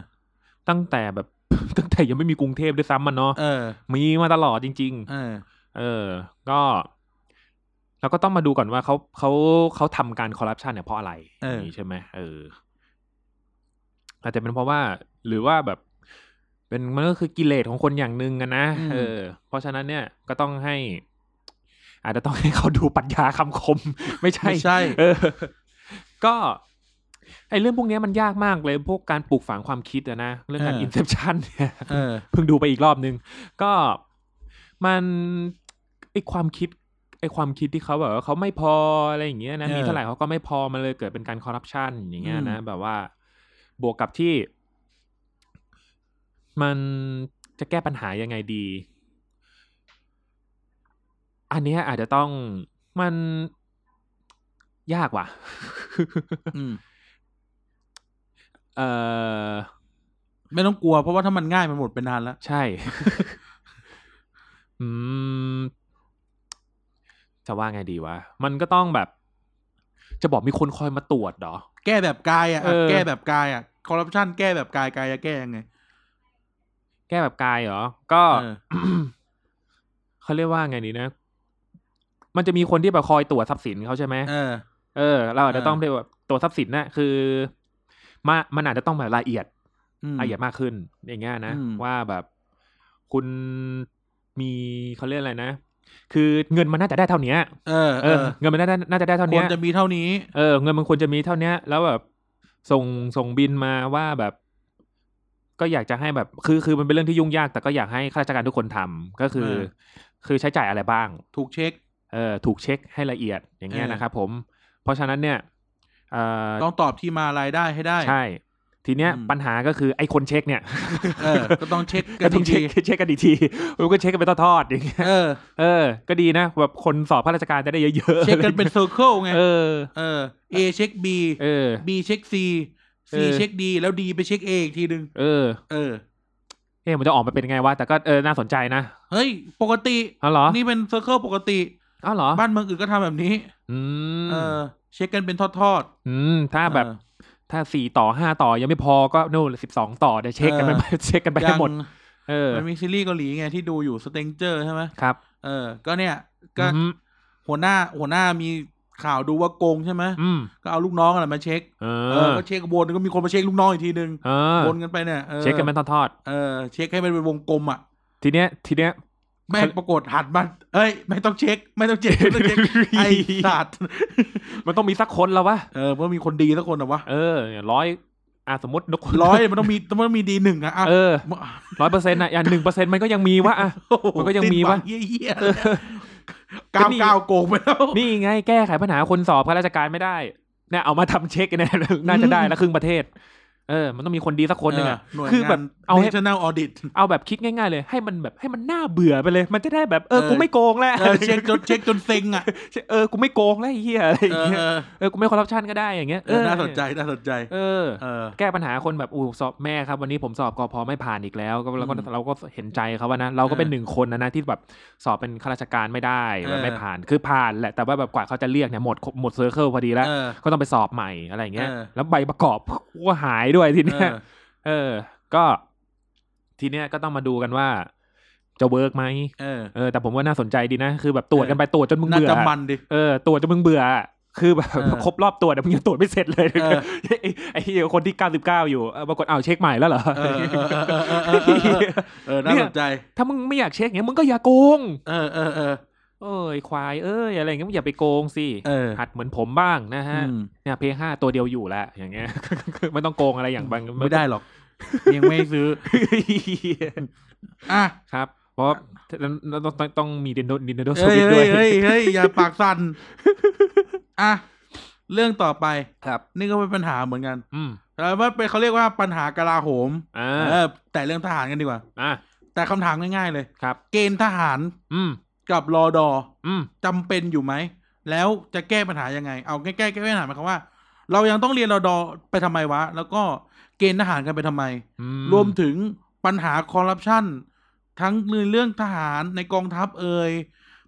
ตั้งแต่แบบ *laughs* ตั้งแต่ยังไม่มีกรุงเทพด้วยซ้ำมันเนาะ เออ มีมาตลอดจริง เออ ๆ เออ ก็ เราก็ต้องมาดูก่อนว่าเขาเขาเขาทำการคอร์รัปชันเนี่ยเพราะอะไร เอออ ย่างนี้ใช่ไหมเออ อาจจะเป็นเพราะว่า หรือว่าแบบ เป็นมันก็คือกิเลสของคนอย่างหนึ่งอะนะเออ เพราะฉะนั้นเนี่ยก็ต้องให้ อาจจะต้องให้เขาดูปรัญญาคำคม *laughs* ไม่ใช่ ไม่ใช่ เออ ก็ไอเรื่องพวกเนี้ยมันยากมากเลยพวกการปลูกฝังความคิดอะนะเรื่องการ เออ อินเซ t ชันเนี่ย เออ เพิ่งดูไปอีกรอบนึง ก็มันไอความคิดไอความคิดที่เขาแบบว่าเขาไม่พออะไรอย่างเงี้ยนะ เออ มีเท่าไหร่เขาก็ไม่พอมันเลยเกิดเป็นการคอร์รัปชันอย่างเงี้ยนะ อืม แบบว่า บวกกับที่ มันจะแก้ปัญหายังไงดี อันเนี้ยอาจจะต้องมันยากว่ะ *laughs* อืม เออ ไม่ต้องกลัวเพราะว่าถ้ามันง่ายมันหมดไปนานแล้ว ใช่ *laughs* อืม จะว่าไงดีวะ มันก็ต้องแบบ จะบอกมีคนคอยมาตรวจเหรอ แก้แบบกายอ่ะ เออ แก้แบบกายอ่ะคอร์รัปชันแก้แบบกายกายจะแก้ยังไง แก้แบบกายเหรอ ก็ เออ *coughs* เขาเรียกว่าไงดีนะ มันจะมีคนที่แบบคอยตรวจทรัพย์สินเขาใช่ไหม เออ เออ เราอาจจะ เออ ต้องไปแบบตรวจทรัพย์สินนะคือมามันอาจจะต้องแบบละเอียด อืม ละเอียดมากขึ้นอย่างเงี้ยนะ อืม ว่าแบบคุณมีเขาเรียกอะไรนะ คือเงินมันน่าจะได้เท่านี้ เออเอเอออเงินมันน่าจะน่าจะได้เท่า คว นี้ รจะมีเท่านี้ เออเงินมันควรจะมีเท่านี้แล้วแบบส่งส่งบินมาว่าแบบ ก็อยากจะให้แบบ คือคือมันเป็นเรื่องที่ยุ่งยาก แต่ก็อยากให้ข้าราชการทุกคนทำก็คือ เออ คือใช้จ่ายอะไรบ้าง ถูกเช็ค เออถูกเช็คให้ละเอียดอย่างเงี้ย เออ นะครับผม เพราะฉะนั้นเนี่ยเออ ต้องตอบที่มารายได้ให้ได้ ใช่ ทีเนี้ย อืม ปัญหาก็คือไอ้คนเช็คเนี่ย เออ ก็ต้องเช็คกั ก็ น ต้องเช็ค ดี เช็คกันอีกทีมันก็เช็คกันไปทอดๆอย่างเงี้ย ๆเออ เออ ก็ดีนะแบบคนสอบข้าราชการจะได้เยอะๆ เช็คกันเป็นเซอร์เคิลไง เออ เออ A เช็ค B เออ B เช็ค C เอ C อ เช็ค D แล้ว D ไปเช็ค A อีกทีนึง เออ เออ เอ๊ะมันจะออกมาเป็นไงวะแต่ก็เออน่าสนใจนะ เฮ้ย ปกติ อ๋อเหรอ นี่เป็นเซอร์เคิลปกติ อ๋อเหรอ บ้านเมืองอื่นก็ทำแบบนี้ อืม เออ เช็คกันเป็นทอดื มถ้า ๆ แบบ เออ ถ้าสี่ต่อห้าต่อยังไม่พอก็นู่นสิบสองต่อเดี๋ยวเช็คกันไป เออ *laughs* เช็คกันไปให้หมด ยัง เออ มันมีซีรีส์เกาหลีไงที่ดูอยู่สเตงเจอร์ใช่ไหม ครับ เออ ก็เนี่ยก็ อืม หัวหน้าหัวหน้ามีข่าวดูว่าโกงใช่ไหม อืม ก็เอาลูกน้องอะไรมาเช็ค เอ เอ อ อก็เช็ควนก็มีคนมาเช็คลูกน้องอีกทีนึง เออ วนกันไปเนี่ยออ เช็คกันเป็นทอด เออเช็คให้มันเป็นวงกลมอ่ะ ๆทีเนี้ย ทีเนี้ย แม่งปรากฏหันมันเอ้ย ไม่ต้องเช็ค ไม่ต้องเช็คไม่ต้องเช็ค *laughs* ไอ้สัตว์ มันต้องมีสักคนแล้ววะ เออมันมีคนดีสักคนเหรอวะ เออเนี่ยร้อยอ่ะสมมตินกคน ร้อยมันต้องมีมันต้องมีดีหนึ่งอะอ่ะ เออ มึง ร้อยเปอร์เซ็นต์อ่ะอย่างหนึ่งเปอร์เซ็นต์มันก็ยังมีวะอ่ะ มันก็ยังมีวะ สิ้หเยี่ยๆ เอ เลย อ ก็ เก้าว นี่ ก้าวโกงไปแล้ว นี่ไงแก้ไขปัญหาคนสอบข้าราชการไม่ได้เนี่ยเอามาทำเช็คเนี่ย *laughs* น่าจะได้ *laughs* แล้วครึ่งประเทศ เออ มันต้องมีคนดีสักคนหนึ่งอ่ะ เหน่วย คือแบบ งาน เอาให้ National Audit เอาแบบคิดง่ายๆเลย ให้มันแบบให้มันน่าเบื่อไปเลย มันจะได้แบบเออ เออ กูไม่โกงแล้ว เอ *laughs* อเช็คจนเช็คจนเซ็งอ่ะ เออกูไม่โกงแล้วไอ้เฮียอะไรอ เอย่าง อ เงี้ย เออ เออกูไม่คอร์รัปชันก็ได้อย่างเงี้ย เออน่าสนใจน่าสนใจ เออ เออ แก้ปัญหาคนแบบอู้สอบแม่ครับ วันนี้ผมสอบกอพอไม่ผ่านอีกแล้ว ก็เราก็ อืม เราก็เห็นใจเขาว่านะเราก็เป็น เออ หนึ่งคนนะนะที่แบบสอบเป็นข้าราชการไม่ได้แบบ เออ ไม่ผ่านคือผ่านแหละแต่ว่าแบบกว่าเขาจะเรียกเนี่ยหมดหมดเซอร์เคิลพอดีแล้ว เออ ก็ต้องไปสอบใหม่อะไรอย่างเงี้ย เออ แล้วใบประกอบ *laughs* ก็หายด้วยที เอ เนี้ย อ เออ ก็ ทีเนี้ยก็ต้องมาดูกันว่า จะเวิร์กไหม เออ เออแต่ผมว่าน่าสนใจดีนะคือแบบตรวจกันไปตรวจจนมึง น่า เบื่อ จะมันดิ เออตรวจจนมึงเบื่ออะคือแบบ เออ ครบรอบตรวจแต่มึงยังตรวจไม่เสร็จเลย เออ *laughs* ไอ้ไอ้เหี้ยคนที่ 99 อยู่เออปรากฏเอาวเช็คใหม่แล้วเหรอ เออเออเออเออเออเออเออเออน่าสนใจ ถ้ามึงไม่อยากเช็คเงี้ยมึงก็อย่าโกง เออเออเออ เอ้ยควายเอ้ยอะไรเงี้ยมึงอย่าไปโกงสิ เออ หัดเหมือนผมบ้างนะฮะ อืม เนี่ยเพย์ห้าตัวเดียวอยู่แล้วอย่างเงี้ย *laughs* ไม่ต้องโกงอะไรอย่างบาง ไม่ได้หรอก *laughs* ยังไม่ซื้อ อ่ะ ครับ เพราะเราต้องต้องต้องมีดินโดดินโดส เฮ้ย วิตด้ เฮ้ วย ยเฮ้ยเฮ้ยอย่าปาก *laughs* สั่นอ่ะเรื่องต่อไป ครับ นี่ก็เป็นปัญหาเหมือนกัน อืม แต่ว่าเป็นเขาเรียกว่าปัญหากลาโหม อ่า เออ แต่เรื่องทหารกันดีกว่า อ่า แต่คำถามง่ายๆเลย ครับ เกณฑ์ทหาร อืม กับรอดอ อืม จำเป็นอยู่ไหม แล้วจะแก้ปัญหายังไง เอาแก้แก้แก้ปัญหาหมายความว่า เรายังต้องเรียนรอดอไปทำไมวะ แล้วก็เกณฑ์ทหารกันไปทำไม อื รวมถึงปัญหาคอร์รัปชันทั้งเรื่องทหารในกองทัพเอ่ย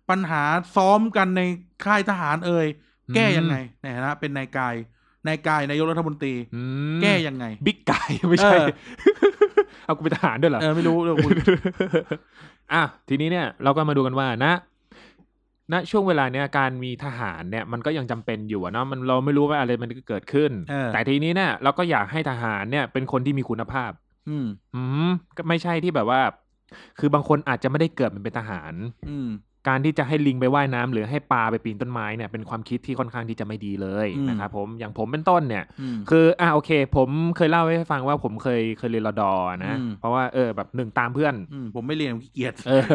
ปัญหาซ้อมกันในค่ายทหารเอ่ยแก้ยังไงในฐานะเป็นนายกายนายกายนายกรัฐมนตรี อืม แก้ยังไง บิ๊กไก่ ไม่ใช่ เออ เอากูเป็นทหารด้วยเหรอ เออไม่รู้เรื่องคุณ อ่ะทีนี้เนี่ยเราก็มาดูกันว่านะ ณช่วงเวลาเนี้ยการมีทหารเนี่ยมันก็ยังจำเป็นอยู่อะเนาะมันเราไม่รู้ว่าอะไรมันจะเกิดขึ้น เออ แต่ทีนี้เนี่ยเราก็อยากให้ทหารเนี่ยเป็นคนที่มีคุณภาพ อืม อืมก็ไม่ใช่ที่แบบว่า คือบางคนอาจจะไม่ได้เกิดมันเป็นทหาร อืม การที่จะให้ลิงไปว่ายน้ำหรือให้ปลาไปปีนต้นไม้เนี่ยเป็นความคิดที่ค่อนข้างที่จะไม่ดีเลย อืม นะครับผมอย่างผมเป็นต้นเนี่ย อืม คืออ่ะโอเค ผมเคยเล่าให้ฟังว่าผมเคยเคยเรียนรอดอนะ อืม เพราะว่าเออแบบหนึ่งตามเพื่อน อืมผมไม่เรียนผมขี้เกียจ เออ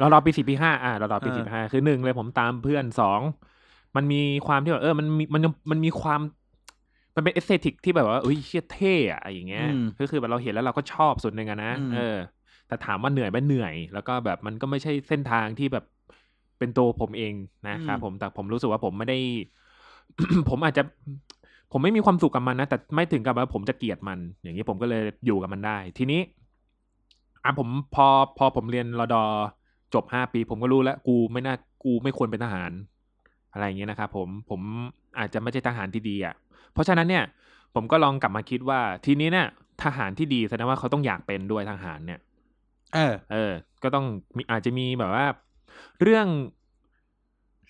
รอรอปีสี่ปีห้าอ่ะรอรอปี เออ สี่ปีห้าคือหนึ่งเลยผมตามเพื่อนสองมันมีความที่แบบเออมันมีมันยังมันมีความ มันเป็นเอสเตติกที่แบบว่าอุ้ยเชี่ยเท่อะอะไรอย่างเงี้ย อืม ก็คือแบบเราเห็นแล้วเราก็ชอบส่วนหนึ่งอะนะ อืม เออ แต่ถามว่าเหนื่อยไหมเหนื่อย แล้วก็แบบมันก็ไม่ใช่เส้นทางที่แบบเป็นตัวผมเองนะครับผมแต่ผมรู้สึกว่าผมไม่ได้ *coughs* ผมอาจจะ ผมไม่มีความสุขกับมันนะ แต่ไม่ถึงกับว่าผมจะเกลียดมัน อย่างนี้ผมก็เลยอยู่กับมันได้ ทีนี้อ่ะผมพอพอผมเรียนรอดอจบห้าปี ผมก็รู้แล้ว กูไม่น่ากูไม่ควรเป็นทหาร อะไรอย่างเงี้ยนะครับผมผมอาจจะไม่ใช่ทหารที่ดีอ่ะ เพราะฉะนั้นเนี่ย ผมก็ลองกลับมาคิดว่า ทีนี้เนี่ย ทหารที่ดีแสดงว่าเขาต้องอยากเป็นด้วยทหารเนี่ย เออ เออ ก็ต้องมีอาจจะมีแบบว่า เรื่อง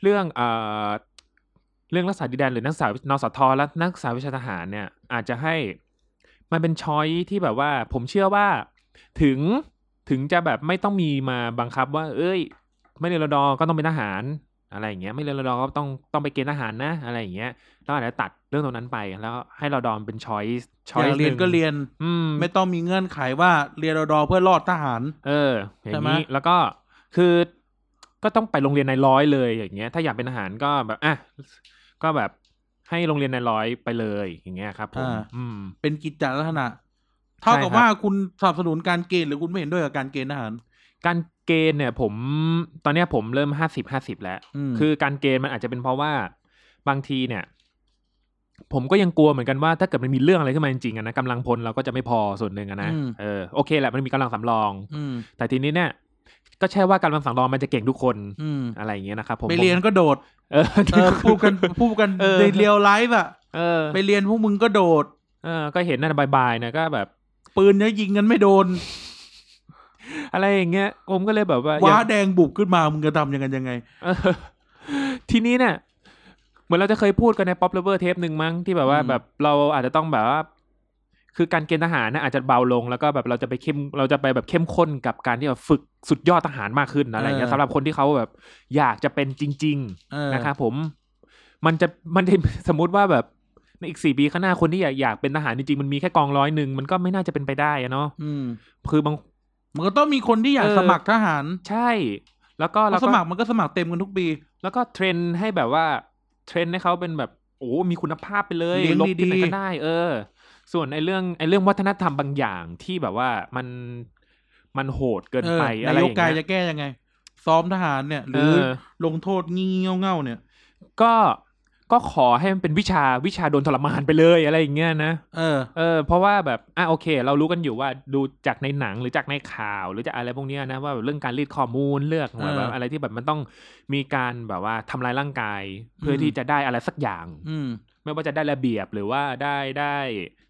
เรื่องเอ่อเรื่องรักษาดินแดนหรือนักศึกษานสทและนักศึกษาวิชาทหารเนี่ย อาจจะให้มันเป็นช้อยที่แบบว่า ผมเชื่อว่าถึงถึงจะแบบไม่ต้องมีมาบังคับว่า เอ้ย ไม่เรียนรดอก็ต้องเป็นทหารอะไรอย่างเงี้ยไม่เรียนรดอก็ต้องต้องไปเกณฑ์ทหารนะอะไรอย่างเงี้ยแล้วอาจจะตัดเรื่องตรงนั้นไป แล้วให้รดอมเป็นช้อยช้อ อยยากเรียนก็เรียน อืม ไม่ต้องมีเงื่อนไขว่าเรียนรอดอเพื่อรอดทหาร เออ อย่า ใช่ ง ไหม นี้แล้วก็คือก็ต้องไปโรงเรียนนายร้อยเลยอย่างเงี้ย ถ้าอยากเป็นทหารก็แบบอ่ะก็แบบให้โรงเรียนนายร้อยไปเลยอย่างเงี้ยครับผมอืม เป็นกิจจลักษณะ เท่ากับ ใช่ครับ ว่าคุณสนับสนุนการเกณฑ์หรือคุณไม่เห็นด้วยกับการเกณฑ์ทหาร การเกณฑ์เนี่ยผมตอนเนี้ยผมเริ่มห้าสิบห้าสิบแล้ว ม คือการเกณฑ์มันอาจจะเป็นเพราะว่าบางทีเนี่ย ผมก็ยังกลัวเหมือนกันว่าถ้าเกิดมันมีเรื่องอะไรขึ้นมาจริงๆอะนะกำลังพลเราก็จะไม่พอส่วนหนึ่งอะนะ อืม เออโอเคแหละมันมีกำลังสำรอง อืม แต่ทีนี้เนี่ย ก็ใช่ว่ากำลังสำรองมันจะเก่งทุกคน อืม อะไรอย่างเงี้ยนะครับผม ไปเรียนก็โดด เออ เออพูดกันพูดกัน เออ ในเรียวไลฟ์อะ เออ ไปเรียนพวกมึงก็โดด เออ ก็เห็นนั่นบายๆนะก็แบบ ปืนเนี่ยยิงกันไม่โดน อะไรอย่างเงี้ยผมก็เลยแบบว่า ว้า อยก แดงบุกขึ้นมา มึงจะทำยังไงยังไง เออทีนี้เนี่ยเหมือนเราจะเคยพูดกันในป๊อปเลเวอร์เทปหนึ่งมั้งที่แบบว่า อืม แบบเราอาจจะต้องแบบว่า คือการเกณฑ์ทหารนะอาจจะเบาลงแล้วก็แบบเราจะไปเข้มเราจะไปแบบเข้มข้นกับการที่แบบฝึกสุดยอดทหารมากขึ้นนะอะไรอย่างเงี้ยสำหรับคนที่เขาแบบ อยากจะเป็นจริง ๆ เออ นะครับผมมันจะมันจะ *laughs* สมมติว่าแบบในอีกสี่ปีข้างหน้าคนที่อยากอยากเป็นทหารจริงๆมันมีแค่กองร้อยหนึ่งมันก็ไม่น่าจะเป็นไปได้อะเนาะ อืม คือบาง มันก็ต้องมีคนที่อยาก เออ สมัครทหาร ใช่ แล้วก็ เพ แล้ ราะสวก็ มัครมันก็สมัครเต็มกันทุกปี แล้วก็เทรนให้แบบว่าเทรนให้เขาเป็นแบบโอ้มีคุณภาพไปเลย เลี้ยง ลบที่ไหน ดีๆ ก็ได้ เออ ส่วนไอ้เรื่องไอ้เรื่องวัฒนธรรมบางอย่างที่แบบว่ามันมันโหดเกินไป เออ อะ นา ไรอยย่าก ง กาย เงี้ จะ ย แก้ยังไง ซ้อมทหารเนี่ย ห เอ รือ อ ลงโทษงี่เง่าเง่าๆเนี่ย ก็ก็ขอให้มันเป็นวิชาวิชาโดนทรมานไปเลยอะไรอย่างเงี้ยนะ เออ เออเพราะว่าแบบอ่ะโอเค เรารู้กันอยู่ว่าดูจากในหนังหรือจากในข่าว หรือจากอะไรพวกเนี้ยนะว่าแบบเรื่องการรีดข้อมูลเลือก เออ แบบอะไรที่แบบมันต้องมีการแบบว่าทำลายร่างกาย เพื่ออ ม ที่จะได้อะไรสักอย่าง อืม ไม่ว่าจะได้ระเบียบหรือว่าได้ได้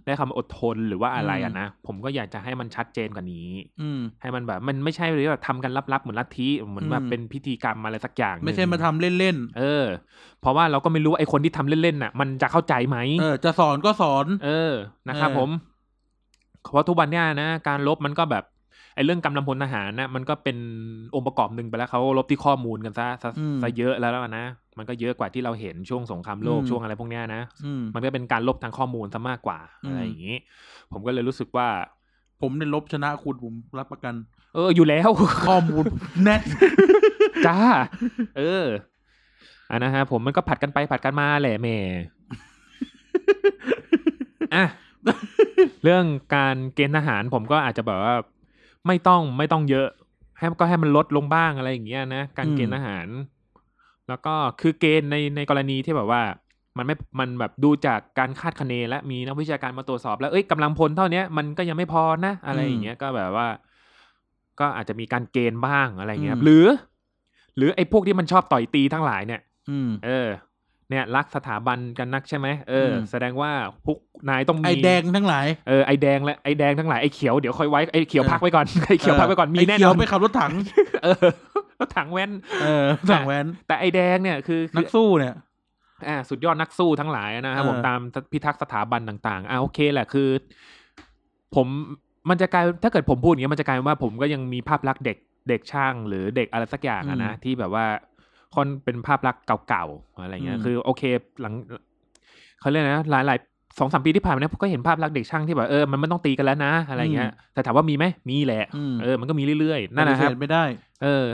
ได้คำอดทนหรือว่าอะไร อืม อ่ะนะผมก็อยากจะให้มันชัดเจนกว่านี้ อืม ให้มันแบบมันไม่ใช่เลยแบบทำกันลับๆเหมือนลัทธิเหมือนแบบ อืม เป็นพิธีกรรมอะไรสักอย่างหนึ่ง ไม่ใช่มาทำเล่น เออ เพราะว่าเราก็ไม่รู้ว่าไอ้คนที่ทำเล่นๆน่ะ มันจะเข้าใจไหม ๆเออ จะสอนก็สอน เออ นะครับ เออ ผม เพราะทุกวันเนี่ยนะ การลบมันก็แบบไอ้เรื่องกำลังพลทหารนะมันก็เป็นองค์ประกอบหนึ่งไปแล้วเขาลบที่ข้อมูลกันซะซะ ม ซะเยอะแล้วนะ มันก็เยอะกว่าที่เราเห็นช่วงสงครามโลก อืม ช่วงอะไรพวกเนี้ยนะ อืม มันก็เป็นการลบทางข้อมูลซะมากกว่าอะไร อืม อย่างนี้ ผมก็เลยรู้สึกว่า ผมเนี่ยลบชนะคุณผมรับประกัน เอออยู่แล้ว ข้อมูลแน่น *laughs* จ้า เอออันนะฮะผมมันก็ผัดกันไปผัดกันมาแหละแหม่ *laughs* อ่ะ เรื่องการเกณฑ์ทหารผมก็อาจจะแบบว่า ไม่ต้องไม่ต้องเยอะ ให้ก็ให้มันลดลงบ้างอะไรอย่างเงี้ยนะการเกณฑ์ทหาร แล้วก็คือเกณฑ์ในในกรณีที่แบบว่า มันไม่มันแบบดูจากการคาดคะเนและมีนักวิชาการมาตรวจสอบ แล้วเอ้ยกำลังพลเท่าเนี้ยมันก็ยังไม่พอนะอะไรอย่างเงี้ยก็แบบว่า ก็อาจจะมีการเกณฑ์บ้างอะไรเงี้ย อืม หรือ หรือไอ้พวกที่มันชอบต่อยตีทั้งหลายเนี่ย อืม เออ เนี่ยรักสถาบันกันนักใช่ไหมเอออ ม แสดงว่าพวกนายต้องมี ไอแดงทั้งหลาย เออไอแดงและไอ *laughs* แดงทั้งหลายไอเขียวเดี๋ยวค่อยไว้ไอเขียวพักไว้ก่อนไอเขียวพักไว้ก่อนมี ไอ แน่ เขี น ย อ วน ไปขับรถถัง เออ *laughs* รถถังแว้น เออถังแว้น แต่ไอแดงเนี่ยคือคื นั อก สู้เนี่ย อ่าสุดยอดนักสู้ทั้งหลายนะครับ เออ ผมตามพิทักษ์สถาบันต่างๆอ่าโอเคแหละคือ ผมมันจะกลายถ้าเกิดผมพูดอย่างเงี้ยมันจะกลายเป็นว่าผมก็ยังมีภาพลักษณ์เด็กเด็กช่างหรือเด็กอะไรสักอย่างอะนะที่แบบว่าคอนเป็นภาพลักษณ์เก่าๆอะไรเงี้ยคือ โอเคหลังเขาเรียกอะไรนะหลายๆสองสามปีที่ผ่านมาเนี่ยผมก็เห็นภาพลักษณ์เด็กช่างที่แบบเออมันไม่ต้องตีกันแล้วนะ อะไรเงี้ยแต่ถามว่ามีไหมมีแหละ อืม เออมันก็มีเรื่อยๆนั่น ป นะ ฏิ ค เส รับ ธไม่ได้ เออ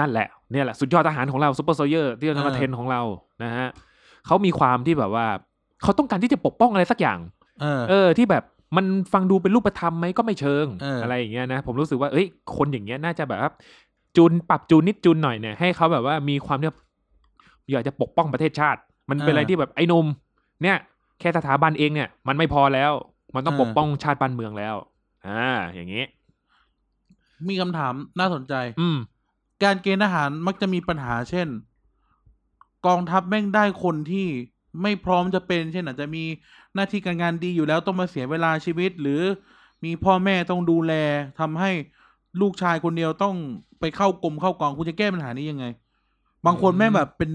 นั่นแหละ เนี่ยแหละสุดยอดทหารของเราซูเปอร์โซเยอร์ที่เรานำมา เออ เทรนของเรานะฮะเขามีความที่แบบว่า เขาต้องการที่จะปกป้องอะไรสักอย่าง เออ เออ ที่แบบมันฟังดูเป็นรูปธรรมไหมก็ไม่เชิง เอออ ไรอย่างเงี้ยนะ ผมรู้สึกว่าเอ้ยคนอย่างเงี้ยน่าจะแบบว่าจูนปรับจูนนิดจูนหน่อยเนี่ยให้เขาแบบว่ามีความที่แบบอยากจะปกป้องประเทศชาติ มันเป็นอะไรที่แบบไอ้หนมเนี่ย แค่สถาบันเองเนี่ย มันไม่พอแล้ว มันต้องปกป้องชาติบ้านเมืองแล้วอ่าอย่างงี้ มีคำถามน่าสนใจ อืม การเกณฑ์ทหารมักจะมีปัญหาเช่น กองทัพแม่งได้คนที่ไม่พร้อมจะเป็น เช่นอาจจะมีหน้าที่การงานดีอยู่แล้วต้องมาเสียเวลาชีวิต หรือมีพ่อแม่ต้องดูแลทำให้ลูกชายคนเดียวต้องไปเข้ากรมเข้ากองคุณจะแก้ปัญหานี้ยังไง บางคน อืม แม่งแบบเป็น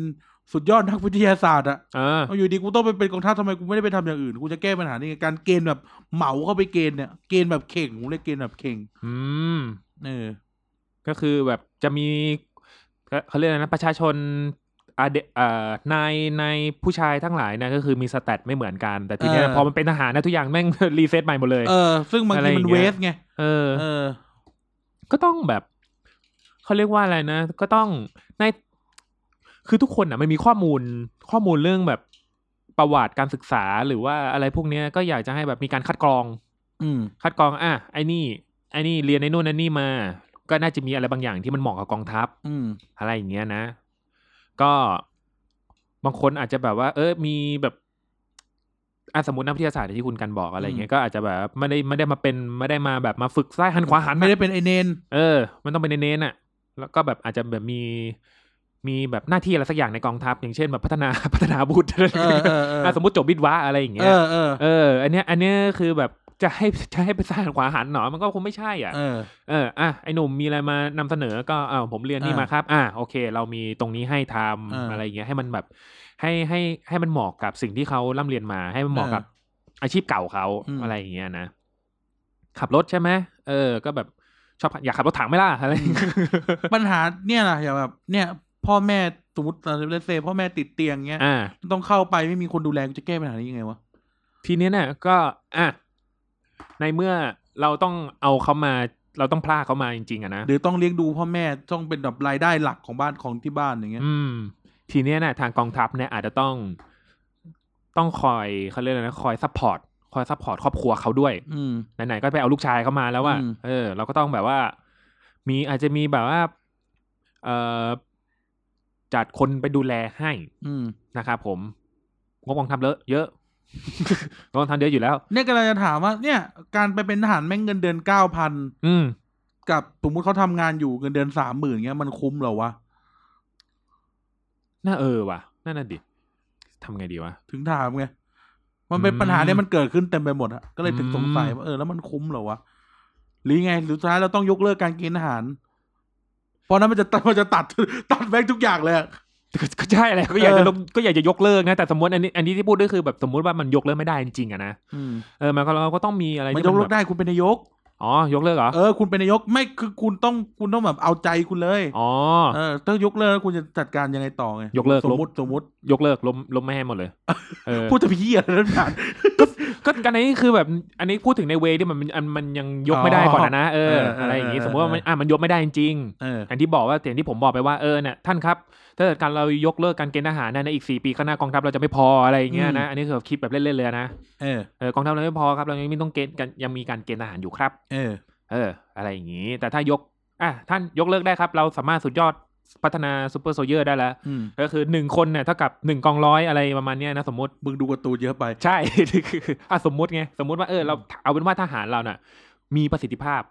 สุดยอดนักวิทยาศาสตร์อะ เออ เอาอยู่ดีกูต้องไปเป็นกองทัพทำไมกูไม่ได้ไปทำอย่างอื่นกูจะแก้ปัญหานี้ไงการเกณฑ์แบบเหมาเข้าไปเกณฑ์เนี่ยเกณฑ์แบบเข่งผมเรียกเกณฑ์แบบเข่ง อืม เออ ก็คือแบบจะมีเขาเขาเรียกอะไรนะประชาชนอาเดเอ่อนายนายผู้ชายทั้งหลายนะก็คือมีสแตทไม่เหมือนกัน แต่ทีเนี้ย เออ พอมันเป็นทหารนะทุกอย่างแม่ง *laughs* รีเซ็ตใหม่หมดเลย เออ ซึ่งบางทีมั อะไรอน ย่าง เว เงี้ย สไง เออ เออ ก็ต้องแบบเขาเรียกว่าอะไรนะ ก็ต้องในคือทุกคนอ่ะมันมีข้อมูลข้อมูลเรื่องแบบประวัติการศึกษาหรือว่าอะไรพวกเนี้ยก็อยากจะให้แบบมีการคัดกรอง อืม คัดกรองอ่ะไอ้นี่ไอ้นี่เรียนไอ้นู่นไอ้นี่มา ก็น่าจะมีอะไรบางอย่างที่มันเหมาะกับกองทัพ อืม อะไรอย่างเงี้ยนะ ก็บางคนอาจจะแบบว่า เออมีแบบอ่ะสมมตินักวิทยาศาสตร์ที่คุณกันบอกอะไรเงี้ยก็อาจจะแบบไม่ได้ไม่ได้มาเป็นไม่ได้มาแบบมาฝึกซ้ายหันขวาหัน *laughs* ไม่ได้เป็นไอเนน เออ มันต้องเป็นเน้นๆอ่ะ แล้วก็แบบอาจจะแบบมีมีแบบหน้าที่อะไรสักอย่างในกองทัพ อย่างเช่นแบบพัฒนา *laughs* พัฒนาบุตร เออเออเออ อ่ะสมมติจบวิทย์วะอะไรอย่าเองเงี้ย อเออ เออ อันเนี้ย อันเนี้ยคือแบบจะให้ *laughs* จะให้ไปซ้ายหันขวาหันหนอมันก็คงไม่ใช่อ่ะ เออ เออ อ่ะ ไอหนุ่มมีอะไรมานำเสนอ ก็อ้าวผมเรียนนี่ อ่าม มาครับ อ่ะโอเค เรามีตรงนี้ให้ทำ อ่า อะไรอย่างเงี้ย ให้มันแบบ ให้ให้ให้มันเหมาะกับสิ่งที่เขาร่ำเรียนมา ให้มันเหมาะกับอาชีพเก่าเขา อืม อะไรอย่างเงี้ยนะ ขับรถใช่ไหมเออ ก็แบบชอบอยากขับรถถังไหมล่ะอะไรอย่างเงี้ย ปัญหาเนี่ยนะอย่างแบบ เนี่ย พ่อแม่สมมติเลเซพ่อแม่ติดเตียงเงี้ย อ่า ต้องเข้าไปไม่มีคนดูแลกูจะแก้ปัญหานี้ยังไงวะ ทีเนี้ยเนี่ยก็อ่ะในเมื่อเราต้องเอาเขามา เราต้องพลากเขามาจริงๆอะนะ หรือต้องเลี้ยงดูพ่อแม่ต้องเป็นแบบรายได้หลักของบ้านของที่บ้านอย่างเงี้ย อืม ทีเนี้ยนะทางกองทัพเนี่ยอาจจะต้องต้องคอยเขาเรียกอะไรนะคอยซัพพอร์ตคอยซัพพอร์ตครอบครัวเขาด้วย อืม ไหนๆก็ไปเอาลูกชายเขามาแล้วว่า อืม เออ เราก็ต้องแบบว่า มีอาจจะมีแบบว่า เอ่อจัดคนไปดูแลให้ อืม นะครับผมงบกองทัพเลอะเยอะ *laughs* งบกองทัพเยอะอยู่แล้ว เนี่ยกำลังจะถามว่า เนี่ย การไปเป็นทหารแม่งเงินเดือนเก้าพัน อืม กับสมมติเขาทำงานอยู่เงินเดือนสามหมื่นเงี้ยมันคุ้มเหรอวะ น่าเออว่ะนั่นน่ะดิทำไงดีวะ *laughs* ถึงถามไง มันเป็น อืม ปัญหาเนี่ยมันเกิดขึ้นเต็มไปหมดอะก็เลยถึง อืม สงสัยว่าเออแล้วมันคุ้มเหรอวะ หรือไงหรือสุดท้ายเราต้องยกเลิกการกินอาหาร เพราะนั้น *laughs* มันจะตัดมันจะตัด ตัดแม่งทุกอย่างเลยอะ ก็ก็ใช่แหละก็อยาก เอ จะ อ ลงก็อยากจะยกเลิกนะแต่สมมติอันนี้อันนี้ที่พูดก็คือแบบสมมติว่ามันยกเลิกไม่ได้จริงๆอะนะเออมันก็เราก็ต้องมีอะไร มัน ที่ ยกเลิก แบบ ได้คุณเป็นนายก อ๋อยกเลิกเหรอ เออ คุณเป็นนายกไม่คือคุณต้องคุณต้องแบบเอาใจคุณเลย อ๋อ เออถ้ายกเลิกแล้วคุณจะจัดการยังไงต่อไง ยกเลิก สมมติสมมติ ยกเลิกล้มล้มไม่ให้หมดเลยเออ พูดจะพี่อะไรนั่นผ่าน ก็กันนี้คือแบบอันนี้พูดถึงในเวที่มันมันมันยังยกไม่ได้ก่อนอะนะเอ เอ อ อเออ อะไรอย่างงี้ เออ สมมติว่ามันอ่ะมันยกไม่ได้จริง เออ ๆอย่างที่บอกว่าอย่างที่ผมบอกไปว่าเออเนี่ยท่านครับถ้าเกิดการเรายกเลิกการเกณฑ์ทหารนะในอีกสี่ปีข้างหน้ากองทัพเราจะไม่พออะไรอย่างเงี้ยนะ อืม อันนี้คือแบบคิดแบบเล่นๆเลยนะ เออ เออกองทัพเราไม่พอครับเรายังไม่ต้องเกณฑ์กันยังมีการเกณฑ์ทหารอยู่ครับ เออ เออ อะไรอย่างนี้ แต่ถ้ายก อ่ะ ท่านยกเลิกได้ครับ เราสามารถสุดยอดพัฒนาซูเปอร์โซลเยอร์ได้แล้ว อืม ก็คือหนึ่งคนเนี่ยเท่ากับหนึ่งกองร้อยอะไรประมาณเนี้ยนะสมมติ *laughs* มึงดูการ์ตูนเยอะไป ใช่ คืออ่ะสมมติไง สมมติว่าเออเราเอาเป็นว่าทหารเราน่ะ มีประสิทธิภาพ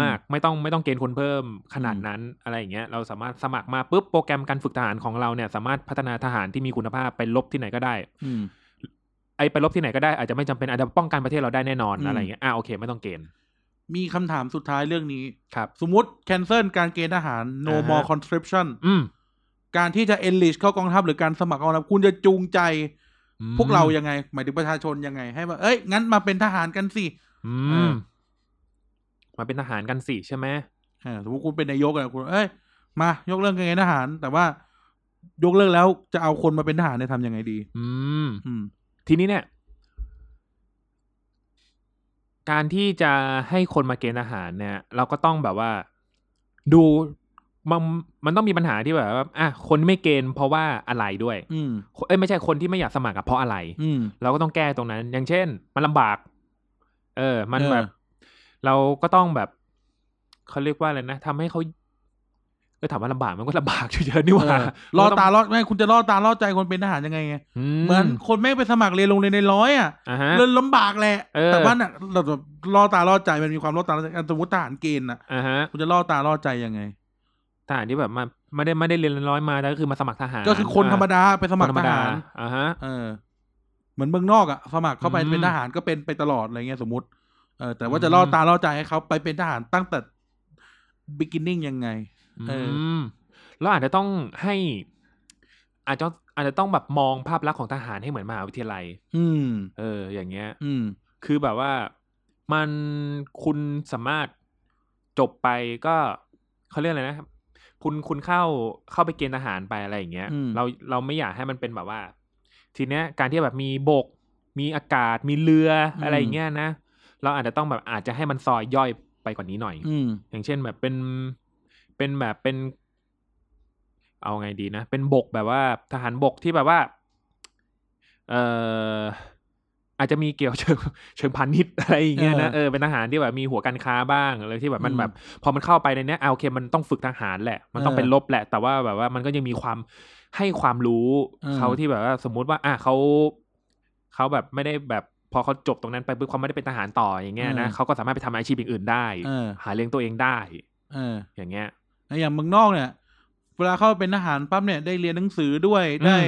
มาก ไม่ต้องไม่ต้องเกณฑ์คนเพิ่มขนาดนั้น อะไรอย่างเงี้ย เราสามารถสมัครมาปุ๊บโปรแกรมการฝึกทหารของเราเนี่ย สามารถพัฒนาทหารที่มีคุณภาพไปลบที่ไหนก็ได้ อืม ไอไปลบที่ไหนก็ได้อาจจะไม่จำเป็นอาจจะป้องกันประเทศเราได้แน่นอน อืม อะไรอย่างเงี้ย อ่ะโอเค ไม่ต้องเกณฑ์ มีคำถามสุดท้ายเรื่องนี้ ครับ สมมติ cancel การเกณฑ์ทหาร no อ่าฮะ more conscription อืม การที่จะ enlist เข้ากองทัพหรือการสมัครกองทัพคุณจะจูงใจ อืม พวกเรายังไง หมายถึงประชาชนยังไง ให้ว่าเอ้ย งั้นมาเป็นทหารกันสิ อื เออมมาเป็นทหารกันสิใช่ไหม อ่าสมมติคุณเป็นนายกอะคุณเอ้ย มายกเลิกเกณฑ์ทหาร แต่ว่ายกเลิกแล้วจะเอาคนมาเป็นทหารเนี่ยทำยังไงดี อืม อืม ทีนี้เนี่ย การที่จะให้คนมาเกณฑ์อาหารเนี่ย เราก็ต้องแบบว่าดูมันมันต้องมีปัญหาที่แบบว่าอ่ะคนไม่เกณฑ์เพราะว่าอะไรด้วย อืม เอ้ยไม่ใช่คนที่ไม่อยากสมัครอะเพราะอะไร อืม เราก็ต้องแก้ตรงนั้น อย่างเช่น มันลำบาก เออ มัน เออ แบบ เราก็ต้องแบบเขาเรียกว่าอะไรนะทำให้เขาก็ถามว่าลำบากมันก็ลำบากอยู่เยอะนี่หว่า เออล่อตาล่อไม่คุณจะล่อตาล่อใจคนเป็นทหารยังไงไง เหมือนคนแม่งไปสมัครเรียนโรงเรียนในร้อยอ่ะ อ่าฮะ เรื่องลำบากแหละ เออ แต่ว่าน่ะเราแบบล่อตาล่อใจมันมีความล่อตาล่อใจอ่ะสมมติทหารเกณฑ์น่ะ อ่าฮะ คุณจะล่อตาล่อใจยังไง ทหารที่แบบมาไม่ได้ไม่ได้เรียนร้อยมาแต่ก็คือมาสมัครทหาร ก็คือคนธรรมดาไปส อ่า มัค คน รทธรรมดา หาร อ่าฮะ เออ เหมือนเมืองนอกอ่ะสมัครเข้าไป อืม เป็นทหารก็เป็นไปตลอดอะไรเงี้ยสมมติเออแต่ว่า อืม จะล่อตาล่อใจให้เขาไปเป็นทหารตั้งแต่ beginning ยังไง เอออื มแล้วอาจจะต้องให้ อาจจะอาจจะต้องแบบมองภาพลักษณ์ของทหารให้เหมือนมหาวิทยาลัย อืม เออ อย่างเงี้ย อืม คือแบบว่ามันคุณสามารถจบไปก็เขาเรียกอะไรนะคุณคุณเข้าเข้าไปเกณฑ์ทหารไปอะไรอย่างเงี้ย อืม เราเราไม่อยากให้มันเป็นแบบว่า ทีเนี้ยการที่แบบมีบก มีอากาศมีเรืออะไรอย่างเงี้ยนะเราอาจจะต้องแบบอาจจะให้มันซอยย่อยไปกว่านี้หน่อย อืม อย่างเช่นแบบเป็นเป็นแบบเป็น เอาไงดีนะ เป็นบกแบบว่าทหารบกที่แบบว่า เอ่ออาจจะมีเกี่ยวเชิง *laughs* เชิงพาณิชย์อะไรอย่างเงี้ยนะ เออ เออเป็นทหารที่แบบมีหัวการค้าบ้างอะไรที่แบบมัน อืม แบบพอมันเข้าไปในเนี้ยเอาโอเคมันต้องฝึกทหารแหละ มันต้อง เออ เป็นลบแหละ แต่ว่าแบบว่ามันก็ยังมีความให้ความรู้ เออ เขาที่แบบว่า สมมุติว่า อ่ะเขาเขาแบบไม่ได้แบบ พอเขาจบตรงนั้นไปปุ๊บเขาไม่ได้เป็นทหารต่ออย่างเงี้ยนะเขาก็สามารถไปทำอาชีพอย่างอื่นได้ เออ หาเลี้ยงตัวเองได้ เออ อย่างเงี้ย นะอย่างเมืองนอกเนี่ย เวลาเข้าไปเป็นทหารปั๊บเนี่ยได้เรียนหนังสือด้วย อืม ได้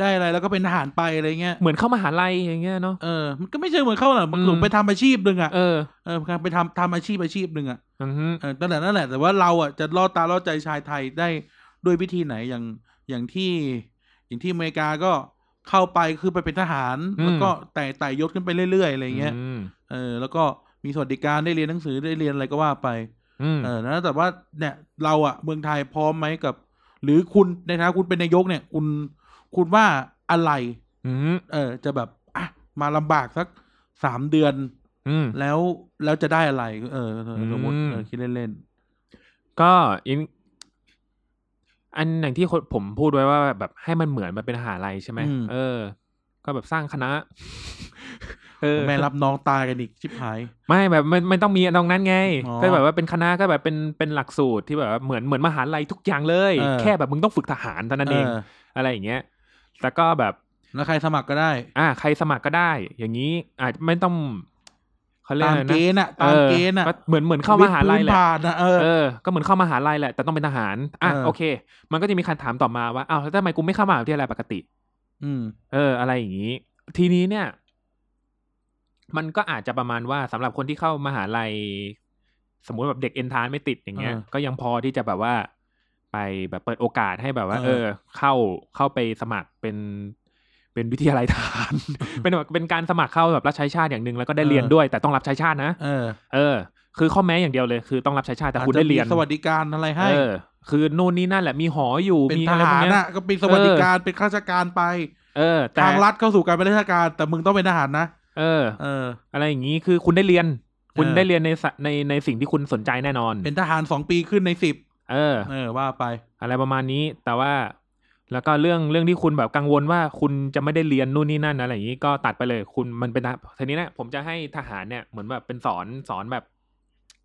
ได้อะไรแล้วก็เป็นทหารไปอะไรเงี้ย เหมือนเข้ามาหาลัยอย่างเงี้ยเนาะ เออมันก็ไม่ใช่เหมือนเข้าหรอกมันคือ ม ไปทำอาชีพหนึ่งอ่ะ เออ เออไปทำทำอาชีพอาชีพหนึ่งอ่ะ อือฮึ เออตั้งแต่นั่นแหละแต่ว่าเราอ่ะจะล่อตาล่อใจชายไทยได้ด้วยวิธีไหนอย่างอย่างที่ อย่างที่อเมริกาก็เข้าไปคือไปเป็นทหารแล้วก็แต่ไต่ยศขึ้นไปเรื่อยๆอะไรเงี้ย ม เออแล้วก็มีสวัสดิการได้เรียนหนังสือได้เรียนอะไรก็ว่าไป อืม เออนะแต่ว่าเนี่ยเราอะเมืองไทยพร้อมไหมกับ หรือคุณในฐานะคุณเป็นนายกเนี่ย คุณคุณว่าอะไร อืม เออ จะแบบอ่ะมาลำบากสักสามเดือน อืม แล้วแล้วจะได้อะไร เออเออสมมติ อืม เออคิดเล่น ก็อินอันอย่างที่คนผมพูดไว้ว่าแบบให้มันเหมือนมันเป็นมหาลัยใช่ไหมเออ ก็แบบสร้างคณะ เออ ๆแม่รับน้องตายกันอีกชิบหาย ไม่แบบไม่ไม่ต้องมีตรงนั้นไง อ๋อ ก็แบบว่าเป็นคณะก็แบบเป็นเป็นหลักสูตรที่แบบว่าเหมือนเหมือนมหาลัยทุกอย่างเลย เออ แค่แบบมึงต้องฝึกทหารเท่านั้นเอง อะไรอย่างเงี้ยแล้วก็แบบ แล้วใครสมัครก็ได้ อ่า ใครสมัครก็ได้ อย่างนี้อาจไม่ต้องเขาเรียก ตา อะ ม ไร เก นะ ณฑ์อะ เอ ตาม อ เกณฑ์อะ ก็เหมือนเหมือนเข้ามหาลัยวิดพื้แหน ละ ผ่านอะเออ เออ ก็เหมือนเข้ามหาลัยแหละ แต่ต้องเป็นทหาร อ่ะ เออ โอเค มันก็จะมีคำถามต่อมาว่า อ้าวแล้วทำไมกูไม่เข้ามหาวิทยาลัยปกติ อืม เออ อะไรอย่างนี้ ทีนี้เนี่ย มันก็อาจจะประมาณว่าสำหรับคนที่เข้ามหาลัย สมมุติแบบเด็กเอนทานไม่ติดอย่างเงี้ย เออ ก็ยังพอที่จะแบบว่า ไปแบบเปิดโอกาสให้แบบว่า เอ เออ อ เข้าเข้าไปสมัครเป็น เป็นวิทยาลัยทหาร *laughs* เป็นแบบเป็นการสมัครเข้าแบบรับใช้ชาติอย่างหนึ่งแล้วก็ได้เรียนด้วย แต่ต้องรับใช้ชาตินะ เออ เออ คือข้อแม้อย่างเดียวเลยคือต้องรับใช้ชาติแต่ อาจ คุณ จะ ได้เรียน มีสวัสดิการอะไรให้ เออ คือนู่นนี่นั่นแหละ มีหออยู่ เป็น มี ท อะไรพว หากร เนี้ย อะก็เป็นสวัสดิการเป็นข้าราชการไป เออ แต่ ทางรัฐเข้าสู่การเป็นราชการ แต่มึงต้องเป็นทหารนะ เออ เออ อะไรอย่างนี้ คือคุณได้เรียน คุณ เออ ได้เรียนในสะในในสิ่งที่คุณสนใจแน่นอน เป็นทหารสองปีขึ้นในสิบ เออ เออว่าไป อะไรประมาณนี้ แต่ว่า แล้วก็เรื่องเรื่องที่คุณแบบกังวลว่าคุณจะไม่ได้เรียนนู่นนี่นั่นอะไรอย่างนี้ ก็ตัดไปเลย คุณมันเป็นทหารทีนี้เนะผมจะให้ทหารเนี่ย เหมือนแบบเป็นสอนสอนแบบ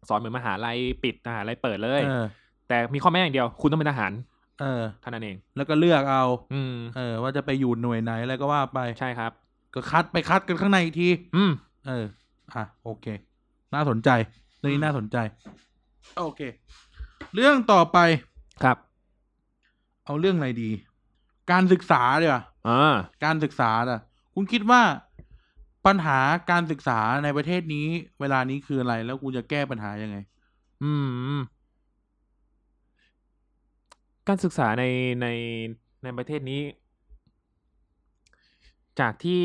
สอนเหมือนมหาลัยปิดมหาลัยเปิดเลย เออ แต่มีข้อแม้อย่างเดียว คุณต้องเป็นทหาร เออ เท่านั้นเอง แล้วก็เลือกเอา อืม เออ ว่าจะไปอยู่หน่วยไหนอะไรก็ว่าไป ใช่ครับ ก็คัดไปคัดกันข้างในอีกที อืม เออ อ่ะ โอเค น่าสนใจเรื่องนี้น่าสนใจ โอเค เรื่องต่อไป ครับ เอาเรื่องอะไรดี การศึกษาดีกว่า อ่า การศึกษาอ่ะ คุณคิดว่า ปัญหาการศึกษาในประเทศนี้ เวลานี้คืออะไร แล้วกูจะแก้ปัญหายังไง อืม การศึกษาในในในประเทศนี้ จากที่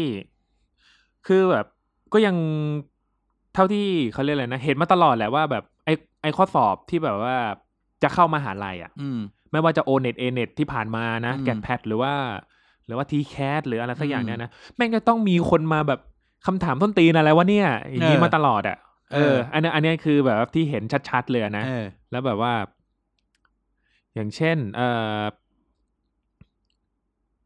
คือแบบ ก็ยังเท่าที่เขาเรียกอะไรนะ เห็นมาตลอดแหละว่าแบบไอไอข้อสอบที่แบบว่าจะเข้ามาหาลัยอะ่ะ อืม ไม่ว่าจะโอเน็ตเอเน็ตที่ผ่านมานะ อืม แกนแพทหรือว่า หรือว่าทีแคสหรืออะไรสักอย่างเนี้ อื ย ม นะแม่งก็ต้องมีคนมาแบบคำถามต้นตีนอะไรวะเนี่ย อย่างนี้ เออ มาตลอดอะ่ะเอ เออออันเนี้ยอันเนี้ยคือแบบที่เห็นชัดๆเลยอะนะ เออ แล้วแบบว่า อย่างเช่น เอ่อ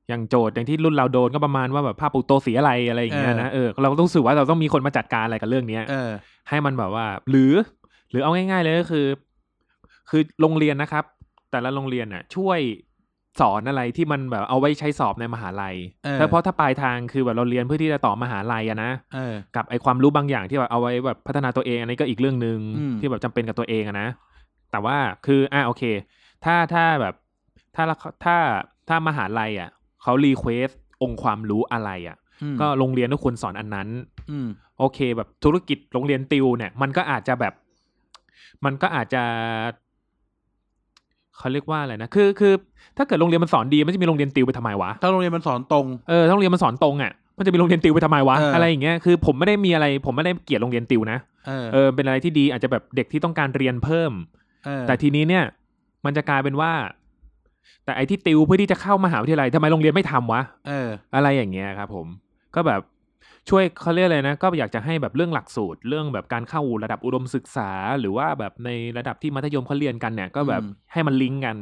อย่างโจทย์อย่างที่รุ่นเราโดนก็ประมาณว่าแบบผ้าปูโตสีอะไรอะไรอย่างเงี้ย เออ นะเออเราต้องรู้สื่อว่าเราต้องมีคนมาจัดการอะไรกับเรื่องเนี้ย เออ ให้มันแบบว่า หรือ หรือเอาง่าย ๆ เลยก็คือ คือโรงเรียนนะครับ แต่ละโรงเรียนน่ะ ช่วยสอนอะไรที่มันแบบเอาไว้ใช้สอบในมหาลัย เออ ถ้าเพราะถ้าปลายทางคือแบบเราเรียนเพื่อที่จะต่อมหาลัยอะนะ เออ กับไอความรู้บางอย่างที่แบบเอาไว้แบบพัฒนาตัวเองอันนี้ก็อีกเรื่องหนึ่ง อืม ที่แบบจำเป็นกับตัวเองอะนะ แต่ว่าคืออ่ะโอเค ถ้าถ้าแบบถ้าละถ้าถ้ามหาลัยอ่ะเขารีเควสองค์ความรู้อะไรอ่ะ อืม ก็โรงเรียนทุกคนสอนอันนั้น อืม โอเค แบบธุรกิจโรงเรียนติวเนี่ย มันก็อาจจะแบบ มันก็อาจจะเขาเรียกว่าอะไรนะคือคือ ถ้าเกิดโรงเรียนมันสอนดีมันจะมีโรงเรียนติวไปทำไมวะ ถ้าโรงเรียนมันสอนตรง เออถ้าโรงเรียนมันสอนตรงอ่ะ มันจะมีโรงเรียนติวไปทำไมวะ เอออ อะไรอย่างเงี้ย คือผมไม่ได้มีอะไร ผมไม่ได้เกลียดโรงเรียนติวนะ เออ เออ เป็นอะไรที่ดี อาจจะแบบเด็กที่ต้องการเรียนเพิ่ม เออ แต่ทีนี้เนี่ย มันจะกลายเป็นว่า แต่ไอที่ติวเพื่อที่จะเข้ามหาวิทยาลัยทำไมโรงเรียนไม่ทำวะ เออ อะไรอย่างเงี้ยครับผม ก็แบบช่วยเขาเรียกอะไรนะ ก็อยากจะให้แบบเรื่องหลักสูตร เรื่องแบบการเข้าระดับอุดมศึกษา หรือว่าแบบในระดับที่มัธยมเขาเรียนกันเนี่ย ก็แบบ อืม ให้มันลิงก์กัน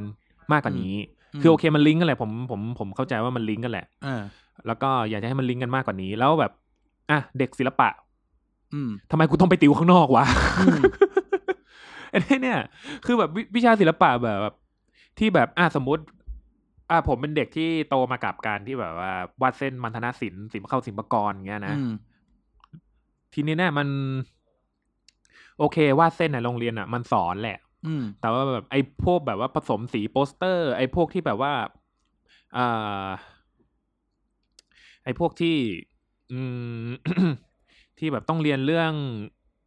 มากกว่านี้ คือโอเคมันลิงก์กันแหละ ผมผมผมเข้าใจว่ามันลิงก์กันแหละ เออ แล้วก็อยากจะให้มันลิงก์กันมากกว่านี้ แล้วแบบอ่ะเด็กศิลปะ อืม ทำไมกูต้องไปติวข้างนอกวะ อืม ไอ้เนี่ย คือแบบวิวิชาศิลปะแบบ ที่แบบอ่ะสมมติ อ่ะผมเป็นเด็กที่โตมากับการที่แบบว่าวาดเส้นมันธนาศิลป์ศิลปะเข้าศิลปากรอย่างเงี้ยนะ อืม ทีนี้เนี่ยมัน โอเควาดเส้นในโรงเรียนอ่ะ มันสอนแหละ อืม แต่ว่าแบบไอ้พวกแบบว่าผสมสีโปสเตอร์ ไอ้พวกที่แบบว่าเอ่อไอ้พวกที่ อืม *coughs* ที่แบบต้องเรียนเรื่อง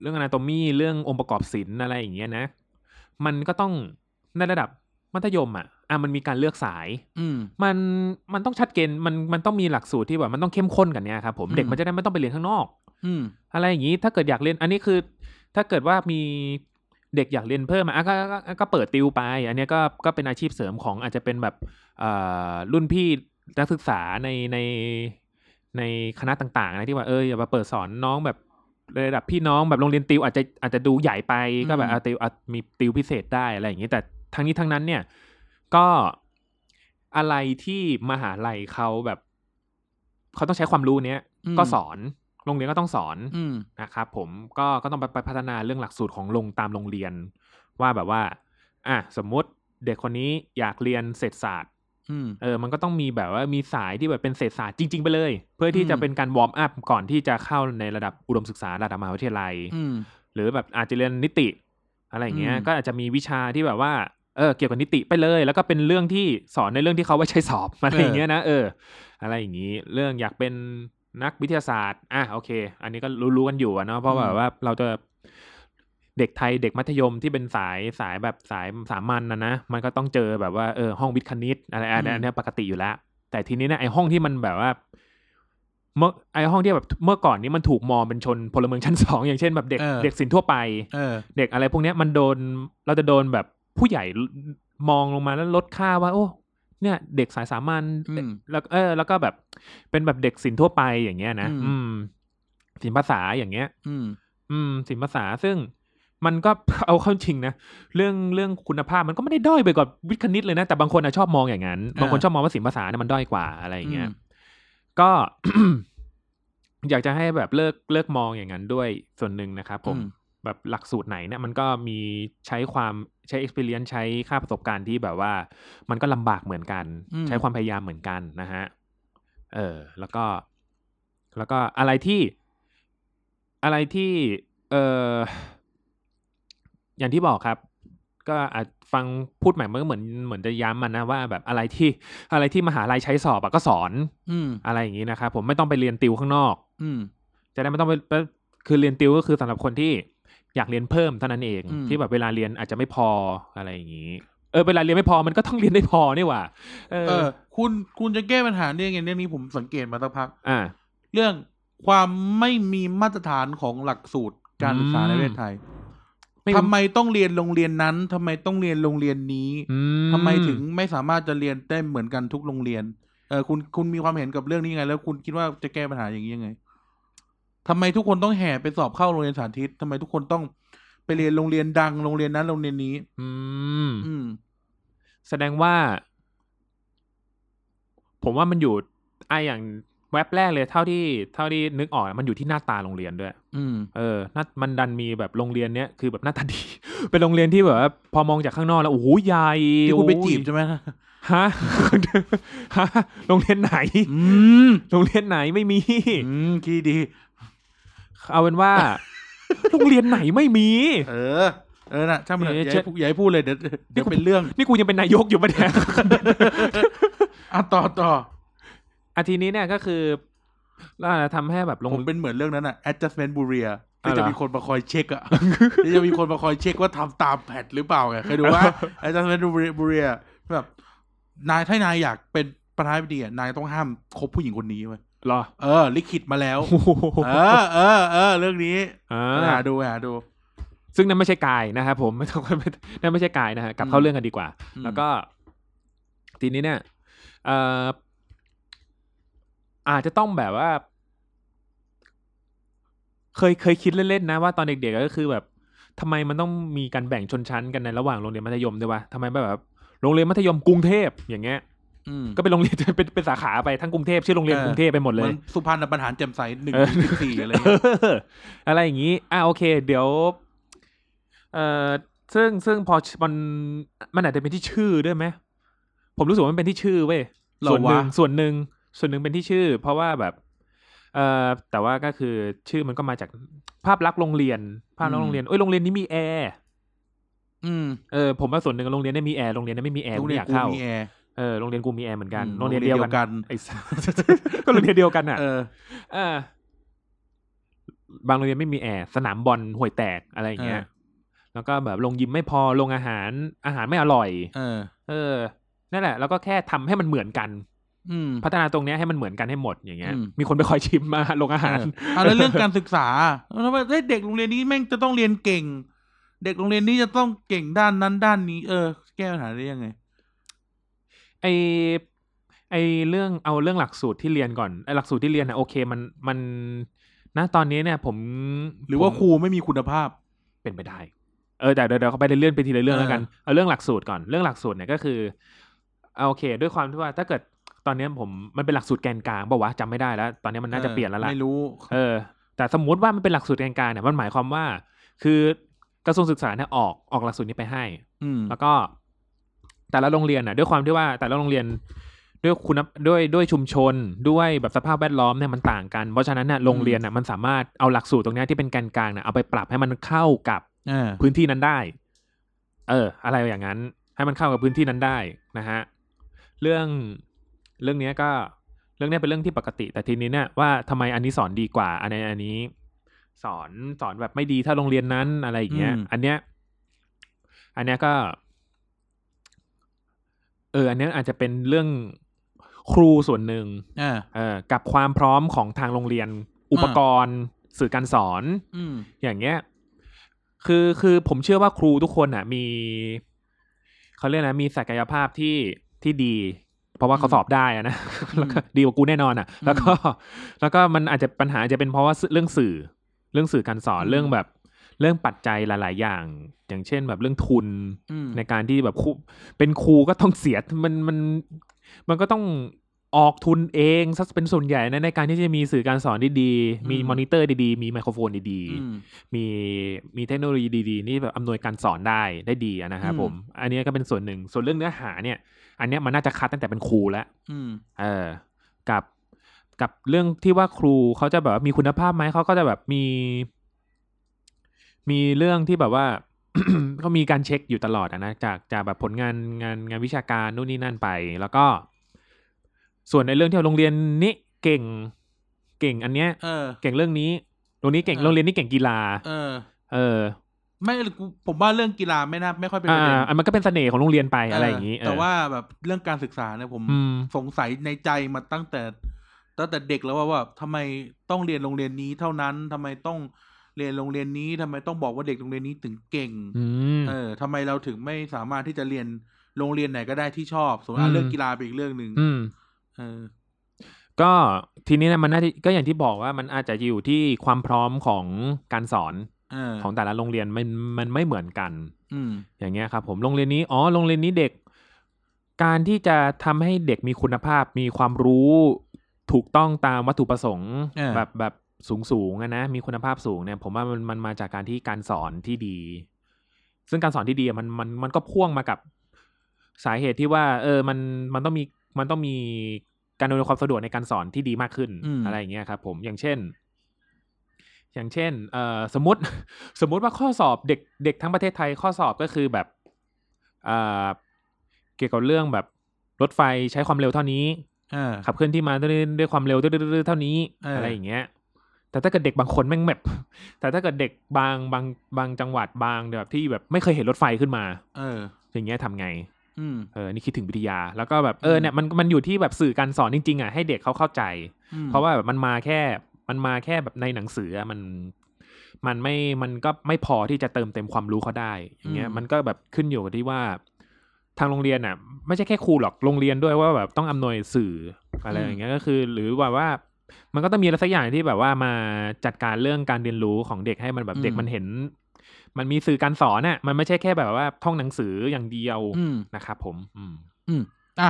เรื่องอนาโตมีเรื่ององค์ประกอบศิลป์อะไรอย่างเงี้ยนะ มันก็ต้องในระดับมัธยมอ่ะอ่ะมันมีการเลือกสาย อืม มันมันต้องชัดเจนมันมันต้องมีหลักสูตรที่แบบมันต้องเข้มข้นกันเนี่ยครับผม อืม เด็กมันจะได้ไม่ต้องไปเรียนข้างนอก อืม อะไรอย่างนี้ถ้าเกิดอยากเรียนอันนี้คือ ถ้าเกิดว่ามีเด็กอยากเรียนเพิ่มอ่ะก็ก็ก็ก็เปิดติวไป อันเนี้ยก็ก็เป็นอาชีพเสริมของอาจจะเป็นแบบเอ่อรุ่นพี่นักศึกษาในในในคณะต่างๆนะที่ว่าเอออย่ามาเปิดสอนน้องแบบระดับพี่น้องแบบโรงเรียนติวอาจจะอาจจะดูใหญ่ไปก็แบบ อืม เอาติวเอามีติวพิเศษได้อะไรอย่างนี้แต่ทั้งนี้ทั้งนั้นเนี่ย ก็อะไรที่มหาลัยเขาแบบเขาต้องใช้ความรู้เนี้ย อืม ก็สอนโรงเรียนก็ต้องสอน อืม นะครับผมก็ก็ต้องไปไปพัฒนาเรื่องหลักสูตรของลงตามโรงเรียน ว่าแบบว่า อ่ะสมมุติเด็กคนนี้อยากเรียนเศรษฐศาสตร์ อืม เออมันก็ต้องมีแบบว่ามีสายที่แบบเป็นเศรษฐศาสตร์จริง ๆ ไปเลย เพื่อ อื ที่ ม จะเป็นการวอร์มอัพก่อนที่จะเข้าในระดับอุดมศึกษาระดับมหาวิทยาลัย อืม หรือแบบอาจจะเรียนนิติ อะไรอย่างเงี้ย อืม ก็อาจจะมีวิชาที่แบบว่าเออเกี่ยวกับนิติไปเลย แล้วก็เป็นเรื่องที่สอนในเรื่องที่เขาไว้ใช้สอบ *laughs* อะไรอย่างเงี้ยนะเออ อะไรอย่างงี้ เรื่องอยากเป็นนักวิทยาศาสตร์อ่ะโอเค อันนี้ก็รู้ๆกันอยู่อะเนาะเพราะแบบว่าเราจะเด็กไทยเด็กมัธยมที่เป็นสายสายแบบสายสามัญนะนะมันก็ต้องเจอแบบว่าเออห้องวิทย์คณิตอะไรอันนี้อันเนี้ยปกติอยู่แล้ว แต่ทีนี้เนี่ยไอห้องที่มันแบบว่า เมื่อไอห้องที่แบบเมื่อก่อนนี้มันถูกมองเป็นชนพลเมืองชั้นสองอย่างเช่นแบบเด็ก เออ เด็กสินทั่วไป เออ เด็กอะไรพวกเนี้ยมันโดนเราจะโดนแบบผู้ใหญ่มองลงมาแล้วลดค่าว่า โอ้เนี่ย เด็กสายสามัญ อืม แล้วเออ แล้วก็แบบเป็นแบบเด็กศิลป์ทั่วไปอย่างเงี้ยนะ อืม อืมศิลปภาษาอย่างเงี้ย อืม อืมศิลปภาษาซึ่งมันก็ เอาเข้าจริงนะเรื่องเรื่องคุณภาพมันก็ไม่ได้ด้อยไปกว่าวิทย์คณิตเลยนะแต่บางคนอะชอบมองอย่างนั้นบางคนชอบมองว่าศิลปภาษาเนี่ยมันด้อยกว่าอะไรอย่างเงี้ย อืม ก็ *coughs* อยากจะให้แบบเลิกเลิกมองอย่างนั้นด้วยส่วนหนึ่งนะครับผม อืม แบบหลักสูตรไหนเนี่ยมันก็มีใช้ความใช้ experience ใช้ค่าประสบการณ์ที่แบบว่า มันก็ลำบากเหมือนกัน อืม ใช้ความพยายามเหมือนกันนะฮะเออ แล้วก็ แล้วก็อะไรที่ อะไรที่ เอออย่างที่บอกครับ ก็อาจฟังพูดใหม่มันก็เหมือนเหมือนจะย้ำมันนะว่าแบบอะไรที่ อะไรที่มหาลัยใช้สอบอะก็สอน อืม อะไรอย่างนี้นะครับผมไม่ต้องไปเรียนติวข้างนอก อืม จะได้ไม่ต้องไปไปคือเรียนติวก็คือสำหรับคนที่อยากเรียนเพิ่มเท่านั้นเอง อืม ที่แบบเวลาเรียนอาจจะไม่พออะไรอย่างนี้ เออเวลาเรียนไม่พอมันก็ต้อง *laughs* เรียนได้พอนี่หว่า เอ เอ อ อ คุณคุณจะแก้ปัญหาได้ยังไงเรื่องนี้ผมสังเกตมาสักพัก อ่า เรื่องความไม่มีมาตรฐานของหลักสูตรการศึกษา อืม ในประเทศไทย ไม่ ทำไมต้องเรียนโรงเรียนนั้นทำไมต้องเรียนโรงเรียนนี้ อื ทำไมถึงไม่สามารถจะเรียนได้เหมือนกันทุกโรงเรียน เออคุณคุณมีความเห็นกับเรื่องนี้ยังไง แล้วคุณคิดว่าจะแก้ปัญหาอย่างนี้ยังไงทำไมทุกคนต้องแห่ไปสอบเข้าโรงเรียนสาธิตทำไมทุกคนต้องไปเรียนโรงเรียนดังโรงเรียนนั้นโรงเรียนนี้ อืม อืม แสดงว่า ผมว่ามันอยู่ไอะอย่างแว็บแรกเลยเท่าที่เท่าที่นึกออกอะมันอยู่ที่หน้าตาโรงเรียนด้วย อืม เออหน่ามันดันมีแบบโรงเรียนเนี้ยคือแบบหน้าตา *laughs* ดี เป็นโรงเรียนที่แบบว่าพอมองจากข้างนอกแล้วโอ้โหใหญ่ ที่คุณไปจีบ โอ้ย ใช่ไหม ฮะ *laughs* ฮะโรงเรียนไหน อืม โรงเรียนไหนไม่มี อืมคีดี เอาเป็นว่า *laughs* โรงเรียนไหนไม่มี เออ เออนะช่างมันเถอะ เอ๊ะ อย่า เจ๊ ให้พูดอย่าให้พูดเลยเดี๋ยวเดี๋ยวเป็นเรื่อง นี่กูยังเป็นนายกอยู่ปะเนี่ย อ่ะต่อต่อ อาทีนี้เนี่ยก็คือเราทำให้แบบโรง ผมเป็นเหมือนเรื่องนั้นอ่ะ adjustment bureau อ่ะ ที่ เหรอ จะมีคนมาคอยเช็คอ่ะ *laughs* ที่จะมีคนมาคอยเช็คว่าทำตามแผนหรือเปล่าไงเคยดูว่า adjustment bureau แบบนายถ้านายอยากเป็นประธานาธิบดีอ่ะนายต้องห้ามคบผู้หญิงคนนี้ไว้ย เหรอ เออ ลิขิตมาแล้ว โอ้โห เออเออเออเรื่องนี้ อ่ ไป า หาดูไปหาดู ซึ่งนั่นไม่ใช่กายนะครับผมไม่ต้อง *laughs* ไม่นั่นไม่ใช่กายนะฮะกลับเข้าเรื่องกันดีกว่า อืม แล้วก็ ทีนี้เนี่ยเอ่ออาจจะต้องแบบว่า เคยเคยคิดเล่นๆนะว่าตอนเด็กๆก็คือแบบทำไมมันต้องมีการแบ่งชนชั้นกันในระหว่างโรงเรียนมัธยมด้วยวะทำไมแบบโรงเรียนมัธยมกรุงเทพอย่างเงี้ย อืม ก็เป็นโรงเรียน *laughs* เป็นเป็นสาขาไปทั้งกรุงเทพชื่อโรงเรียนกรุงเทพไปหมด เห เล มือย นสุพรรณบรรหารแจ่มใสหนึ่ง เออ ถึงสิบสี่อะไรเงี้ย เอออะไรอย่างนี้ อ่ะโอเค เดี๋ยว เอ่อ ซึ่งซึ่งพอมันมันอาจจะเป็นที่ชื่อด้วยไหม ผมรู้สึกว่ามันเป็นที่ชื่อเว้ย เหรอ ส่วนห วะ นึ่งส่วนหนึ่งส่วนหนึ่งเป็นที่ชื่อ เพราะว่าแบบ เอ่อ แต่ว่าก็คือชื่อมันก็มาจากภาพลักษณ์โรงเรียน ภาพลักษณ์โรงเรียน เอ้ย โรงเรียนนี้มีแอร์ อืม เออ ผมว่าส่วนหนึ่งโรงเรียนเนี่ยมีแอร์ โรงเรียนเนี่ยไม่มีแอร์ โร กู งเรียไม่อนกูยากเข้า มีแอร์ เออ โรงเรียนกูมีแอร์เหมือนกัน อืม โรงเรียนเดียวกัน กัน ไอ้สัส *laughs* ก็โรงเรียนเดียวกันอ่ะ เออ เออบางโรงเรียนไม่มีแอร์สนามบอลห่วยแตกอะไรอย่างเงี้ย เออ แล้วก็แบบลงยิมไม่พอลงอาหารอาหารไม่อร่อย เออ เออนั่นแหละ แล้วก็แค่ทำให้มันเหมือนกัน อืม พัฒนาตรงเนี้ยให้มันเหมือนกันให้หมดอย่างเงี้ย อืม มีคนไปคอยชิมมาลงอาหาร เอออ่ะแล้วเรื่องการศึกษาทำไมเฮ้ยเด็กโรงเรียนนี้แม่งจะต้องเรียนเก่ง เด็กโรงเรียนนี้จะต้องเก่งด้านนั้นด้านนี้ เออ แก้ปัญหาได้ยังไง ไอไอเรื่องเอาเรื่องหลักสูตรที่เรียนก่อนไอหลักสูตรที่เรียนนะโอเคมันมันนะตอนนี้เนี่ย ผม หรือว่า ผม ครูไม่มีคุณภาพ เป็นไปได้ เออแต่เดี๋ยวเดี๋ยวเขาไปเรื่อยๆไปทีละเรื่องแล้วกัน เอาเรื่องหลักสูตรก่อน เรื่องหลักสูตรเนี่ยก็คือเอาโอเค ด้วยความที่ว่าถ้าเกิดตอนเนี้ยผมมันเป็นหลักสูตรแกนกลางป่าวะจำไม่ได้แล้ว ตอนเนี้ยมันน่าจะเปลี่ยนแล้วล่ะ ไม่รู้ เออ แต่สมมุติว่ามันเป็นหลักสูตรแกนกลางเนี่ย มันหมายความว่า คือกระทรวงศึกษาเนี่ยออกออกหลักสูตรนี้ไปให้ อืม แล้วก็ แต่ละโรงเรียนน่ะ ด้วยความที่ว่าแต่ละโรงเรียนด้วยคุณภาพด้วยด้วยชุมชนด้วยแบบสภาพแวดล้อมเนี่ยมันต่างกัน เพราะฉะนั้นน่ะโรงเรียนน่ะมันสามารถเอาหลักสูตรตรงเนี้ยที่เป็นแกนกลางน่ะเอาไปปรับให้มันเข้ากับ เออ พื้นที่นั้นได้ เออ อะไรอย่างนั้น ให้มันเข้ากับพื้นที่นั้นได้นะฮะ เรื่องเรื่องเนี้ยก็ เรื่องเนี้ยเป็นเรื่องที่ปกติ แต่ทีนี้เนี่ยว่าทำไมอันนี้สอนดีกว่า อันนี้อันนี้ สอนสอนแบบไม่ดีถ้าโรงเรียนนั้นอะไรอย่างเงี้ย อืม อันเนี้ย อันเนี้ยก็ เออ อันเนี้ยอาจจะเป็นเรื่องครูส่วนหนึ่ง เออ เออ กับความพร้อมของทางโรงเรียน อุปกรณ์ สื่อการสอน อืม อย่างเงี้ย คือคือผมเชื่อว่าครูทุกคนอ่ะ มีเขาเรียกนะมีศักยภาพที่ที่ดี เพราะว่าเขาสอบได้อะนะ *laughs* แล้วก็ดีกว่ากูแน่นอนอ่ะ แล้วก็ แล้วก็มันอาจจะปัญหาอาจจะเป็นเพราะว่าเรื่องสื่อ เรื่องสื่อการสอน อืม เรื่องแบบ เรื่องปัจจัยหลาย ๆ อย่าง อย่างเช่นแบบเรื่องทุน อืม ในการที่แบบครูเป็นครูก็ต้องเสียมันมันมันก็ต้องออกทุนเองซะเป็นส่วนใหญ่นะในการที่จะมีสื่อการสอนดีๆ มี อืม มอนิเตอร์ดีๆ มีไมโครโฟนดี อืม ๆ มีมีเทคโนโลยีดีๆ นี่แบบอำนวยการสอนได้ได้ดีอะนะครับ อืม ผม อันเนี้ยก็เป็นส่วนหนึ่ง ส่วนเรื่องเนื้อหาเนี่ย อันเนี้ยมันน่าจะคัดตั้งแต่เป็นครูแล้ว อืม เออกับกับเรื่องที่ว่าครูเขาจะแบบว่ามีคุณภาพไหมเขาก็จะแบบมี มีเรื่องที่แบบว่า *coughs* เขามีการเช็คอยู่ตลอดอะนะจากจากแบบผลงานงานงานวิชาการนู่นนี่นั่นไป แล้วก็ ส่วนในเรื่องที่ว่าโรงเรียนนี้เก่ง เก่งอันเนี้ย เออ เก่งเรื่องนี้ตรงนี้เก่ง เออ โรงเรียนนี้เก่งกีฬา เออ เออ ไม่กูผมว่าเรื่องกีฬาไม่น่าไม่ค่อยเป็นปอ่าระเด็น อ่ามันก็เป็นเสน่ห์ของโรงเรียนไปอะไรอย่างนี้ นี้ เออ แต่ว่าแบบเรื่องการศึกษาเนี่ยผม อืม สงสัยในใจมาตั้งแต่ ตั้งแต่เด็กแล้วว่าว่าทำไมต้องเรียนโรงเรียนนี้เท่านั้นทำไมต้องเรียนโรงเรียนนี้ทำไมต้องบอกว่าเด็กโรงเรียนนี้ถึงเก่ง อืม เออทำไมเราถึงไม่สามารถที่จะเรียนโรงเรียนไหนก็ได้ที่ชอบสมมติอ่ะ อืม เรื่องกีฬาเป็นอีกเรื่องหนึ่ง อืม เออ ก็ทีนี้เนะมันน่าจะก็อย่างที่บอกว่ามันอาจจะอยู่ที่ความพร้อมของการสอน เออ ของแต่ละโรงเรียนมันมันไม่เหมือนกัน อืม อย่างเงี้ยครับผมโรงเรียนนี้อ๋อโรงเรียนนี้เด็ก การที่จะทำให้เด็กมีคุณภาพ มีความรู้ถูกต้องตามวัตถุประสงค์ เออ แบบแบบสูงสูงๆอะนะมีคุณภาพสูงเนี่ย ผมว่ามันมันมาจากการที่การสอนที่ดี ซึ่งการสอนที่ดีอะมันมันมันก็พ่วงมากับสาเหตุที่ว่า เออมันมันต้องมีมันต้องมีการอำนวยความสะดวกในการสอนที่ดีมากขึ้น อืม อะไรอย่างเงี้ยครับ ผมอย่างเช่น อย่างเช่น เอ่อ สมมติ *laughs* สมมติว่าข้อสอบเด็กเด็กทั้งประเทศไทยข้อสอบก็คือแบบเอ่อเกี่ยวกับเรื่องแบบรถไฟใช้ความเร็วเท่านี้ เออ ขับเคลื่อนที่มาด้วยด้วยความเร็วด้วยเท่านี้ เอออ อะไรอย่างเงี้ย แต่ถ้าเกิดเด็กบางคนแม่งแบบ *laughs* แต่ถ้าเกิดเด็กบางบางบางจังหวัดบางแบบที่แบบไม่เคยเห็นรถไฟขึ้นมา เออ อย่างเงี้ยทำไง อืม เออ นี่คิดถึงวิทยา แล้วก็แบบเออ อืม เนี่ยมันมันอยู่ที่แบบสื่อการสอนจริงๆอ่ะให้เด็กเขาเข้าใจ อืม เพราะว่าแบบมันมาแค่ มันมาแค่แบบในหนังสืออะมัน มันไม่ มันก็ไม่พอที่จะเติมเต็มความรู้เขาได้ อย่างเงี้ย มันก็แบบขึ้นอยู่กับที่ว่า ทางโรงเรียนอ่ะ ไม่ใช่แค่ครูหรอก โรงเรียนด้วยว่าแบบต้องอำนวยสื่ออะไรอย่างเงี้ย ก็คือ หรือว่าว่า มันก็ต้องมีอะไรสักอย่างที่แบบว่ามาจัดการเรื่องการเรียนรู้ของเด็กให้มันแบบเด็กมันเห็น มันมีสื่อการสอนน่ะ มันไม่ใช่แค่แบบว่าท่องหนังสืออย่างเดียว อืม นะครับผม อืม อืมอ่ะ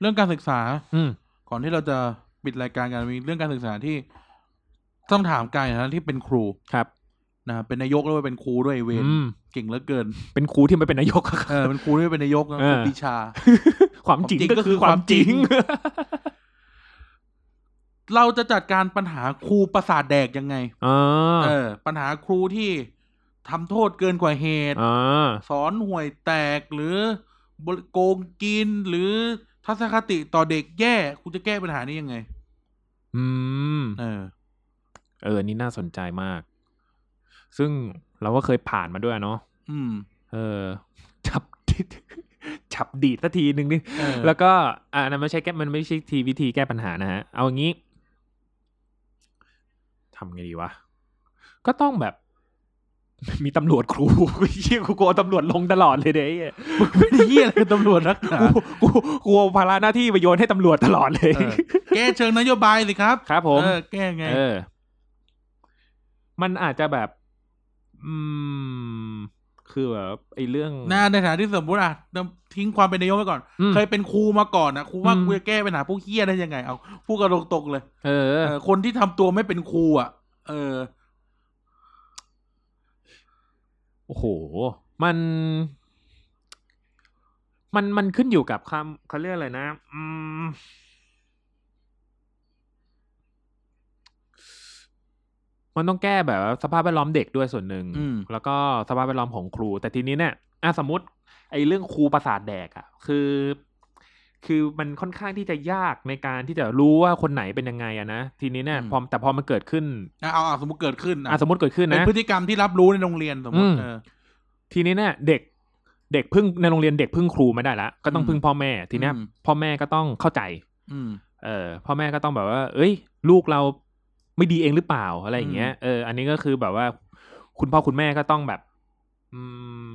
เรื่องการศึกษา อืม ก่อนที่เราจะปิดรายการกันมีเรื่องการศึกษาที่ต้องถามกายนะที่เป็นครู ครับ นะเป็นนายกแล้วก็เป็นครูด้วยไอ้เวร อืม เก่งเหลือเกิน เป็นครูที่ไม่เป็นนายกอะครับ เออเป็นครูด้วยเป็นนายกนะ เอ ค อ รูปรี *laughs* ชา ความจริง ความจริง ก็ก็คือคือ ความจ *laughs* ริง ความจริ เราจะจัดการปัญหาครูประสาทแดกยังไง อ่า เออ ปัญหาครูที่ทำโทษเกินกว่าเหตุ อ่า สอนห่วยแตกหรือบริโกงกินหรือทัศนคติต่อเด็กแย่คุณจะแก้ปัญหานี้ยังไง อืม เออ เออ นี่น่าสนใจมาก ซึ่งเราก็เคยผ่านมาด้วยเนาะ อืม เออ จับ *laughs* จับดีดสักทีหนึ่งนี่ เออ แล้วก็ *laughs* อ่านั่นไม่ใช่แก้มันไม่ใช่ทีวิธีแก้ปัญหานะฮะ เอาอย่างนี้ทำไงดีวะ ก็ต้องแบบ *laughs* มีตำรวจครู *laughs* เชี่ยกูกลัวตำรวจลงตลอดเลยเด้ไอ้เหี้ย ไม่ได้เหี้ยอะไรกับตำรวจนักหนา กูกูกลัวภาระหน้าที่ไปโยนให้ตำรวจตลอดเลย เออแก้เชิงนโยบายสิครับ ครับผม เออแก้ไง เออ มันอาจจะแบบ อืม คือแบบไอ้เรื่อง หน้าในฐานะที่สมมติอ่ะทิ้งความเป็นนายกไว้ก่อน อืม เคยเป็นครูมาก่อนนะครูว่า อืม กูจะแก้ปัญหาพวกเหี้ยได้ยังไงเอาพูดกันตรงๆเลย เออ เออคนที่ทำตัวไม่เป็นครูอ่ะ เออ โอ้โห มัน มันมันขึ้นอยู่กับคำเขาเรียกอะไรนะ อืม มันต้องแก้แบบว่าสภาพแวดล้อมเด็กด้วยส่วนหนึ่ง อืม แล้วก็สภาพแวดล้อมของครู แต่ทีนี้เนี่ยอ่ะสมมติ ไอ้เรื่องครูประสาทแดกอะคือ คือมันค่อนข้างที่จะยากในการที่จะรู้ว่าคนไหนเป็นยังไงอะนะทีนี้เนี่ย อืม พอแต่พอมันเกิดขึ้น นะเอาเอาสมมติเกิดขึ้น อ่ะสมมติเกิดขึ้น เป็น นะ พฤติกรรมที่รับรู้ในโรงเรียนสมมติ อืม เออ ทีนี้เนี่ยเด็กเด็กพึ่งในโรงเรียนเด็กพึ่งครูไม่ได้ละก็ต้อง อืม พึ่งพ่อแม่ ทีเนี้ย อืม พ่อแม่ก็ต้องเข้าใจ อืม เออพ่อแม่ก็ต้องแบบว่า เอ้ย ลูกเราไม่ดีเองหรือเปล่าอะไรอย่างเงี้ยเอออันนี้ก็คือแบบว่า คุณพ่อคุณแม่ก็ต้องแบบ อืม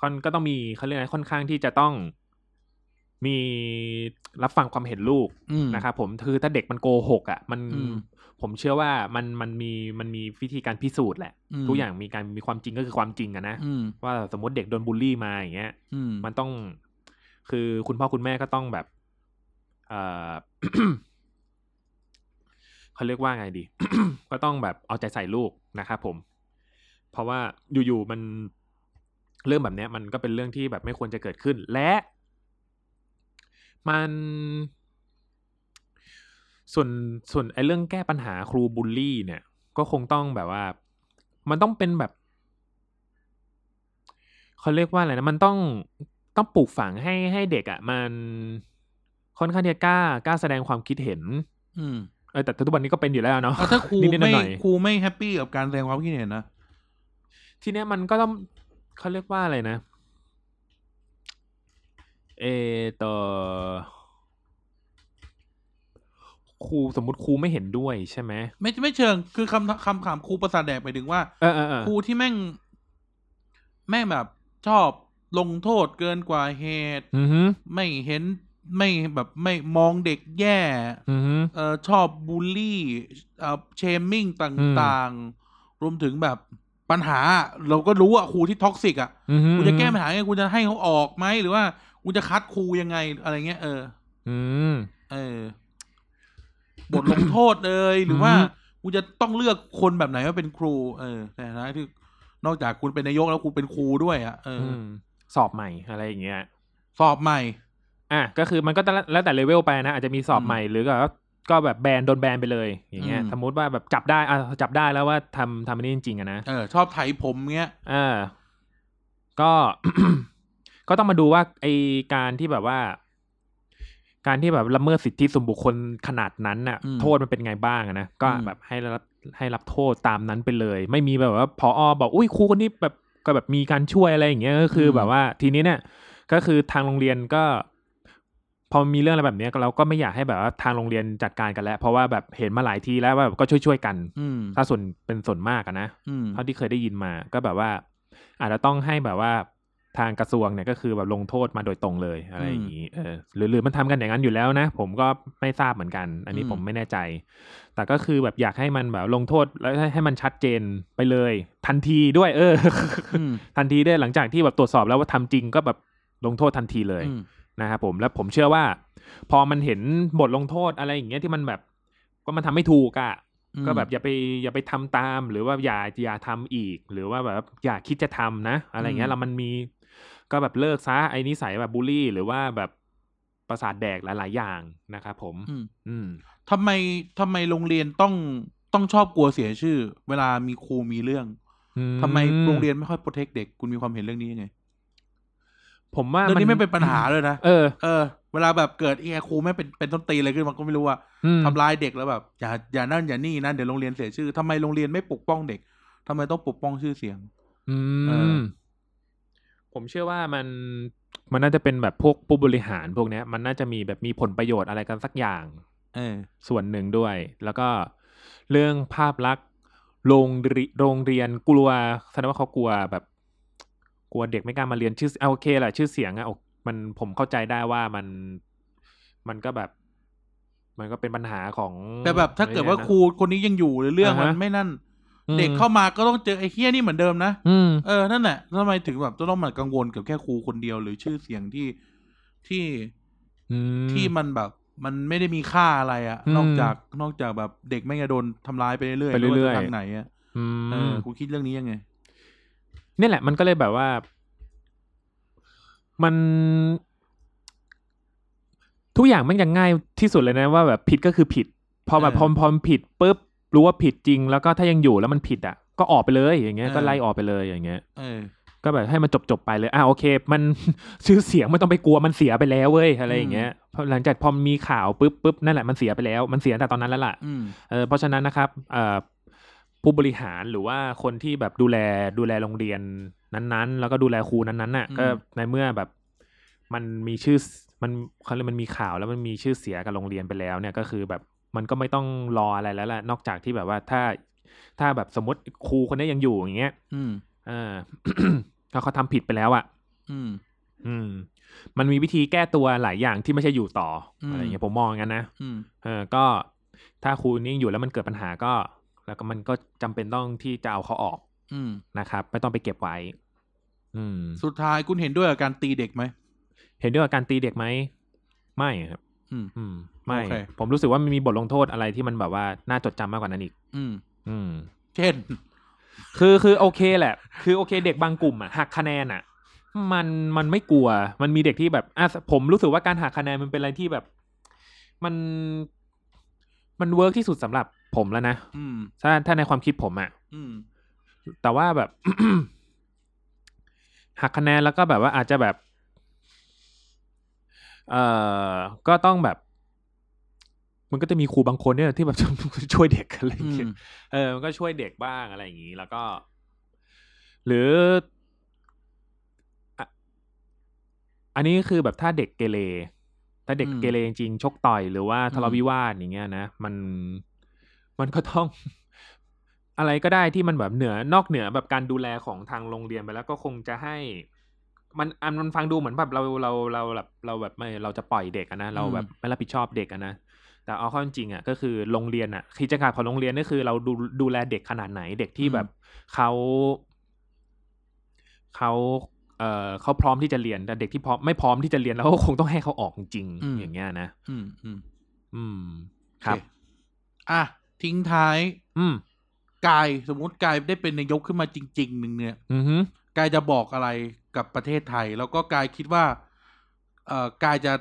ค่อนก็ต้องมีเขาเรียกอะไรค่อนข้างที่จะต้องมีรับฟังความเห็นลูก อืม นะครับผมคือถ้าเด็กมันโกหกอ่ะมัน อืม ผมเชื่อว่ามันมันมีมันมีวิธีการพิสูจน์แหละ อืม ทุกอย่างมีการมีความจริงก็คือความจริงอะนะ อืม ว่าสมมติเด็กโดนบูลลี่มาอย่างเงี้ย อืม มันต้องคือคุณพ่อคุณแม่ก็ต้องแบบเออ *coughs* เขาเรียกว่าไงดี *coughs* ก็ต้องแบบเอาใจใส่ลูกนะครับผม เพราะว่าอยู่ๆมันเรื่องแบบเนี้ย มันก็เป็นเรื่องที่แบบไม่ควรจะเกิดขึ้น และ มันส่วนส่วนไอ้เรื่องแก้ปัญหาครูบูลลี่ เนี่ย ก็คงต้องแบบว่า มันต้องเป็นแบบ เขาเรียกว่าอะไรนะ มันต้องต้องปลูกฝังให้ให้เด็กอะ่ะ มันค่อนข้างที่จะกล้ากล้าแสดงความคิดเห็น อืม เอ อแต่ทุกวันนี้ก็เป็นอยู่แล้วเนาะ อ่ะถ้าครู นิดๆหน่ ไม่ อยๆ ครูไม่แฮปปี้กับการแสดงความคิดเห็นนะ ทีเนี้ยมันก็ต้องเขาเรียกว่าอะไรนะ เออต่อครูสมมติครูไม่เห็นด้วยใช่ไหม ไม่ไม่เชิง คือคำคำถามครูประสาทแดกไปถึงว่า เออเออเออ ครูที่แม่ง แม่งแบบชอบลงโทษเกินกว่าเหตุ อือฮึ ไม่เห็นไม่แบบไม่มองเด็กแย่ อือฮึ เออชอบบูลลี่เออเชมมิ่งต่างๆ รวมถึงแบบปัญหา เราก็รู้อะครูที่ท็อกซิกอะ อือฮึ กูจะแก้ปัญหาไงกูจะให้เขาออกไหมหรือว่ากูจะคัดครูยังไงอะไรเงี้ยเออ อืม เออบทลงโทษเอ่ยหรือว่า อือฮึ กูจะต้องเลือกคนแบบไหนว่าเป็นครู เออแต่นะที่นอกจากคุณเป็นนายกแล้วคุณเป็นครูด้วยอ่ะเอออ มสอบใหม่อะไรอย่างเงี้ย สอบใหม่ อ่ะก็คือมันก็แต่ละแล้วแต่เลเวลไปนะ อาจจะมีสอบ อืม ใหม่หรือก็ก็แบบแบนโดนแบนไปเลย อย่างเงี้ย อืม สมมติว่าแบบจับได้อ่ะจับได้แล้วว่าทำทำอันนี้จริงๆอะนะ เออ ชอบไถผมเงี้ย อ่าก็ *coughs* ก็ต้องมาดูว่าไอการที่แบบว่า การที่แบบละเมิดสิทธิส่วนบุคคลขนาดนั้นน่ะ อืม โทษมันเป็นไงบ้างอะนะก็ อืม แบบให้รับให้รับโทษตามนั้นไปเลย ไม่มีแบบว่าพออบอกอุ้ยครูคนนี้แบบก็แบบมีการช่วยอะไรอย่างเงี้ยก็คืออแบบว่าทีนี้เนี่ย ก็คือทางโรงเรียนก็ พอมีเรื่องอะไรแบบเนี้ยเราก็ไม่อยากให้แบบว่าทางโรงเรียนจัดการกันแล้ว เพราะว่าแบบเห็นมาหลายทีแล้วว่าแบบก็ช่วยๆกัน อืม ถ้าส่วนเป็นส่วนมากอะนะ อืม เท่าที่เคยได้ยินมาก็แบบว่า อาจจะต้องให้แบบว่าทางกระทรวงเนี่ยก็คือแบบลงโทษมาโดยตรงเลยอะไรอย่างนี้เออหรือหรือมันทำกันอย่างนั้นอยู่แล้วนะ ผมก็ไม่ทราบเหมือนกัน อันนี้ผมไม่แน่ใจ แต่ก็คือแบบอยากให้มันแบบลงโทษแล้วให้ให้มันชัดเจนไปเลย ทันทีด้วย เออ อืม ทันทีได้หลังจากที่แบบตรวจสอบแล้วว่าทำจริงก็แบบลงโทษทันทีเลย อืม นะครับผมแล้วผมเชื่อว่า พอมันเห็นบทลงโทษอะไรอย่างเงี้ยที่มันแบบก็มันทำไม่ถูกอะ่ะก็แบบอย่าไปอย่าไปทำตาม หรือว่าอย่าอย่าทำอีก หรือว่าแบบอย่าคิดจะทำนะ อะไรเงี้ยแล้วมันมีก็แบบเลิกซะไอ้นิสัยแบบบูลลี่ หรือว่าแบบประสาทแดกหลาย ๆ อย่างนะครับผม อืม อืม ทำไมทำไมโรงเรียนต้องต้องชอบกลัวเสียชื่อ เวลามีครูมีเรื่องทำไมโรงเรียนไม่ค่อยโปรเทคเด็กคุณมีความเห็นเรื่องนี้ยังไง ผมว่า เรื่องนี้ไม่เป็นปัญหาเลยนะ เออ เออ เวลาแบบเกิดเอครูไม่งเป็นเป็นต้นตีนอะไรขึ้นมันก็ไม่รู้อะ อืม ทำร้ายเด็กแล้วแบบอย่าอย่านั่นอย่านี่นะเดี๋ยวโรงเรียนเสียชื่อทำไมโรงเรียนไม่ปกป้องเด็กทำไมต้องปกป้องชื่อเสียง อื เอ ม อ ผมเชื่อว่ามันมันน่าจะเป็นแบบพวกผู้บริหารพวกเนี้ย มันน่าจะมีแบบมีผลประโยชน์อะไรกันสักอย่าง เออ ส่วนหนึ่งด้วย แล้วก็เรื่องภาพลักษณ์โรงเรียโรงเรียนกลัวแสดงว่าเขากลัวแบบ กลัวเด็กไม่กล้ามาเรียนชื่อเอาโอเคแหละชื่อเสียงอะโอมันผมเข้าใจได้ว่ามันมันก็แบบ มันก็เป็นปัญหาของ แต่แบบถ้าเกิดว่า นี่ยนะ ครูคนนี้ยังอยู่หรือเรื่อง อ่าฮะ มันไม่นั่น อืม เด็กเข้ามาก็ต้องเจอไอ้เฮี้ยนี่เหมือนเดิมนะ อืม เออนั่นแหละแล้วทำไมถึงแบบจะต้องมากังวลกับแค่ครูคนเดียวหรือชื่อเสียงที่ที่ อืม ที่มันแบบ มันไม่ได้มีค่าอะไรอะ อืม นอกจากนอกจากแบบเด็กไม่งจะโดนทำร้ายไปเรื่อยๆ ไปเรื่อยๆ ม่ว่าจะทางไหนอะ อืม เออครูคิดเรื่องนี้ยังไง นี่แหละมันก็เลยแบบว่า มัน ทุกอย่างมันยังง่ายที่สุดเลยนะว่าแบบผิดก็คือผิด พอแบบ เออ พอมพอมผิดปุ๊บรู้ว่าผิดจริง แล้วก็ถ้ายังอยู่แล้วมันผิดอ่ะก็ออกไปเลยอย่างเงี้ย เออ ก็ไล่ออกไปเลยอย่างเงี้ย เออ ก็แบบให้มันจบจบๆไปเลยอ่ะโอเค มัน *laughs* ชื่อเสียงไม่ต้องไปกลัวมันเสียไปแล้วเว้ยอะไรอย่างเงี้ยพอหลังจากพอมีข่าวปุ๊บปุ๊บนั่นแหละมันเสียไปแล้วมันเสียตั้งแต่ตอนนั้นแล้วล่ะ อืม เออเพราะฉะนั้นนะครับเอ่อผู้บริหารหรือว่าคนที่แบบดูแลดูแลโรงเรียนนั้นๆ แล้วก็ดูแลครูนั้นๆน่ะ อืม ก็ในเมื่อแบบมันมีชื่อมันเขาเรียกมันมีข่าวแล้วมันมีชื่อเสียกับโรงเรียนไปแล้วเนี่ยก็คือแบบมันก็ไม่ต้องรออะไรแล้วแหละนอกจากที่แบบว่าถ้าถ้าแบบสมมติครูคนนี้ยังอยู่อย่างเงี้ย อืม เออ *coughs* ถ้าเขาทำผิดไปแล้วอ่ะ อืม อืม มันมีวิธีแก้ตัวหลายอย่างที่ไม่ใช่อยู่ต่ออะไรอย่างเงี้ยผมมองอย่างนั้นนะ อืม เออก็ถ้าครูนิ่งอยู่แล้วมันเกิดปัญหาก็ แล้วก็มันก็จำเป็นต้องที่จะเอาเขาออก อืม นะครับ ไม่ต้องไปเก็บไว้ อืม สุดท้ายคุณเห็นด้วยกับการตีเด็กไหม เห็นด้วยกับการตีเด็กไหม ไม่ครับ อืม อืม ไม่ โอเค ผมรู้สึกว่ามันมีบทลงโทษอะไรที่มันแบบว่าน่าจดจำมากกว่านั้นอีก อืม อืม เช่น คือคือโอเคแหละ คือโอเค เด็กบางกลุ่มอ่ะหักคะแนนอ่ะ มันมันไม่กลัว มันมีเด็กที่แบบอ่ะผมรู้สึกว่าการหักคะแนนมันเป็นอะไรที่แบบ มันมันเวิร์กที่สุดสำหรับผมแล้วนะ อืม ถ้าถ้าในความคิดผมอะ อืม แต่ว่าแบบ *coughs* หักคะแนนแล้วก็แบบว่าอาจจะแบบ เอ่อก็ต้องแบบ มันก็จะมีครูบางคนเนี่ยที่แบบ *laughs* ช่วยเด็กอะไรอย่างเงี้ย อืม เออ มันก็ช่วยเด็กบ้างอะไรอย่างนี้ แล้วก็ หรืออ่ะอันนี้คือแบบถ้าเด็กเกเร ถ้าเด็ก อืม เกเรจริงๆชกต่อยหรือว่าทะเลาะ อืม วิวาทอย่างเงี้ยนะ มัน มันก็ต้อง *laughs* อะไรก็ได้ที่มันแบบเหนือนอกเหนือแบบการดูแลของทางโรงเรียนไปแล้วก็คงจะให้ มันอันมันฟังดูเหมือนแบบเราเราเราแบบเราแบบไม่เราจะปล่อยเด็กอะนะเราแบบไม่รับผิดชอบเด็กอะนะ แต่เอาเข้าจริงๆอ่ะก็คือโรงเรียนอ่ะกิจการของโรงเรียนก็คือเราดูดูแลเด็กขนาดไหนเด็กที่ อืม แบบเขาเขาเอ่อเขาพร้อมที่จะเรียนแต่เด็กที่พร้อมไม่พร้อมที่จะเรียนเราก็คงต้องให้เขาออกจริงๆ อืม อย่างเงี้ยนะ อืมอืม อืม ครับ โอเอ่ะทิ้งท้าย อืม กายสมมติกายได้เป็นนายกขึ้นมาจริงๆหนึ่งเนี่ย อือหือก ายจะบอกอะไรกับประเทศไทย แล้วก็กายคิดว่า เอ่อกายจะ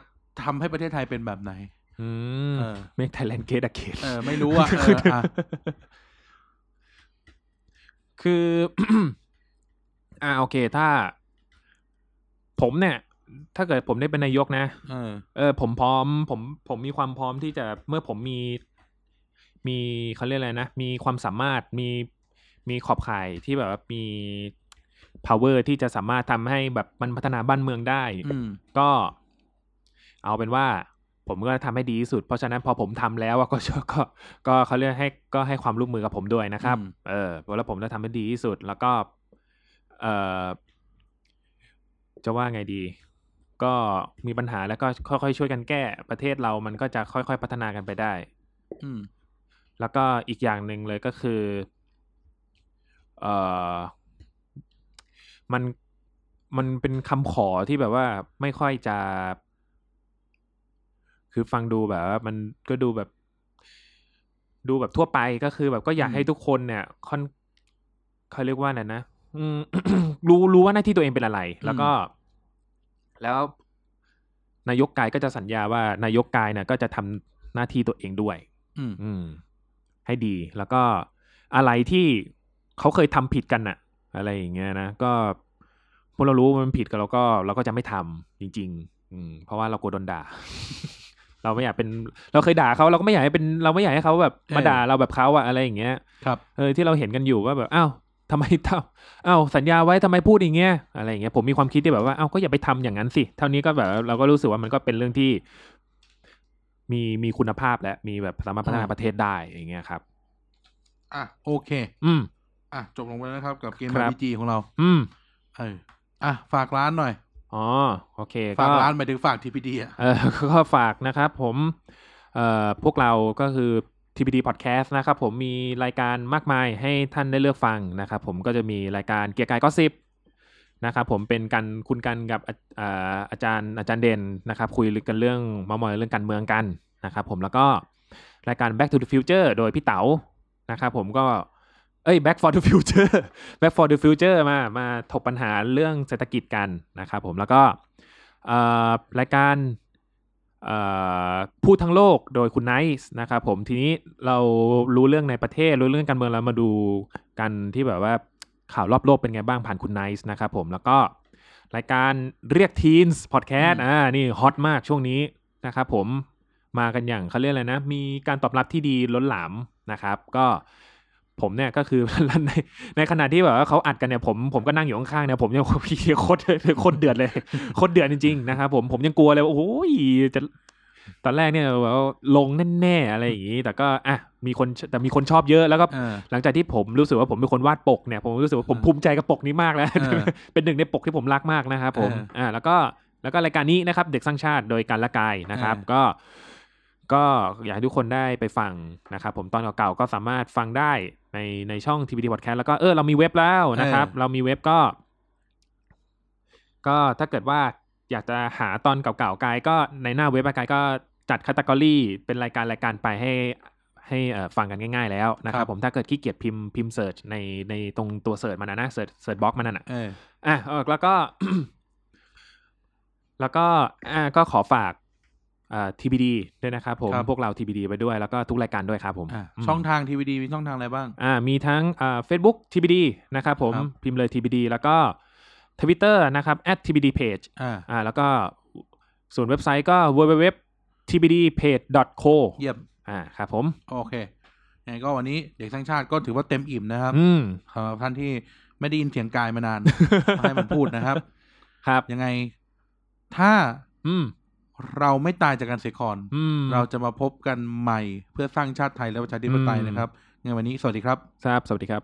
ทำให้ประเทศไทยเป็นแบบไหน อืม *laughs* เออ เมกไทยแลนด์เกตอะเกต เออ ไม่รู้อ่ะเอออ่ะ คือ *coughs* อ่าโอเค ถ้า ผมเนี่ย ถ้าเกิดผมได้เป็นนายกนะ เออ เออผมพร้อมผมผมมีความพร้อมที่จะเมื่อผมมีมีเขาเรียกอะไรนะ มีความสามารถมีมีขอบข่ายที่แบบว่ามี power ที่จะสามารถทำให้แบบมันพัฒนาบ้านเมืองได้ อืม ก็เอาเป็นว่า ผมก็ทำให้ดีที่สุด เพราะฉะนั้นพอผมทำแล้วอะก็ *laughs* ช่วยก็ก็เขาเรียกให้ก็ให้ความร่วมมือกับผมด้วยนะครับ อืม เออแล้วผมจะทำให้ดีที่สุด แล้วก็ เออจะว่าไงดี ก็มีปัญหาแล้วก็ค่อยๆช่วยกันแก้ ประเทศเรามันก็จะค่อยๆพัฒนากันไปได้ อืม แล้วก็อีกอย่างหนึ่งเลยก็คือ เออมัน มันเป็นคำขอที่แบบว่าไม่ค่อยจะ คือฟังดูแบบว่ามันก็ดูแบบ ดูแบบทั่วไปก็คือ แบบก็อยาก อืม ให้ทุกคนเนี่ยค่อนเขาเรียกว่าอะไรนะอืม *coughs* รู้รู้ว่าหน้าที่ตัวเองเป็นอะไร แล้วก็ แล้ว นายกกายก็จะสัญญาว่านายกกายเนี่ยก็จะทำหน้าที่ตัวเองด้วย อืม อืม ให้ดีแล้วก็อะไรที่เขาเคยทำผิดกันน่ะ อะไรอย่างเงี้ยนะก็พวกเรารู้ว่ามันผิดกันเราก็เราก็จะไม่ทำจริง ๆ อืม เพราะว่าเรากลัวโดนด่า *laughs* เราไม่อยากเป็น เราเคยด่าเขาเราก็ไม่อยากให้เป็น เราไม่อยากให้เขาแบบมา เออ ด่าเราแบบเขาอะอะไรอย่างเงี้ย ครับ เออที่เราเห็นกันอยู่ว่าแบบอ้าวทำไมทำ *laughs* อ้าวสัญญาไว้ทำไมพูดอย่างเงี้ยอะไรอย่างเงี้ยผมมีความคิดที่แบบว่าอ้าวก็อย่าไปทำอย่างนั้นสิเท่านี้ก็แบบเราก็รู้สึกว่ามันก็เป็นเรื่องที่ มีมีคุณภาพและมีแบบสามารถพัฒนา อ่า ประเทศได้อย่างเงี้ยครับ อ่ะ โอเค อืม อ่ะ จบลงไปแล้วนะครับ กับเกม ครัาบบ ร์บีจีของเรา อืม เออ อ่ะ ฝากร้านหน่อย อ๋อโอเค ฝาก ก็ ร้านหมายถึงฝากทีพีดีอ่ะ เออ *laughs* ก็ฝากนะครับผมเอ่อพวกเราก็คือ TPD Podcast นะครับผมมีรายการมากมายให้ท่านได้เลือกฟังนะครับผมก็จะมีรายการเกียร์กายก็สิบนะครับผมเป็นกันคุณกันกับอาเอ่ออาจารย์อาจารย์เด่นนะครับคุยกันเรื่องเมามอยเรื่องการเมืองกันนะครับผมแล้วก็รายการ Back to the Future โดยพี่เต๋านะครับผมก็เอ้ย Back for the Future Back for the Future มามาถกปัญหาเรื่องเศรษฐกิจกันนะครับผมแล้วก็เอ่อรายการ เอ่อพูดทั้งโลกโดยคุณไนซ์นะครับผมทีนี้เรารู้เรื่องในประเทศ รู้เรื่องการเมืองแล้วมาดูกันที่แบบว่าข่าวรอบโลกเป็นไงบ้างผ่านคุณไนซ์นะครับผมแล้วก็รายการเรียกทีนส์พอดแคสต์ อืม อ่านี่ฮอตมากช่วงนี้นะครับผมมากันอย่างเขาเรียกอะไรนะ มีการตอบรับที่ดีล้นหลามนะครับ ก็ผมเนี่ยก็คือ *laughs* ในในขณะที่แบบว่าเขาอัดกันเนี่ยผมผมก็นั่งอยู่ข้างๆเนี่ยผมยัง พี่โคตรโคตรเดือดเลย โคตรเดือดจริงๆนะครับผมผมยังกลัวเลยว่าโอ้ยจะตอนแรกเนี่ยแบบว่าลงแน่ๆอะไรอย่างนี้ แต่ก็อ่ะมีคนแต่มีคนชอบเยอะแล้วก็ เออ หลังจากที่ผมรู้สึกว่าผมเป็นคนวาดปกเนี่ย ผมรู้สึกว่าผม เออ ภูมิใจกับปกนี้มากแล้ว เออ *laughs* เป็นหนึ่งในปกที่ผมรักมากนะครับผม เอออ่ อ่าแล้วก็แล้วก็รายการนี้นะครับ เด็กสร้างชาติโดยการละกายนะครับ เออ ก็ก็อยากให้ทุกคนได้ไปฟังนะครับ ผมตอนเก่าๆก็สามารถฟังได้ในในช่องทีวีดีพอดแคสต์แล้วก็เออเรามีเว็บแล้วนะครับ เรามีเว็บก็ ก็ถ้าเกิดว่าอยากจะหาตอนเก่าๆกายก็ในหน้าเว็บอะกายก็จัดคัตกรีเป็นรายการรายการไปให้ให้เอ่อฟังกันง่าย ๆ แล้วนะค ครั รับบ ผมถ้าเกิดขี้เกียจพิมพ์พิมพ์เสิร์ชในในตรงตัวเสิร์ชมันนะนะเสิร์ชเสิร์ชบล็อกมันนะนะ เออ อ่ะเออแล้วก็ *coughs* แล้วก็อ่าก็ขอฝากอ่า TBD ด้วยนะครับผม ครับ พวกเรา TBD ไปด้วยแล้วก็ทุกรายการด้วยครับผม อ่ะ ม ช่องทางทีวีดีมีช่องทางอะไรบ้าง อ่ามีทั้งอ่า Facebook TBD นะครับผม ครับ พิมพ์เลย TBD แล้วก็ Twitter นะครับ @TBD page อ่า อ่าแล้วก็ส่วนเว็บไซต์ก็ www tbdpage co เยี่ยม อ่าครับผม โอเคยังไงก็วันนี้เด็กสร้างชาติก็ถือว่าเต็มอิ่มนะครับ อืม สำหรับท่านที่ไม่ได้ยินเสียงกายมานาน *laughs* มาให้มันพูดนะครับ ครับ ยังไงถ้า อืม เราไม่ตายจากการเสียคอน อืม เราจะมาพบกันใหม่เพื่อสร้างชาติไทยและประชาธิปไตย อืม นะครับงั้นวันนี้สวัสดีครับ ครับสวัสดีครับ